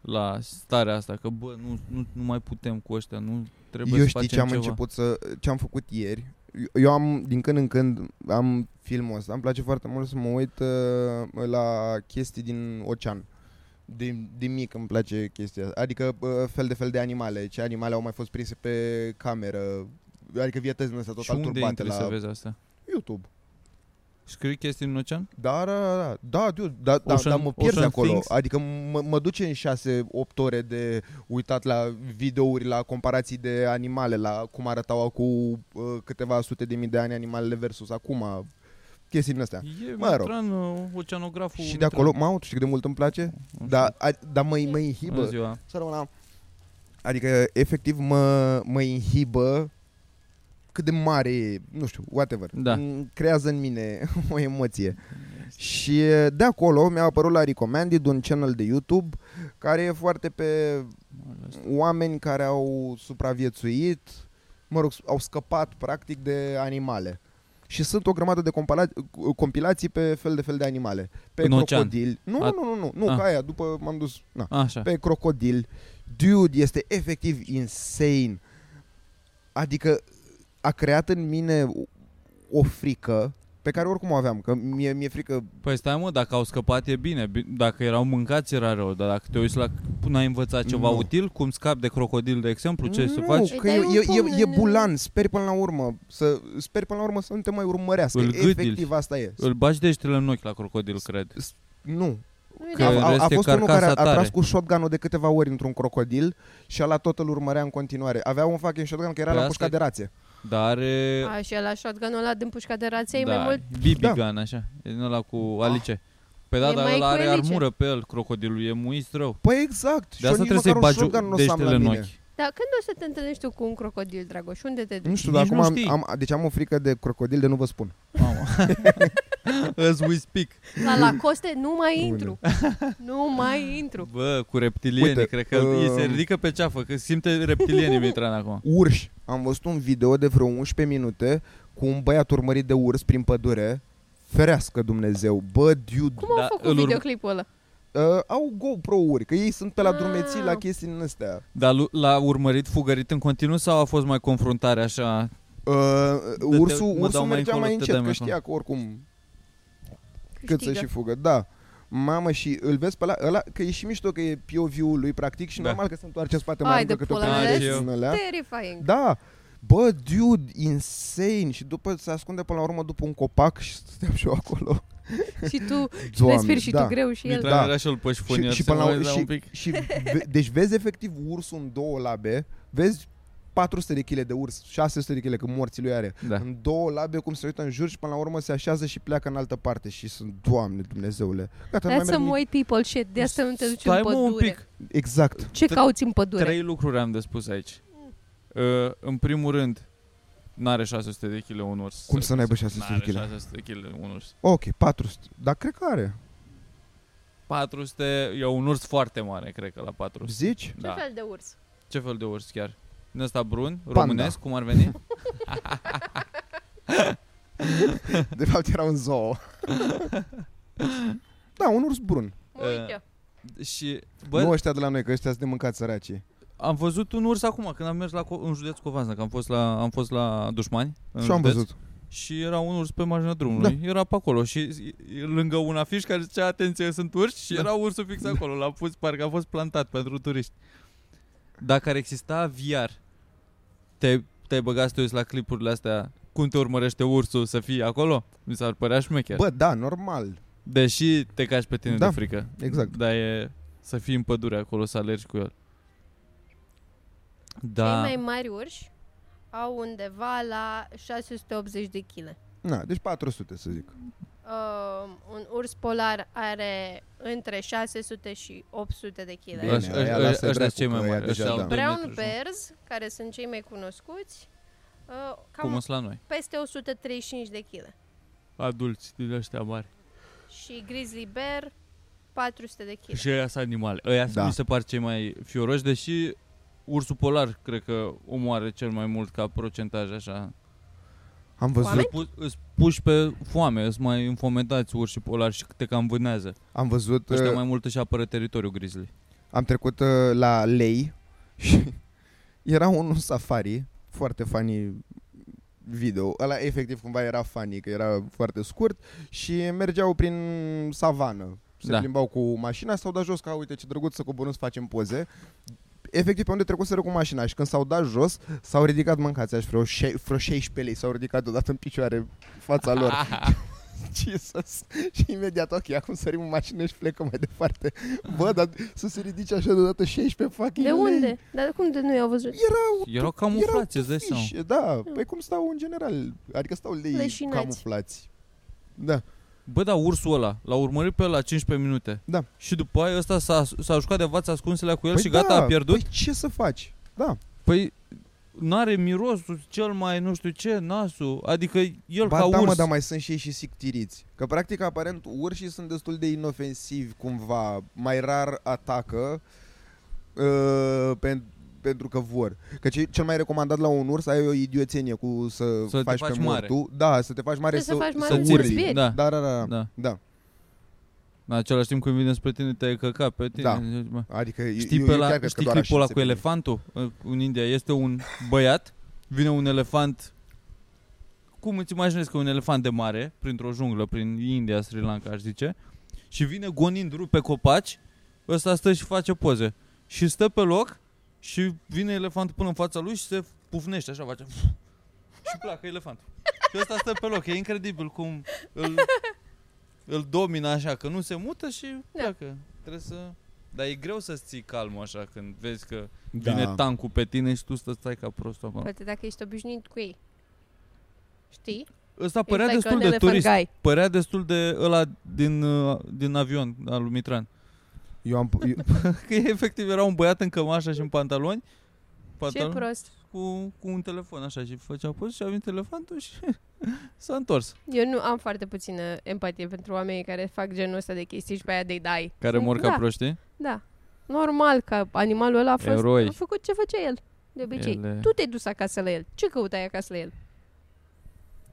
[SPEAKER 5] la starea asta, că bă, nu, nu, nu mai putem cu ăștia, nu trebuie
[SPEAKER 4] Eu
[SPEAKER 5] să
[SPEAKER 4] știi
[SPEAKER 5] facem
[SPEAKER 4] ce am
[SPEAKER 5] ceva.
[SPEAKER 4] început să ce am făcut ieri. Eu- Eu am din când în când am filmul ăsta. Îmi place foarte mult să mă uit uh, la chestii din ocean. Din, din mic îmi place chestia asta. Adică uh, fel de fel de animale, ce animale au mai fost prinse pe cameră. Adică vietăți din astea
[SPEAKER 5] Și
[SPEAKER 4] total
[SPEAKER 5] unde
[SPEAKER 4] turbate
[SPEAKER 5] intri
[SPEAKER 4] la
[SPEAKER 5] să vezi asta?
[SPEAKER 4] YouTube.
[SPEAKER 5] Scrii chestii în ocean?
[SPEAKER 4] Da, da, da, da, dude, da, da,
[SPEAKER 5] Ocean-
[SPEAKER 4] dar mă pierd
[SPEAKER 5] Ocean
[SPEAKER 4] acolo.
[SPEAKER 5] Things?
[SPEAKER 4] Adică mă, mă duce în 6-8 ore de uitat la videouri, la comparații de animale, la cum arătau acum uh, câteva sute de mii de ani animalele versus acum, chestii din astea.
[SPEAKER 5] E
[SPEAKER 4] Da. Mă rog.
[SPEAKER 5] Mitran, uh, oceanograful
[SPEAKER 4] Și de
[SPEAKER 5] Mitran.
[SPEAKER 4] acolo, mă, știi cât de mult îmi place?
[SPEAKER 5] Nu știu.
[SPEAKER 4] Dar da, mă, mă
[SPEAKER 5] Bună
[SPEAKER 4] inhibă.
[SPEAKER 5] ziua.
[SPEAKER 4] Sărămâna. Adică, efectiv, mă, mă inhibă cât de mare e, nu știu, whatever.
[SPEAKER 5] Da.
[SPEAKER 4] Mm, Creează în mine o emoție. Și de acolo mi-a apărut la Recommended un channel de YouTube care e foarte pe oameni care au supraviețuit, mă rog, au scăpat practic de animale. Și sunt o grămadă de compala- compilații pe fel de fel de animale. Pe
[SPEAKER 5] În ocean.
[SPEAKER 4] crocodili. Nu,
[SPEAKER 5] A-
[SPEAKER 4] nu, nu, nu, nu,
[SPEAKER 5] Ah.
[SPEAKER 4] nu ca aia, după m-am dus, na
[SPEAKER 5] Așa.
[SPEAKER 4] pe crocodil. Dude, este efectiv insane. Adică a creat în mine o frică pe care oricum o aveam, că mi-e, mi-e frică
[SPEAKER 5] Păi stai mă, dacă au scăpat e bine, Bi- dacă erau mâncați era rău, dar dacă te uiți la... N-ai învățat ceva
[SPEAKER 4] Nu.
[SPEAKER 5] util? Cum scapi de crocodil, de exemplu? Ce
[SPEAKER 4] nu,
[SPEAKER 5] să faci?
[SPEAKER 3] Îi
[SPEAKER 4] Că
[SPEAKER 3] dai
[SPEAKER 4] e,
[SPEAKER 3] un
[SPEAKER 4] e,
[SPEAKER 3] pumn
[SPEAKER 4] e, e
[SPEAKER 3] în-
[SPEAKER 4] bulan, sper până la urmă să, Sper până la urmă să nu te mai urmărească
[SPEAKER 5] Îl gâdili.
[SPEAKER 4] Efectiv asta e
[SPEAKER 5] Îl bagi deștile în ochi la crocodil, cred.
[SPEAKER 4] Nu
[SPEAKER 3] Nu e
[SPEAKER 5] Că-
[SPEAKER 4] a,
[SPEAKER 3] de-
[SPEAKER 5] în
[SPEAKER 4] a,
[SPEAKER 5] rest
[SPEAKER 4] a
[SPEAKER 5] e
[SPEAKER 4] fost unul care a,
[SPEAKER 5] carcasa
[SPEAKER 4] a tras
[SPEAKER 5] tare.
[SPEAKER 4] cu shotgun-ul de câteva ori într-un crocodil Și ala tot îl urmărea în continuare Avea un fucking shotgun care
[SPEAKER 5] Păi
[SPEAKER 4] era la
[SPEAKER 5] asta
[SPEAKER 4] pușca
[SPEAKER 5] e-
[SPEAKER 4] de rație
[SPEAKER 5] Dar... e-
[SPEAKER 3] A, și ăla shotgun-ul ăla din pușca de rație e
[SPEAKER 5] da,
[SPEAKER 3] mai mult
[SPEAKER 5] BB
[SPEAKER 4] Da.
[SPEAKER 5] gun, așa. E din ăla cu Alice. Pe da,
[SPEAKER 3] E
[SPEAKER 5] dar
[SPEAKER 3] mai
[SPEAKER 5] ăla
[SPEAKER 3] cu
[SPEAKER 5] are
[SPEAKER 3] Alice.
[SPEAKER 5] armură pe el, crocodilul e muist rău.
[SPEAKER 4] Păi exact
[SPEAKER 5] De
[SPEAKER 4] Și eu
[SPEAKER 5] asta
[SPEAKER 4] nici
[SPEAKER 5] trebuie să-i
[SPEAKER 4] măcar un
[SPEAKER 5] bagi
[SPEAKER 4] shotgun nu o să am
[SPEAKER 5] deștele
[SPEAKER 4] la
[SPEAKER 5] în
[SPEAKER 4] mine
[SPEAKER 5] ochi.
[SPEAKER 3] Dar când o să te întâlnești tu cu un crocodil, Dragoș? Unde te duci?
[SPEAKER 4] Nu știu,
[SPEAKER 5] Nici
[SPEAKER 4] dar acum
[SPEAKER 5] nu
[SPEAKER 4] am,
[SPEAKER 5] știi.
[SPEAKER 4] am, deci am o frică de crocodil de nu vă spun.
[SPEAKER 5] Mamă. As we speak.
[SPEAKER 3] La Lacoste nu mai
[SPEAKER 4] Bună.
[SPEAKER 3] intru. nu mai intru.
[SPEAKER 5] Bă, cu reptilienii,
[SPEAKER 4] Uite,
[SPEAKER 5] cred că
[SPEAKER 4] um,
[SPEAKER 5] îi se ridică pe ceafă, că simte reptilienii Mitran acum.
[SPEAKER 4] Urși. Am văzut un video de vreo 11 minute cu un băiat urmărit de urs prin pădure. Ferească Dumnezeu. Bă, dude.
[SPEAKER 3] Cum au
[SPEAKER 5] Da,
[SPEAKER 3] făcut
[SPEAKER 5] îl urm-
[SPEAKER 3] videoclipul ăla?
[SPEAKER 4] Uh, au GoPro-uri, că ei sunt pe la
[SPEAKER 3] Ah.
[SPEAKER 4] drumeții la chestii din astea.
[SPEAKER 5] Dar lu- l-a urmărit fugărit în continuu sau a fost mai confruntare așa?
[SPEAKER 4] Uh,
[SPEAKER 5] mă
[SPEAKER 4] ursul,
[SPEAKER 5] dau
[SPEAKER 4] ursul
[SPEAKER 5] mai
[SPEAKER 4] mergea
[SPEAKER 5] încolo,
[SPEAKER 4] mai
[SPEAKER 5] te dai
[SPEAKER 4] încet, că
[SPEAKER 5] mai
[SPEAKER 4] știa că oricum cât
[SPEAKER 3] Câștigă.
[SPEAKER 4] să și fugă, da. Mamă, și îl vezi pe ăla, ăla că e și mișto că e POV-ul lui practic și
[SPEAKER 5] Da.
[SPEAKER 4] normal că se întoarce în spate
[SPEAKER 3] Hai
[SPEAKER 4] mai
[SPEAKER 3] de
[SPEAKER 4] mult câte o
[SPEAKER 3] pula
[SPEAKER 5] mea.
[SPEAKER 4] privire
[SPEAKER 5] Da,
[SPEAKER 4] din alea.
[SPEAKER 3] Terrifying.
[SPEAKER 4] Da, bă, dude, insane Și după se ascunde până la urmă după un copac Și stăteam și eu acolo
[SPEAKER 3] Și tu
[SPEAKER 4] Doamne,
[SPEAKER 3] respiri și
[SPEAKER 4] da.
[SPEAKER 3] tu greu și el.
[SPEAKER 5] Mitran
[SPEAKER 4] Da.
[SPEAKER 5] era și-l pe șifonier,
[SPEAKER 4] și, și,
[SPEAKER 5] se
[SPEAKER 4] până la,
[SPEAKER 5] mai da
[SPEAKER 4] și,
[SPEAKER 5] un pic.
[SPEAKER 4] și ve- Deci vezi efectiv ursul în două labe Vezi 400 de kg de urs 600 de kg, că morții lui are
[SPEAKER 5] Da.
[SPEAKER 4] În două labe, cum se uită în jur Și până la urmă se așează și pleacă în altă parte Și sunt, doamne, Dumnezeule Gata, nu mai
[SPEAKER 3] That's
[SPEAKER 4] merg
[SPEAKER 3] some
[SPEAKER 4] nimic.
[SPEAKER 3] white people shit. De asta nu te duci
[SPEAKER 5] Stai
[SPEAKER 3] în
[SPEAKER 5] mă
[SPEAKER 3] pădure.
[SPEAKER 5] un pic,
[SPEAKER 4] Exact
[SPEAKER 3] Ce
[SPEAKER 5] Tre-
[SPEAKER 3] cauți în pădure?
[SPEAKER 5] trei lucruri am de spus aici. Uh, în primul rând, n-are 600 de kg un urs.
[SPEAKER 4] Cum să n-aibă 600 de
[SPEAKER 5] N-are
[SPEAKER 4] kg?
[SPEAKER 5] 600 de kg un urs.
[SPEAKER 4] Ok, 400 Dar cred că are
[SPEAKER 5] 400, e un urs foarte mare, cred că la 400.
[SPEAKER 4] Zici?
[SPEAKER 3] Ce
[SPEAKER 5] Da.
[SPEAKER 3] fel de urs?
[SPEAKER 5] Ce fel de urs chiar? Din ăsta brun,
[SPEAKER 4] Panda.
[SPEAKER 5] românesc, cum ar veni?
[SPEAKER 4] De fapt era un zoo Da, un urs brun
[SPEAKER 5] Ă,
[SPEAKER 3] Mă uit
[SPEAKER 5] și,
[SPEAKER 4] Bă,
[SPEAKER 5] bă,
[SPEAKER 4] Nu ăștia de la noi, că ăștia sunt de mâncat săracii
[SPEAKER 5] am văzut un urs acum, când am mers la, co- în județ Covanza, că am fost la, am fost la dușmani. în
[SPEAKER 4] Și am
[SPEAKER 5] județ.
[SPEAKER 4] văzut
[SPEAKER 5] Și era un urs pe marginea drumului. Da. Era pe acolo și e- lângă un afiș care zicea atenție, sunt urși și da. era ursul fix acolo. L-a pus, parcă a fost plantat pentru turiști. Dacă ar exista aviar, te, te-ai băgat să te uiți la clipurile astea cum te urmărește ursul să fii acolo? Mi s-ar părea șmecher.
[SPEAKER 4] Bă, da, normal
[SPEAKER 5] Deși te caci pe tine
[SPEAKER 4] Da,
[SPEAKER 5] de frică.
[SPEAKER 4] exact.
[SPEAKER 5] Dar e să fii în pădure acolo, să alergi cu el. Da.
[SPEAKER 3] Cei mai mari urși au undeva la 680 de kg.
[SPEAKER 4] Na, deci 400 să zic.
[SPEAKER 3] Uh, un urs polar are între 600 și 800 de
[SPEAKER 4] Bine,
[SPEAKER 3] kg.
[SPEAKER 5] Ăș- ăș-
[SPEAKER 4] aia
[SPEAKER 5] ăș-
[SPEAKER 4] lasă
[SPEAKER 5] Ăștia
[SPEAKER 4] dracu,
[SPEAKER 5] cei
[SPEAKER 4] că
[SPEAKER 5] mai
[SPEAKER 4] ăia
[SPEAKER 5] mari.
[SPEAKER 4] deja,
[SPEAKER 5] ăștia au
[SPEAKER 4] da.
[SPEAKER 5] doi
[SPEAKER 3] Brown
[SPEAKER 5] metri și-
[SPEAKER 3] bears, care sunt cei mai cunoscuți, uh,
[SPEAKER 5] Cum
[SPEAKER 3] cam
[SPEAKER 5] sunt la noi?
[SPEAKER 3] peste 135 de kg.
[SPEAKER 5] Adulți din ăștia mari.
[SPEAKER 3] Și grizzly bear 400 de kg.
[SPEAKER 5] Și ăia sunt animale. Ăia
[SPEAKER 4] Da.
[SPEAKER 5] da. mi se par cei mai fioroși, deși ursul polar cred că omoară cel mai mult ca procentaj așa.
[SPEAKER 4] Am văzut,
[SPEAKER 3] Oameni?
[SPEAKER 5] Îți, pu- îți puși pe foame, îți mai înfometați urși polari și te cam vânează.
[SPEAKER 4] am văzut
[SPEAKER 5] Ăștia
[SPEAKER 4] uh,
[SPEAKER 5] mai mult își apără teritoriul grizzly.
[SPEAKER 4] Am trecut uh, la lei și era un safari foarte funny video. Ăla efectiv cumva era funny, că era foarte scurt și mergeau prin savană. Se da.
[SPEAKER 5] Da.
[SPEAKER 4] plimbau cu mașina, s-au dat jos ca uite ce drăguț să coborâm să facem poze. Efectiv pe unde trecuseră cu mașina și când s-au dat jos, s-au ridicat mâncați aș vreo, șe- vreo 16 lei, s-au ridicat odată în picioare fața lor. Jesus. Și imediat, ok, acum sărim în mașină și plecăm mai departe. Bă, dar să se ridice așa deodată 16 fucking
[SPEAKER 3] De
[SPEAKER 4] lei.
[SPEAKER 3] unde? Dar cum de nu i-au văzut?
[SPEAKER 4] Erau,
[SPEAKER 5] Erau camuflați, îți dai seama.
[SPEAKER 4] fișe, da, păi cum stau în general, adică stau lei
[SPEAKER 3] Ah. Leșinați.
[SPEAKER 4] camuflați. Da,
[SPEAKER 5] Bă, da, ursul ăla, l-a urmărit pe la 15 minute.
[SPEAKER 4] Da.
[SPEAKER 5] Și după aia ăsta s-a, s-a jucat de vață ascunselea cu el
[SPEAKER 4] păi
[SPEAKER 5] și
[SPEAKER 4] da,
[SPEAKER 5] gata, a pierdut.
[SPEAKER 4] Păi ce să faci? Da,
[SPEAKER 5] Păi, n-are mirosul cel mai nu știu ce, nasul. Adică el
[SPEAKER 4] ba
[SPEAKER 5] ca
[SPEAKER 4] da,
[SPEAKER 5] urs.
[SPEAKER 4] mă, dar mai sunt și ei și sictiriți. Că practic aparent urșii sunt destul de inofensivi cumva, mai rar atacă uh, pentru pentru că vor. Că ce, cel mai recomandat la un urs ai o idioțenie cu să,
[SPEAKER 5] Să te
[SPEAKER 4] faci
[SPEAKER 5] faci
[SPEAKER 4] pe
[SPEAKER 5] mare.
[SPEAKER 4] mortu. Da, să te faci mare,
[SPEAKER 3] Să faci mare,
[SPEAKER 4] să
[SPEAKER 5] să
[SPEAKER 4] urli.
[SPEAKER 3] zbieri.
[SPEAKER 5] da.
[SPEAKER 4] Da, da, da, da.
[SPEAKER 5] Da.
[SPEAKER 4] da.
[SPEAKER 5] În același timp când vine spre tine, te-ai căcat pe tine. Da.
[SPEAKER 4] Adică eu-
[SPEAKER 5] Știi,
[SPEAKER 4] eu,
[SPEAKER 5] pe
[SPEAKER 4] eu
[SPEAKER 5] la,
[SPEAKER 4] chiar cred că
[SPEAKER 5] știi
[SPEAKER 4] doar
[SPEAKER 5] clipul
[SPEAKER 4] așa
[SPEAKER 5] ăla
[SPEAKER 4] se
[SPEAKER 5] cu
[SPEAKER 4] vede.
[SPEAKER 5] elefantul În- în India? Este un băiat, vine un elefant cum îți imaginezi că un elefant de mare, printr-o junglă, prin India, Sri Lanka, aș zice, și vine gonind rupe copaci, ăsta stă și face poze. Și stă pe loc și vine elefantul până în fața lui și se pufnește, așa face. Și pleacă elefantul. Și ăsta stă pe loc, e incredibil cum îl, îl domină așa, că nu se mută și
[SPEAKER 3] Da.
[SPEAKER 5] pleacă. Trebuie să... Dar e greu să-ți ții calmul așa când vezi că
[SPEAKER 4] Da.
[SPEAKER 5] vine tancul pe tine și tu stă stai ca prost acolo.
[SPEAKER 3] Poate dacă ești obișnuit cu ei. Știi?
[SPEAKER 5] Ăsta
[SPEAKER 3] It's
[SPEAKER 5] părea
[SPEAKER 3] like
[SPEAKER 5] destul
[SPEAKER 3] an
[SPEAKER 5] de
[SPEAKER 3] elephant
[SPEAKER 5] turist.
[SPEAKER 3] guy.
[SPEAKER 5] Părea destul de ăla din, uh, din avion al lui Mitran.
[SPEAKER 4] Eu am, eu,
[SPEAKER 5] Că efectiv era un băiat în cămașă și în pantaloni.
[SPEAKER 3] Ce
[SPEAKER 5] Pantaloni
[SPEAKER 3] prost.
[SPEAKER 5] cu, cu un telefon așa și făcea poze și a venit elefantul și s-a întors.
[SPEAKER 3] Eu nu am foarte puțină empatie pentru oamenii care fac genul ăsta de chestii și pe aia de dai.
[SPEAKER 5] Care mor ca
[SPEAKER 3] da,
[SPEAKER 5] proștii.
[SPEAKER 3] Da. Normal că animalul ăla a fost
[SPEAKER 5] Eroi. da.
[SPEAKER 3] a făcut ce făcea el. De obicei.
[SPEAKER 5] Ele-
[SPEAKER 3] Tu te-ai dus acasă la el. Ce căutai acasă la el?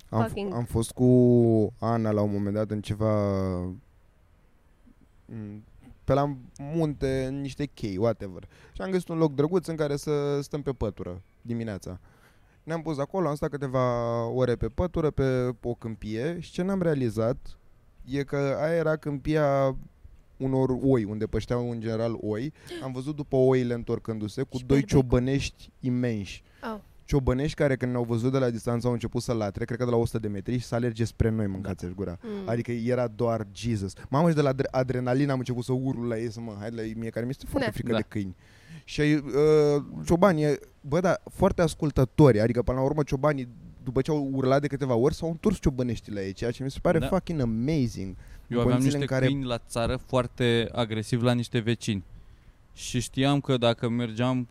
[SPEAKER 4] am,
[SPEAKER 3] Fucking-
[SPEAKER 4] f- am fost cu Ana la un moment dat în ceva m, pe la munte, în niște chei, whatever. Și am găsit un loc drăguț în care să stăm pe pătură dimineața. Ne-am pus acolo, am stat câteva ore pe pătură, pe o câmpie și ce n-am realizat e că aia era câmpia unor oi, unde pășteau în general oi. Am văzut după oile întorcându-se cu
[SPEAKER 3] Și
[SPEAKER 4] doi
[SPEAKER 3] berbecul.
[SPEAKER 4] ciobănești imensi.
[SPEAKER 3] Oh.
[SPEAKER 4] Ciobănești care când ne-au văzut de la distanță au început să latre, cred că de la 100 de metri și să alerge spre noi, mâncați gura.
[SPEAKER 3] Mm.
[SPEAKER 4] Adică era doar Jesus. Mamă, și de la adre- adrenalină am început să urlu la ei, să mă, hai de la ei, mie care mi-este foarte
[SPEAKER 3] Da.
[SPEAKER 4] frică
[SPEAKER 5] Da.
[SPEAKER 4] de câini. Și uh, ciobanii, bă, da, foarte ascultători, adică până la urmă ciobanii, după ce au urlat de câteva ori, s-au întors ciobăneștile la ei, ceea ce mi se pare da.
[SPEAKER 5] Da.
[SPEAKER 4] fucking amazing.
[SPEAKER 5] Eu
[SPEAKER 4] În
[SPEAKER 5] aveam
[SPEAKER 4] condițiile
[SPEAKER 5] niște
[SPEAKER 4] în care-
[SPEAKER 5] care... câini la țară foarte agresiv la niște vecini. Și știam că dacă mergeam,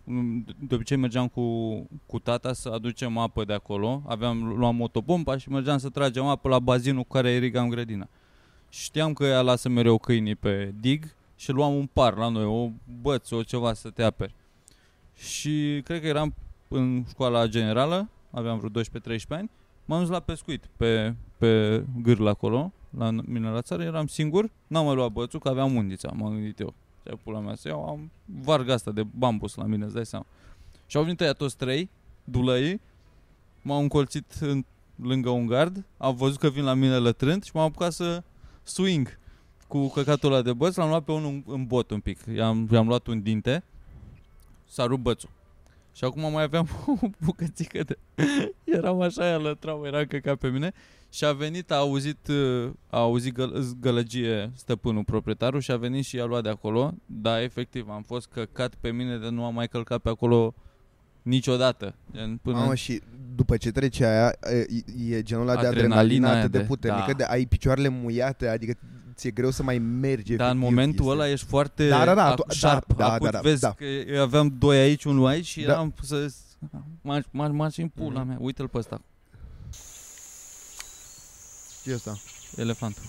[SPEAKER 5] de obicei mergeam cu, cu tata să aducem apă de acolo, aveam, luam motopompa și mergeam să tragem apă la bazinul cu care irigam grădina. Și știam că ea lasă mereu câinii pe dig și luam un par la noi, o băță, o ceva să te aperi. Și cred că eram în școala generală, aveam vreo 12-13 ani, m-am dus la pescuit pe, pe gârl acolo, la n- mine la țară, eram singur, n-am mai luat bățul, că aveam undița, m-am gândit eu. Ce pula mea să iau, am varga asta de bambus la mine, îți dai seama. Și au venit ăia toți trei, dulăii, m-au încolțit în, lângă un gard, au văzut că vin la mine lătrând și m-am apucat să swing cu căcatul ăla de băț, l-am luat pe unul în- în bot un pic, i-am, i-am luat un dinte, s-a rupt bățul. Și acum mai aveam o bucățică de... Eram așa, ea lătrau, era căcat pe mine și a venit, a auzit, uh, a auzit găl- gălăgie stăpânul, proprietarul și a venit și i-a luat de acolo. Da, efectiv, am fost căcat pe mine de nu am mai călcat pe acolo niciodată. Gen, Până...
[SPEAKER 4] Mamă, și după ce trece aia, e, e genul ăla de
[SPEAKER 5] Adrenalina
[SPEAKER 4] adrenalină
[SPEAKER 5] aia
[SPEAKER 4] atât de
[SPEAKER 5] de-
[SPEAKER 4] puternică,
[SPEAKER 5] da.
[SPEAKER 4] de ai picioarele muiate, adică ți-e greu să mai mergi.
[SPEAKER 5] Dar în
[SPEAKER 4] efectiv,
[SPEAKER 5] momentul
[SPEAKER 4] este-
[SPEAKER 5] ăla ești foarte
[SPEAKER 4] Da, da, da,
[SPEAKER 5] ac-
[SPEAKER 4] tu- da,
[SPEAKER 5] sharp.
[SPEAKER 4] da,
[SPEAKER 5] Acum
[SPEAKER 4] da, da,
[SPEAKER 5] vezi
[SPEAKER 4] da.
[SPEAKER 5] că aveam doi aici, unul aici și
[SPEAKER 4] Da.
[SPEAKER 5] eram să M-aș, m-aș, m-aș în pula mea. Uite-l pe ăsta.
[SPEAKER 4] Ce e asta?
[SPEAKER 5] Elefantul.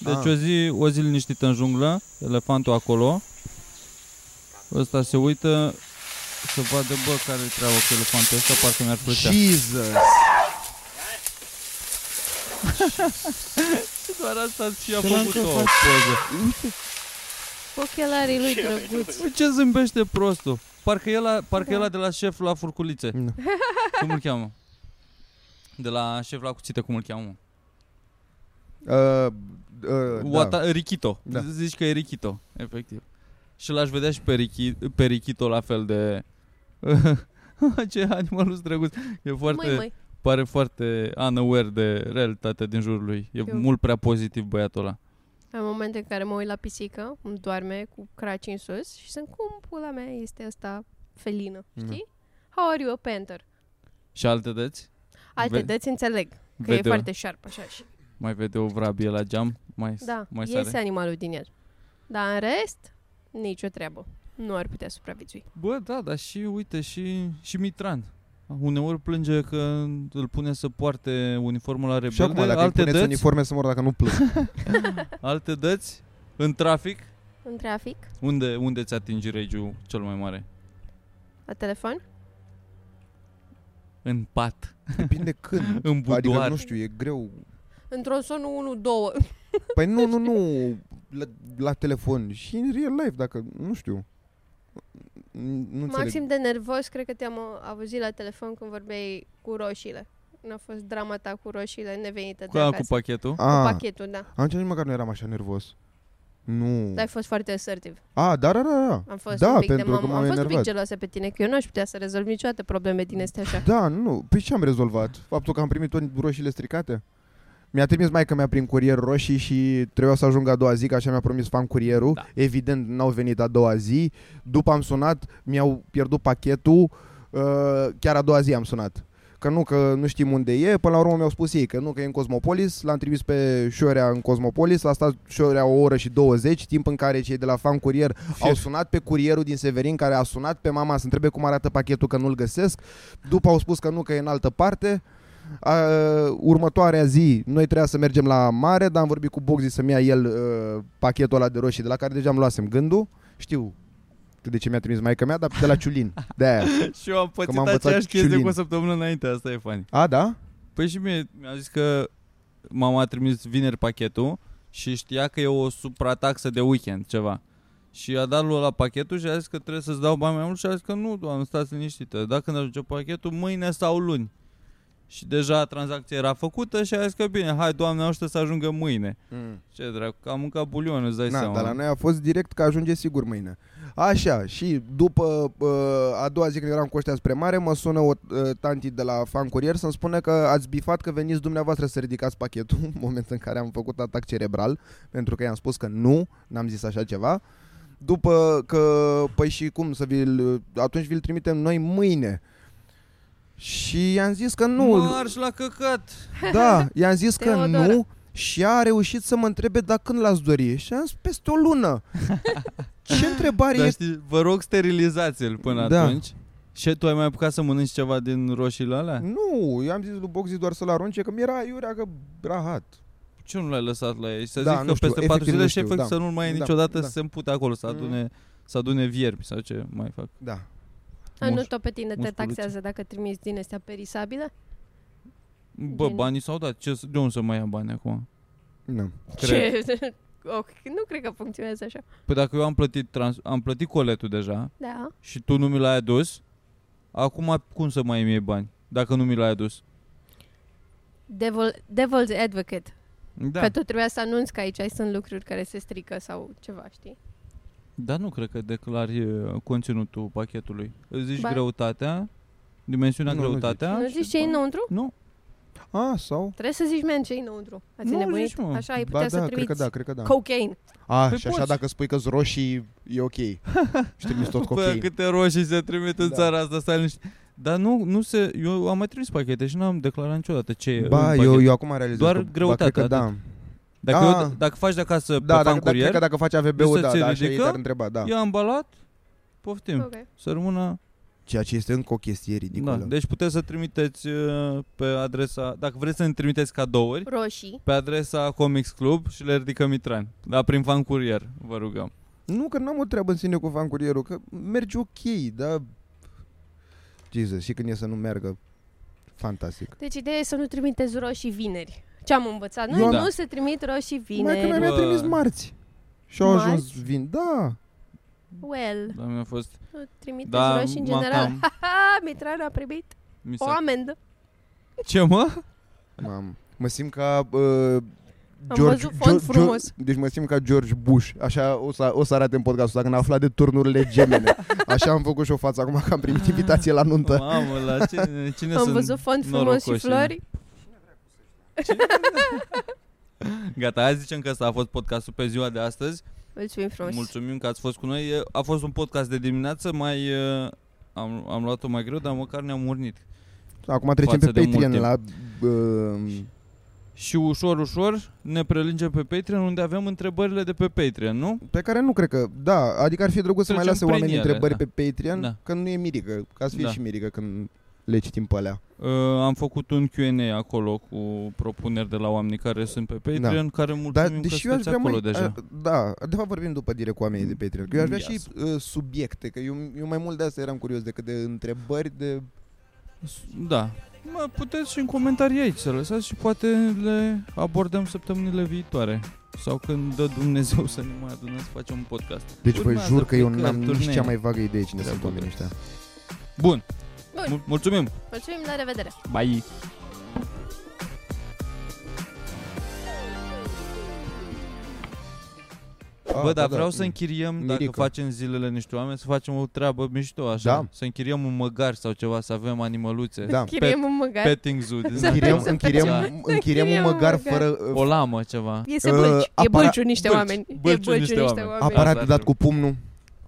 [SPEAKER 5] Deci
[SPEAKER 4] Ah.
[SPEAKER 5] o zi, o zi liniștită în junglă, elefantul acolo. Ăsta se uită să vadă, bă, care treabă cu elefantul ăsta, parcă mi-ar plăcea.
[SPEAKER 4] Jesus!
[SPEAKER 5] doar asta și a
[SPEAKER 4] Ce l-am
[SPEAKER 5] făcut o
[SPEAKER 4] căcat?
[SPEAKER 5] poză.
[SPEAKER 3] Ochelarii lui drăguți.
[SPEAKER 5] Bă, Păi Ce zâmbește prostul? Parcă el, a, parcă el a de la șef la furculițe.
[SPEAKER 4] Nu.
[SPEAKER 5] cum îl cheamă? De la șef la cuțite, cum îl cheamă?
[SPEAKER 4] Uh, uh,
[SPEAKER 5] Da.
[SPEAKER 4] da.
[SPEAKER 5] Wata, Richito.
[SPEAKER 4] Da.
[SPEAKER 5] Da. Zici că e Richito, efectiv. Și l-aș vedea și pe, Richi, pe Richito la fel de... Ce animalul drăguț. E foarte,
[SPEAKER 3] Măi, măi.
[SPEAKER 5] pare foarte unaware de realitatea din jurul lui. E
[SPEAKER 3] Eu-
[SPEAKER 5] mult prea pozitiv băiatul ăla.
[SPEAKER 3] Am momente în care mă uit la pisică, îmi doarme cu craci în sus și sunt cum pula mea este asta felină,
[SPEAKER 4] Mhm.
[SPEAKER 3] știi? How are you a panther?
[SPEAKER 5] Și alte dăți?
[SPEAKER 3] Alte
[SPEAKER 5] Ve-
[SPEAKER 3] dăți înțeleg că
[SPEAKER 5] Vede,
[SPEAKER 3] e foarte șarp așa și...
[SPEAKER 5] Mai vede o vrabie la geam? Mai,
[SPEAKER 3] Da,
[SPEAKER 5] mai sare?
[SPEAKER 3] iese animalul din el. Dar în rest, nicio treabă. Nu ar putea supraviețui.
[SPEAKER 5] Bă, da, dar și uite, și, și Mitran. Uneori plânge că îl pune să poarte uniformul la rebelde,
[SPEAKER 4] Și acum, dacă îi
[SPEAKER 5] alte,
[SPEAKER 4] puneți
[SPEAKER 5] dăți,
[SPEAKER 4] uniforme, să mor dacă nu plâng.
[SPEAKER 5] alte dăți în trafic.
[SPEAKER 3] În trafic,
[SPEAKER 5] Unde, unde ți atingi regiul cel mai mare?
[SPEAKER 3] la telefon,
[SPEAKER 5] În pat,
[SPEAKER 4] Depinde când.
[SPEAKER 5] în budoar.
[SPEAKER 4] Adică, nu știu, e greu.
[SPEAKER 3] într-un sonul 1-2.
[SPEAKER 4] Păi nu, nu, nu, la, la telefon și în real life, dacă, nu știu. Nu înțeleg.
[SPEAKER 3] Maxim de nervos, cred că te-am uh, auzit la telefon când vorbeai cu roșiile. N-a fost drama ta cu roșiile nevenită
[SPEAKER 5] cu,
[SPEAKER 3] de
[SPEAKER 5] aia
[SPEAKER 3] acasă.
[SPEAKER 5] cu pachetul.
[SPEAKER 4] A,
[SPEAKER 3] Cu pachetul, da.
[SPEAKER 4] Ah, am înțeles măcar nu eram așa nervos. Nu.
[SPEAKER 3] Dar ai fost foarte assertiv.
[SPEAKER 4] A, Ah, da, da, da, da.
[SPEAKER 3] Am fost
[SPEAKER 4] Da,
[SPEAKER 3] un pic
[SPEAKER 4] pentru
[SPEAKER 3] de
[SPEAKER 4] că
[SPEAKER 3] mamă.
[SPEAKER 4] m-am
[SPEAKER 3] Am fost un
[SPEAKER 4] enervat.
[SPEAKER 3] pic geloasă pe tine, că eu n-aș putea să rezolv niciodată probleme din astea așa.
[SPEAKER 4] Da, nu. Păi ce am rezolvat? Faptul că am primit toate roșiile stricate? Mi-a trimis maica mea prin curier roșii și trebuia să ajung a doua zi, că așa mi-a promis fan curierul.
[SPEAKER 5] Da.
[SPEAKER 4] Evident, n-au venit a doua zi. După am sunat, mi-au pierdut pachetul. Uh, chiar a doua zi am sunat. Că nu, că nu știm unde e. Până la urmă mi-au spus ei că nu, că e în Cosmopolis. L-am trimis pe Șorea în Cosmopolis. A stat Șorea o oră și 20, timp în care cei de la fan curier au sunat pe curierul din Severin, care a sunat pe mama să întrebe cum arată pachetul, că nu-l găsesc. După au spus că nu, că e în altă parte. A, următoarea zi noi trebuia să mergem la mare, dar am vorbit cu Boxi să-mi ia el uh, pachetul ăla de roșii, de la care deja am luasem gândul. Știu că de ce mi-a trimis maica mea, dar de la Ciulin. De aia.
[SPEAKER 5] și eu am pățit
[SPEAKER 4] m-am învățat
[SPEAKER 5] aceeași chestie cu
[SPEAKER 4] ciulin.
[SPEAKER 5] o săptămână înainte, asta e funny.
[SPEAKER 4] A, da?
[SPEAKER 5] Păi și mie mi-a zis că mama a trimis vineri pachetul și știa că e o suprataxă de weekend, ceva. Și a dat lui la pachetul și a zis că trebuie să-ți dau bani mai mult și a zis că nu, doamnă, stați liniștită. Dacă ne ajunge pachetul, mâine sau luni. Și deja tranzacția era făcută și a zis că bine, hai doamne, ajută să ajungă mâine.
[SPEAKER 4] Mm.
[SPEAKER 5] Ce dracu, că am mâncat bulion, îți dai
[SPEAKER 4] Na,
[SPEAKER 5] seama.
[SPEAKER 4] dar la noi a fost direct că ajunge sigur mâine. Așa, și după uh, a doua zi când eram cu ăștia spre mare, mă sună o uh, tanti de la fan curier să-mi spune că ați bifat că veniți dumneavoastră să ridicați pachetul, în moment în care am făcut atac cerebral, pentru că i-am spus că nu, n-am zis așa ceva. După că, păi și cum să vi-l, atunci vi-l trimitem noi mâine. Și i-am zis că nu,
[SPEAKER 5] Marș la căcat!
[SPEAKER 4] da, i-am zis că
[SPEAKER 3] Teodora.
[SPEAKER 4] nu și a reușit să mă întrebe dacă când l-ați dori. Și am zis, peste o lună. Ce întrebare
[SPEAKER 5] Dar
[SPEAKER 4] e?
[SPEAKER 5] știi, vă rog sterilizați-l până
[SPEAKER 4] Da.
[SPEAKER 5] atunci. Și tu ai mai apucat să mănânci ceva din roșiile alea?
[SPEAKER 4] Nu, eu am zis lui Boxi doar să-l arunce, că mi era iurea că rahat.
[SPEAKER 5] Ce nu l-ai lăsat la ei? Să
[SPEAKER 4] Da,
[SPEAKER 5] da, zic
[SPEAKER 4] nu
[SPEAKER 5] că
[SPEAKER 4] știu,
[SPEAKER 5] peste patru
[SPEAKER 4] efectiv nu
[SPEAKER 5] zile și
[SPEAKER 4] știu,
[SPEAKER 5] efect
[SPEAKER 4] da.
[SPEAKER 5] să nu mai e
[SPEAKER 4] Da,
[SPEAKER 5] niciodată
[SPEAKER 4] da.
[SPEAKER 5] să se împute acolo, să adune, să adune vierbi sau ce mai fac.
[SPEAKER 4] Da.
[SPEAKER 3] A, nu
[SPEAKER 5] Muș-
[SPEAKER 3] tot pe tine te
[SPEAKER 5] mușculiță.
[SPEAKER 3] taxează dacă trimiți din astea perisabile?
[SPEAKER 5] Bă,
[SPEAKER 3] Gen-
[SPEAKER 5] banii s-au dat. Ce, să- de unde să mai ia bani acum?
[SPEAKER 4] Nu.
[SPEAKER 3] Ce? Ok, nu cred că funcționează așa.
[SPEAKER 5] Păi dacă eu am plătit, trans- am plătit coletul deja
[SPEAKER 3] Da.
[SPEAKER 5] și tu nu mi l-ai adus, acum cum să mai îmi iei bani? Dacă nu mi l-ai adus.
[SPEAKER 3] Devil, devil's advocate. Da.
[SPEAKER 5] Da.
[SPEAKER 3] Că tu trebuia să anunți că aici sunt lucruri care se strică sau ceva, știi?
[SPEAKER 5] Dar nu cred că declari uh, conținutul pachetului. Îți zici
[SPEAKER 3] Ba- greutatea,
[SPEAKER 5] dimensiunea
[SPEAKER 4] Nu, nu
[SPEAKER 5] greutatea.
[SPEAKER 3] Da, nu zici ce e înăuntru?
[SPEAKER 5] Nu,
[SPEAKER 4] A, sau?
[SPEAKER 3] Trebuie să zici, man, ce e înăuntru. Ați
[SPEAKER 5] Nu
[SPEAKER 3] nebunit?
[SPEAKER 5] zici, mă.
[SPEAKER 3] Așa ai putea
[SPEAKER 4] Ba
[SPEAKER 3] să
[SPEAKER 4] da, cred
[SPEAKER 3] trimiți
[SPEAKER 4] că da, cred că da.
[SPEAKER 3] cocaine.
[SPEAKER 4] A,
[SPEAKER 5] Păi
[SPEAKER 4] și așa
[SPEAKER 5] poți.
[SPEAKER 4] dacă spui că-s roșii, e ok. și trimiți tot
[SPEAKER 5] Bă,
[SPEAKER 4] copiii.
[SPEAKER 5] câte roșii se trimit în
[SPEAKER 4] Da.
[SPEAKER 5] țara asta, stai liniște. Dar nu, nu se, eu am mai trimis pachete și n-am declarat niciodată ce e în
[SPEAKER 4] Ba,
[SPEAKER 5] pachet.
[SPEAKER 4] eu, eu acum realizez
[SPEAKER 5] Doar
[SPEAKER 4] că,
[SPEAKER 5] greutatea,
[SPEAKER 4] ba, cred că da.
[SPEAKER 5] Dacă,
[SPEAKER 4] Ah.
[SPEAKER 5] eu, dacă faci de acasă
[SPEAKER 4] Da,
[SPEAKER 5] pe
[SPEAKER 4] dacă,
[SPEAKER 5] fan
[SPEAKER 4] dacă, cred
[SPEAKER 5] curier,
[SPEAKER 4] că dacă faci AVB-ul,
[SPEAKER 5] Nu se
[SPEAKER 4] da,
[SPEAKER 5] ți
[SPEAKER 4] da, așa e,
[SPEAKER 5] ridică?
[SPEAKER 4] te-ar întreba, da.
[SPEAKER 5] e ambalat, poftim.
[SPEAKER 3] Ok.
[SPEAKER 5] Să rămână
[SPEAKER 4] Ceea ce este încă o chestie ridicolă.
[SPEAKER 5] Da, deci puteți să trimiteți uh, pe adresa, dacă vreți să ne trimiteți cadouri,
[SPEAKER 3] Roșii.
[SPEAKER 5] pe adresa Comics Club și le ridicăm Mitran. Dar prin fan curier, vă rugăm.
[SPEAKER 4] Nu că n-am o treabă în sine cu vancurierul, că merge ok, dar... Jesus, și când e să nu meargă, fantastic.
[SPEAKER 3] Deci ideea e să nu trimiteți roșii vineri. Ce am învățat? Noi
[SPEAKER 4] Eu-
[SPEAKER 3] nu
[SPEAKER 5] Da.
[SPEAKER 3] se trimit roșii
[SPEAKER 4] Mai că
[SPEAKER 3] vineri.
[SPEAKER 4] mi-a
[SPEAKER 5] Bă.
[SPEAKER 4] trimis marți. Și au
[SPEAKER 3] Marți?
[SPEAKER 4] ajuns vin. Da,
[SPEAKER 3] Well,
[SPEAKER 5] Dar mi-a fost...
[SPEAKER 3] nu trimiteți
[SPEAKER 5] Da,
[SPEAKER 3] roșii în
[SPEAKER 5] m-am
[SPEAKER 3] general.
[SPEAKER 5] cam-
[SPEAKER 3] Ha, Mitran a primit
[SPEAKER 5] Mi
[SPEAKER 3] o
[SPEAKER 5] s-a...
[SPEAKER 3] amendă.
[SPEAKER 5] Ce mă?
[SPEAKER 4] mam. Mă simt ca... Uh,
[SPEAKER 3] văzut font frumos.
[SPEAKER 4] deci mă simt ca George Bush Așa o să, o să arate în podcastul ăsta Când a aflat de turnurile gemene Așa am făcut și o față Acum că am primit invitație la nuntă
[SPEAKER 5] Da. Mamă, la cine, cine
[SPEAKER 3] Am
[SPEAKER 5] sunt
[SPEAKER 3] văzut font frumos și
[SPEAKER 5] norocoșii?
[SPEAKER 3] flori.
[SPEAKER 5] Gata, hai zicem că ăsta a fost podcastul pe ziua de astăzi.
[SPEAKER 3] Mulțumim frumos.
[SPEAKER 5] Mulțumim că ați fost cu noi. A fost un podcast de dimineață, mai uh, am, am luat-o mai greu, dar măcar ne-am urnit.
[SPEAKER 4] Acum trecem
[SPEAKER 5] Față
[SPEAKER 4] pe
[SPEAKER 5] de
[SPEAKER 4] Patreon
[SPEAKER 5] mult
[SPEAKER 4] la uh,
[SPEAKER 5] Și ușor, ușor ne prelingem pe Patreon unde avem întrebările de pe Patreon, nu?
[SPEAKER 4] Pe care nu cred că, da, adică ar fi drăguț să mai
[SPEAKER 5] Trecem
[SPEAKER 4] lase
[SPEAKER 5] prin
[SPEAKER 4] oamenii
[SPEAKER 5] ele,
[SPEAKER 4] întrebări
[SPEAKER 5] da.
[SPEAKER 4] pe Patreon
[SPEAKER 5] Da.
[SPEAKER 4] Că nu e mirică, ca să fie
[SPEAKER 5] Da.
[SPEAKER 4] și mirică când le citim pe alea
[SPEAKER 5] Uh, am făcut un Q&A acolo cu propuneri de la oamenii care sunt pe Patreon, care
[SPEAKER 4] Da. Dar
[SPEAKER 5] mulțumim că
[SPEAKER 4] deși eu aș
[SPEAKER 5] sunteți
[SPEAKER 4] vrea
[SPEAKER 5] acolo
[SPEAKER 4] mai,
[SPEAKER 5] deja.
[SPEAKER 4] a, Da, de fapt vorbim după direct cu oamenii de Patreon Că eu aș vrea
[SPEAKER 5] Ia
[SPEAKER 4] și
[SPEAKER 5] să-
[SPEAKER 4] uh, subiecte, că eu, eu mai mult de asta eram curios decât de întrebări de...
[SPEAKER 5] Da. Mă, puteți și în comentarii aici să lăsați și poate le abordăm săptămânile viitoare. Sau când dă Dumnezeu să ne mai adunăm să facem un podcast.
[SPEAKER 4] Deci vă
[SPEAKER 5] Urmează
[SPEAKER 4] jur că eu
[SPEAKER 5] plecări,
[SPEAKER 4] n-am nici
[SPEAKER 5] turnee.
[SPEAKER 4] cea mai vagă idee cine sunt
[SPEAKER 5] Treabă
[SPEAKER 4] oamenii
[SPEAKER 5] de-
[SPEAKER 4] ăștia
[SPEAKER 5] Bun.
[SPEAKER 3] Bun.
[SPEAKER 5] Mul- mulțumim.
[SPEAKER 3] Mulțumim, la revedere.
[SPEAKER 5] Bye.
[SPEAKER 4] da,
[SPEAKER 5] Bă, dar vreau să închiriem, dacă
[SPEAKER 4] Mirica.
[SPEAKER 5] facem zilele niște oameni, să facem o treabă mișto, așa.
[SPEAKER 4] Da.
[SPEAKER 5] Să închiriem un măgar sau ceva, să avem animăluțe.
[SPEAKER 4] Da,
[SPEAKER 3] Chiriem un măgar.
[SPEAKER 5] Petting zoo. din asta.
[SPEAKER 4] închiriem,
[SPEAKER 3] Să
[SPEAKER 4] închiriem,
[SPEAKER 5] facem-
[SPEAKER 4] închiriem un
[SPEAKER 3] Închiriem un
[SPEAKER 4] măgar
[SPEAKER 3] măgar.
[SPEAKER 4] fără
[SPEAKER 5] O lamă, ceva.
[SPEAKER 3] Iese
[SPEAKER 4] Uh,
[SPEAKER 3] bălci. E
[SPEAKER 4] apara-
[SPEAKER 3] bălciul niște
[SPEAKER 5] bălci.
[SPEAKER 3] oameni. E
[SPEAKER 5] Bălciul
[SPEAKER 3] bălciul
[SPEAKER 5] niște
[SPEAKER 3] niște
[SPEAKER 5] oameni.
[SPEAKER 3] oameni.
[SPEAKER 4] aparat
[SPEAKER 5] Asta ar
[SPEAKER 4] dat
[SPEAKER 5] trebui.
[SPEAKER 4] cu pumnul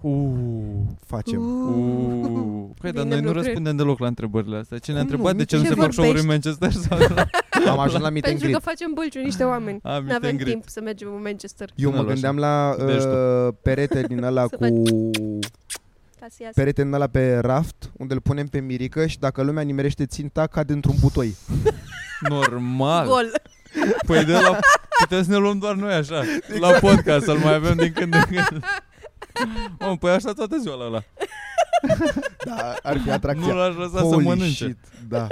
[SPEAKER 5] Uuu.
[SPEAKER 4] Facem
[SPEAKER 3] Uh.
[SPEAKER 4] Uh.
[SPEAKER 5] Uuu. Păi, dar
[SPEAKER 3] Bine,
[SPEAKER 5] noi nu
[SPEAKER 3] lucruri.
[SPEAKER 5] răspundem deloc la întrebările astea. Cine a
[SPEAKER 4] Cum nu?
[SPEAKER 5] întrebat de ce nu
[SPEAKER 3] Ce
[SPEAKER 5] se fac show-uri în
[SPEAKER 3] vorbești?
[SPEAKER 5] Manchester? Sau la...
[SPEAKER 4] Am ajuns la meet and
[SPEAKER 3] Pentru
[SPEAKER 4] greet.
[SPEAKER 3] că facem bălciul niște oameni.
[SPEAKER 5] A, meet
[SPEAKER 3] Nu avem
[SPEAKER 5] and greet.
[SPEAKER 3] timp să mergem în Manchester.
[SPEAKER 4] Eu
[SPEAKER 5] Până
[SPEAKER 4] mă
[SPEAKER 5] la
[SPEAKER 4] gândeam la
[SPEAKER 5] Deci tu.
[SPEAKER 4] uh, perete din ăla
[SPEAKER 3] Să
[SPEAKER 4] cu
[SPEAKER 3] Ca să iasă.
[SPEAKER 4] perete din ăla pe raft, unde îl punem pe mirică și dacă lumea nimerește ținta, cade într-un butoi.
[SPEAKER 5] Normal.
[SPEAKER 3] Gol.
[SPEAKER 5] Păi de la... Putem să ne luăm doar noi așa,
[SPEAKER 4] Exact.
[SPEAKER 5] la podcast, să-l mai avem din când în când. Mă, păi așa toată ziua la ăla.
[SPEAKER 4] Da, ar fi
[SPEAKER 5] Nu
[SPEAKER 4] atracția.
[SPEAKER 5] l-aș lăsa să
[SPEAKER 4] Holy
[SPEAKER 5] mănânce.
[SPEAKER 4] shit, da.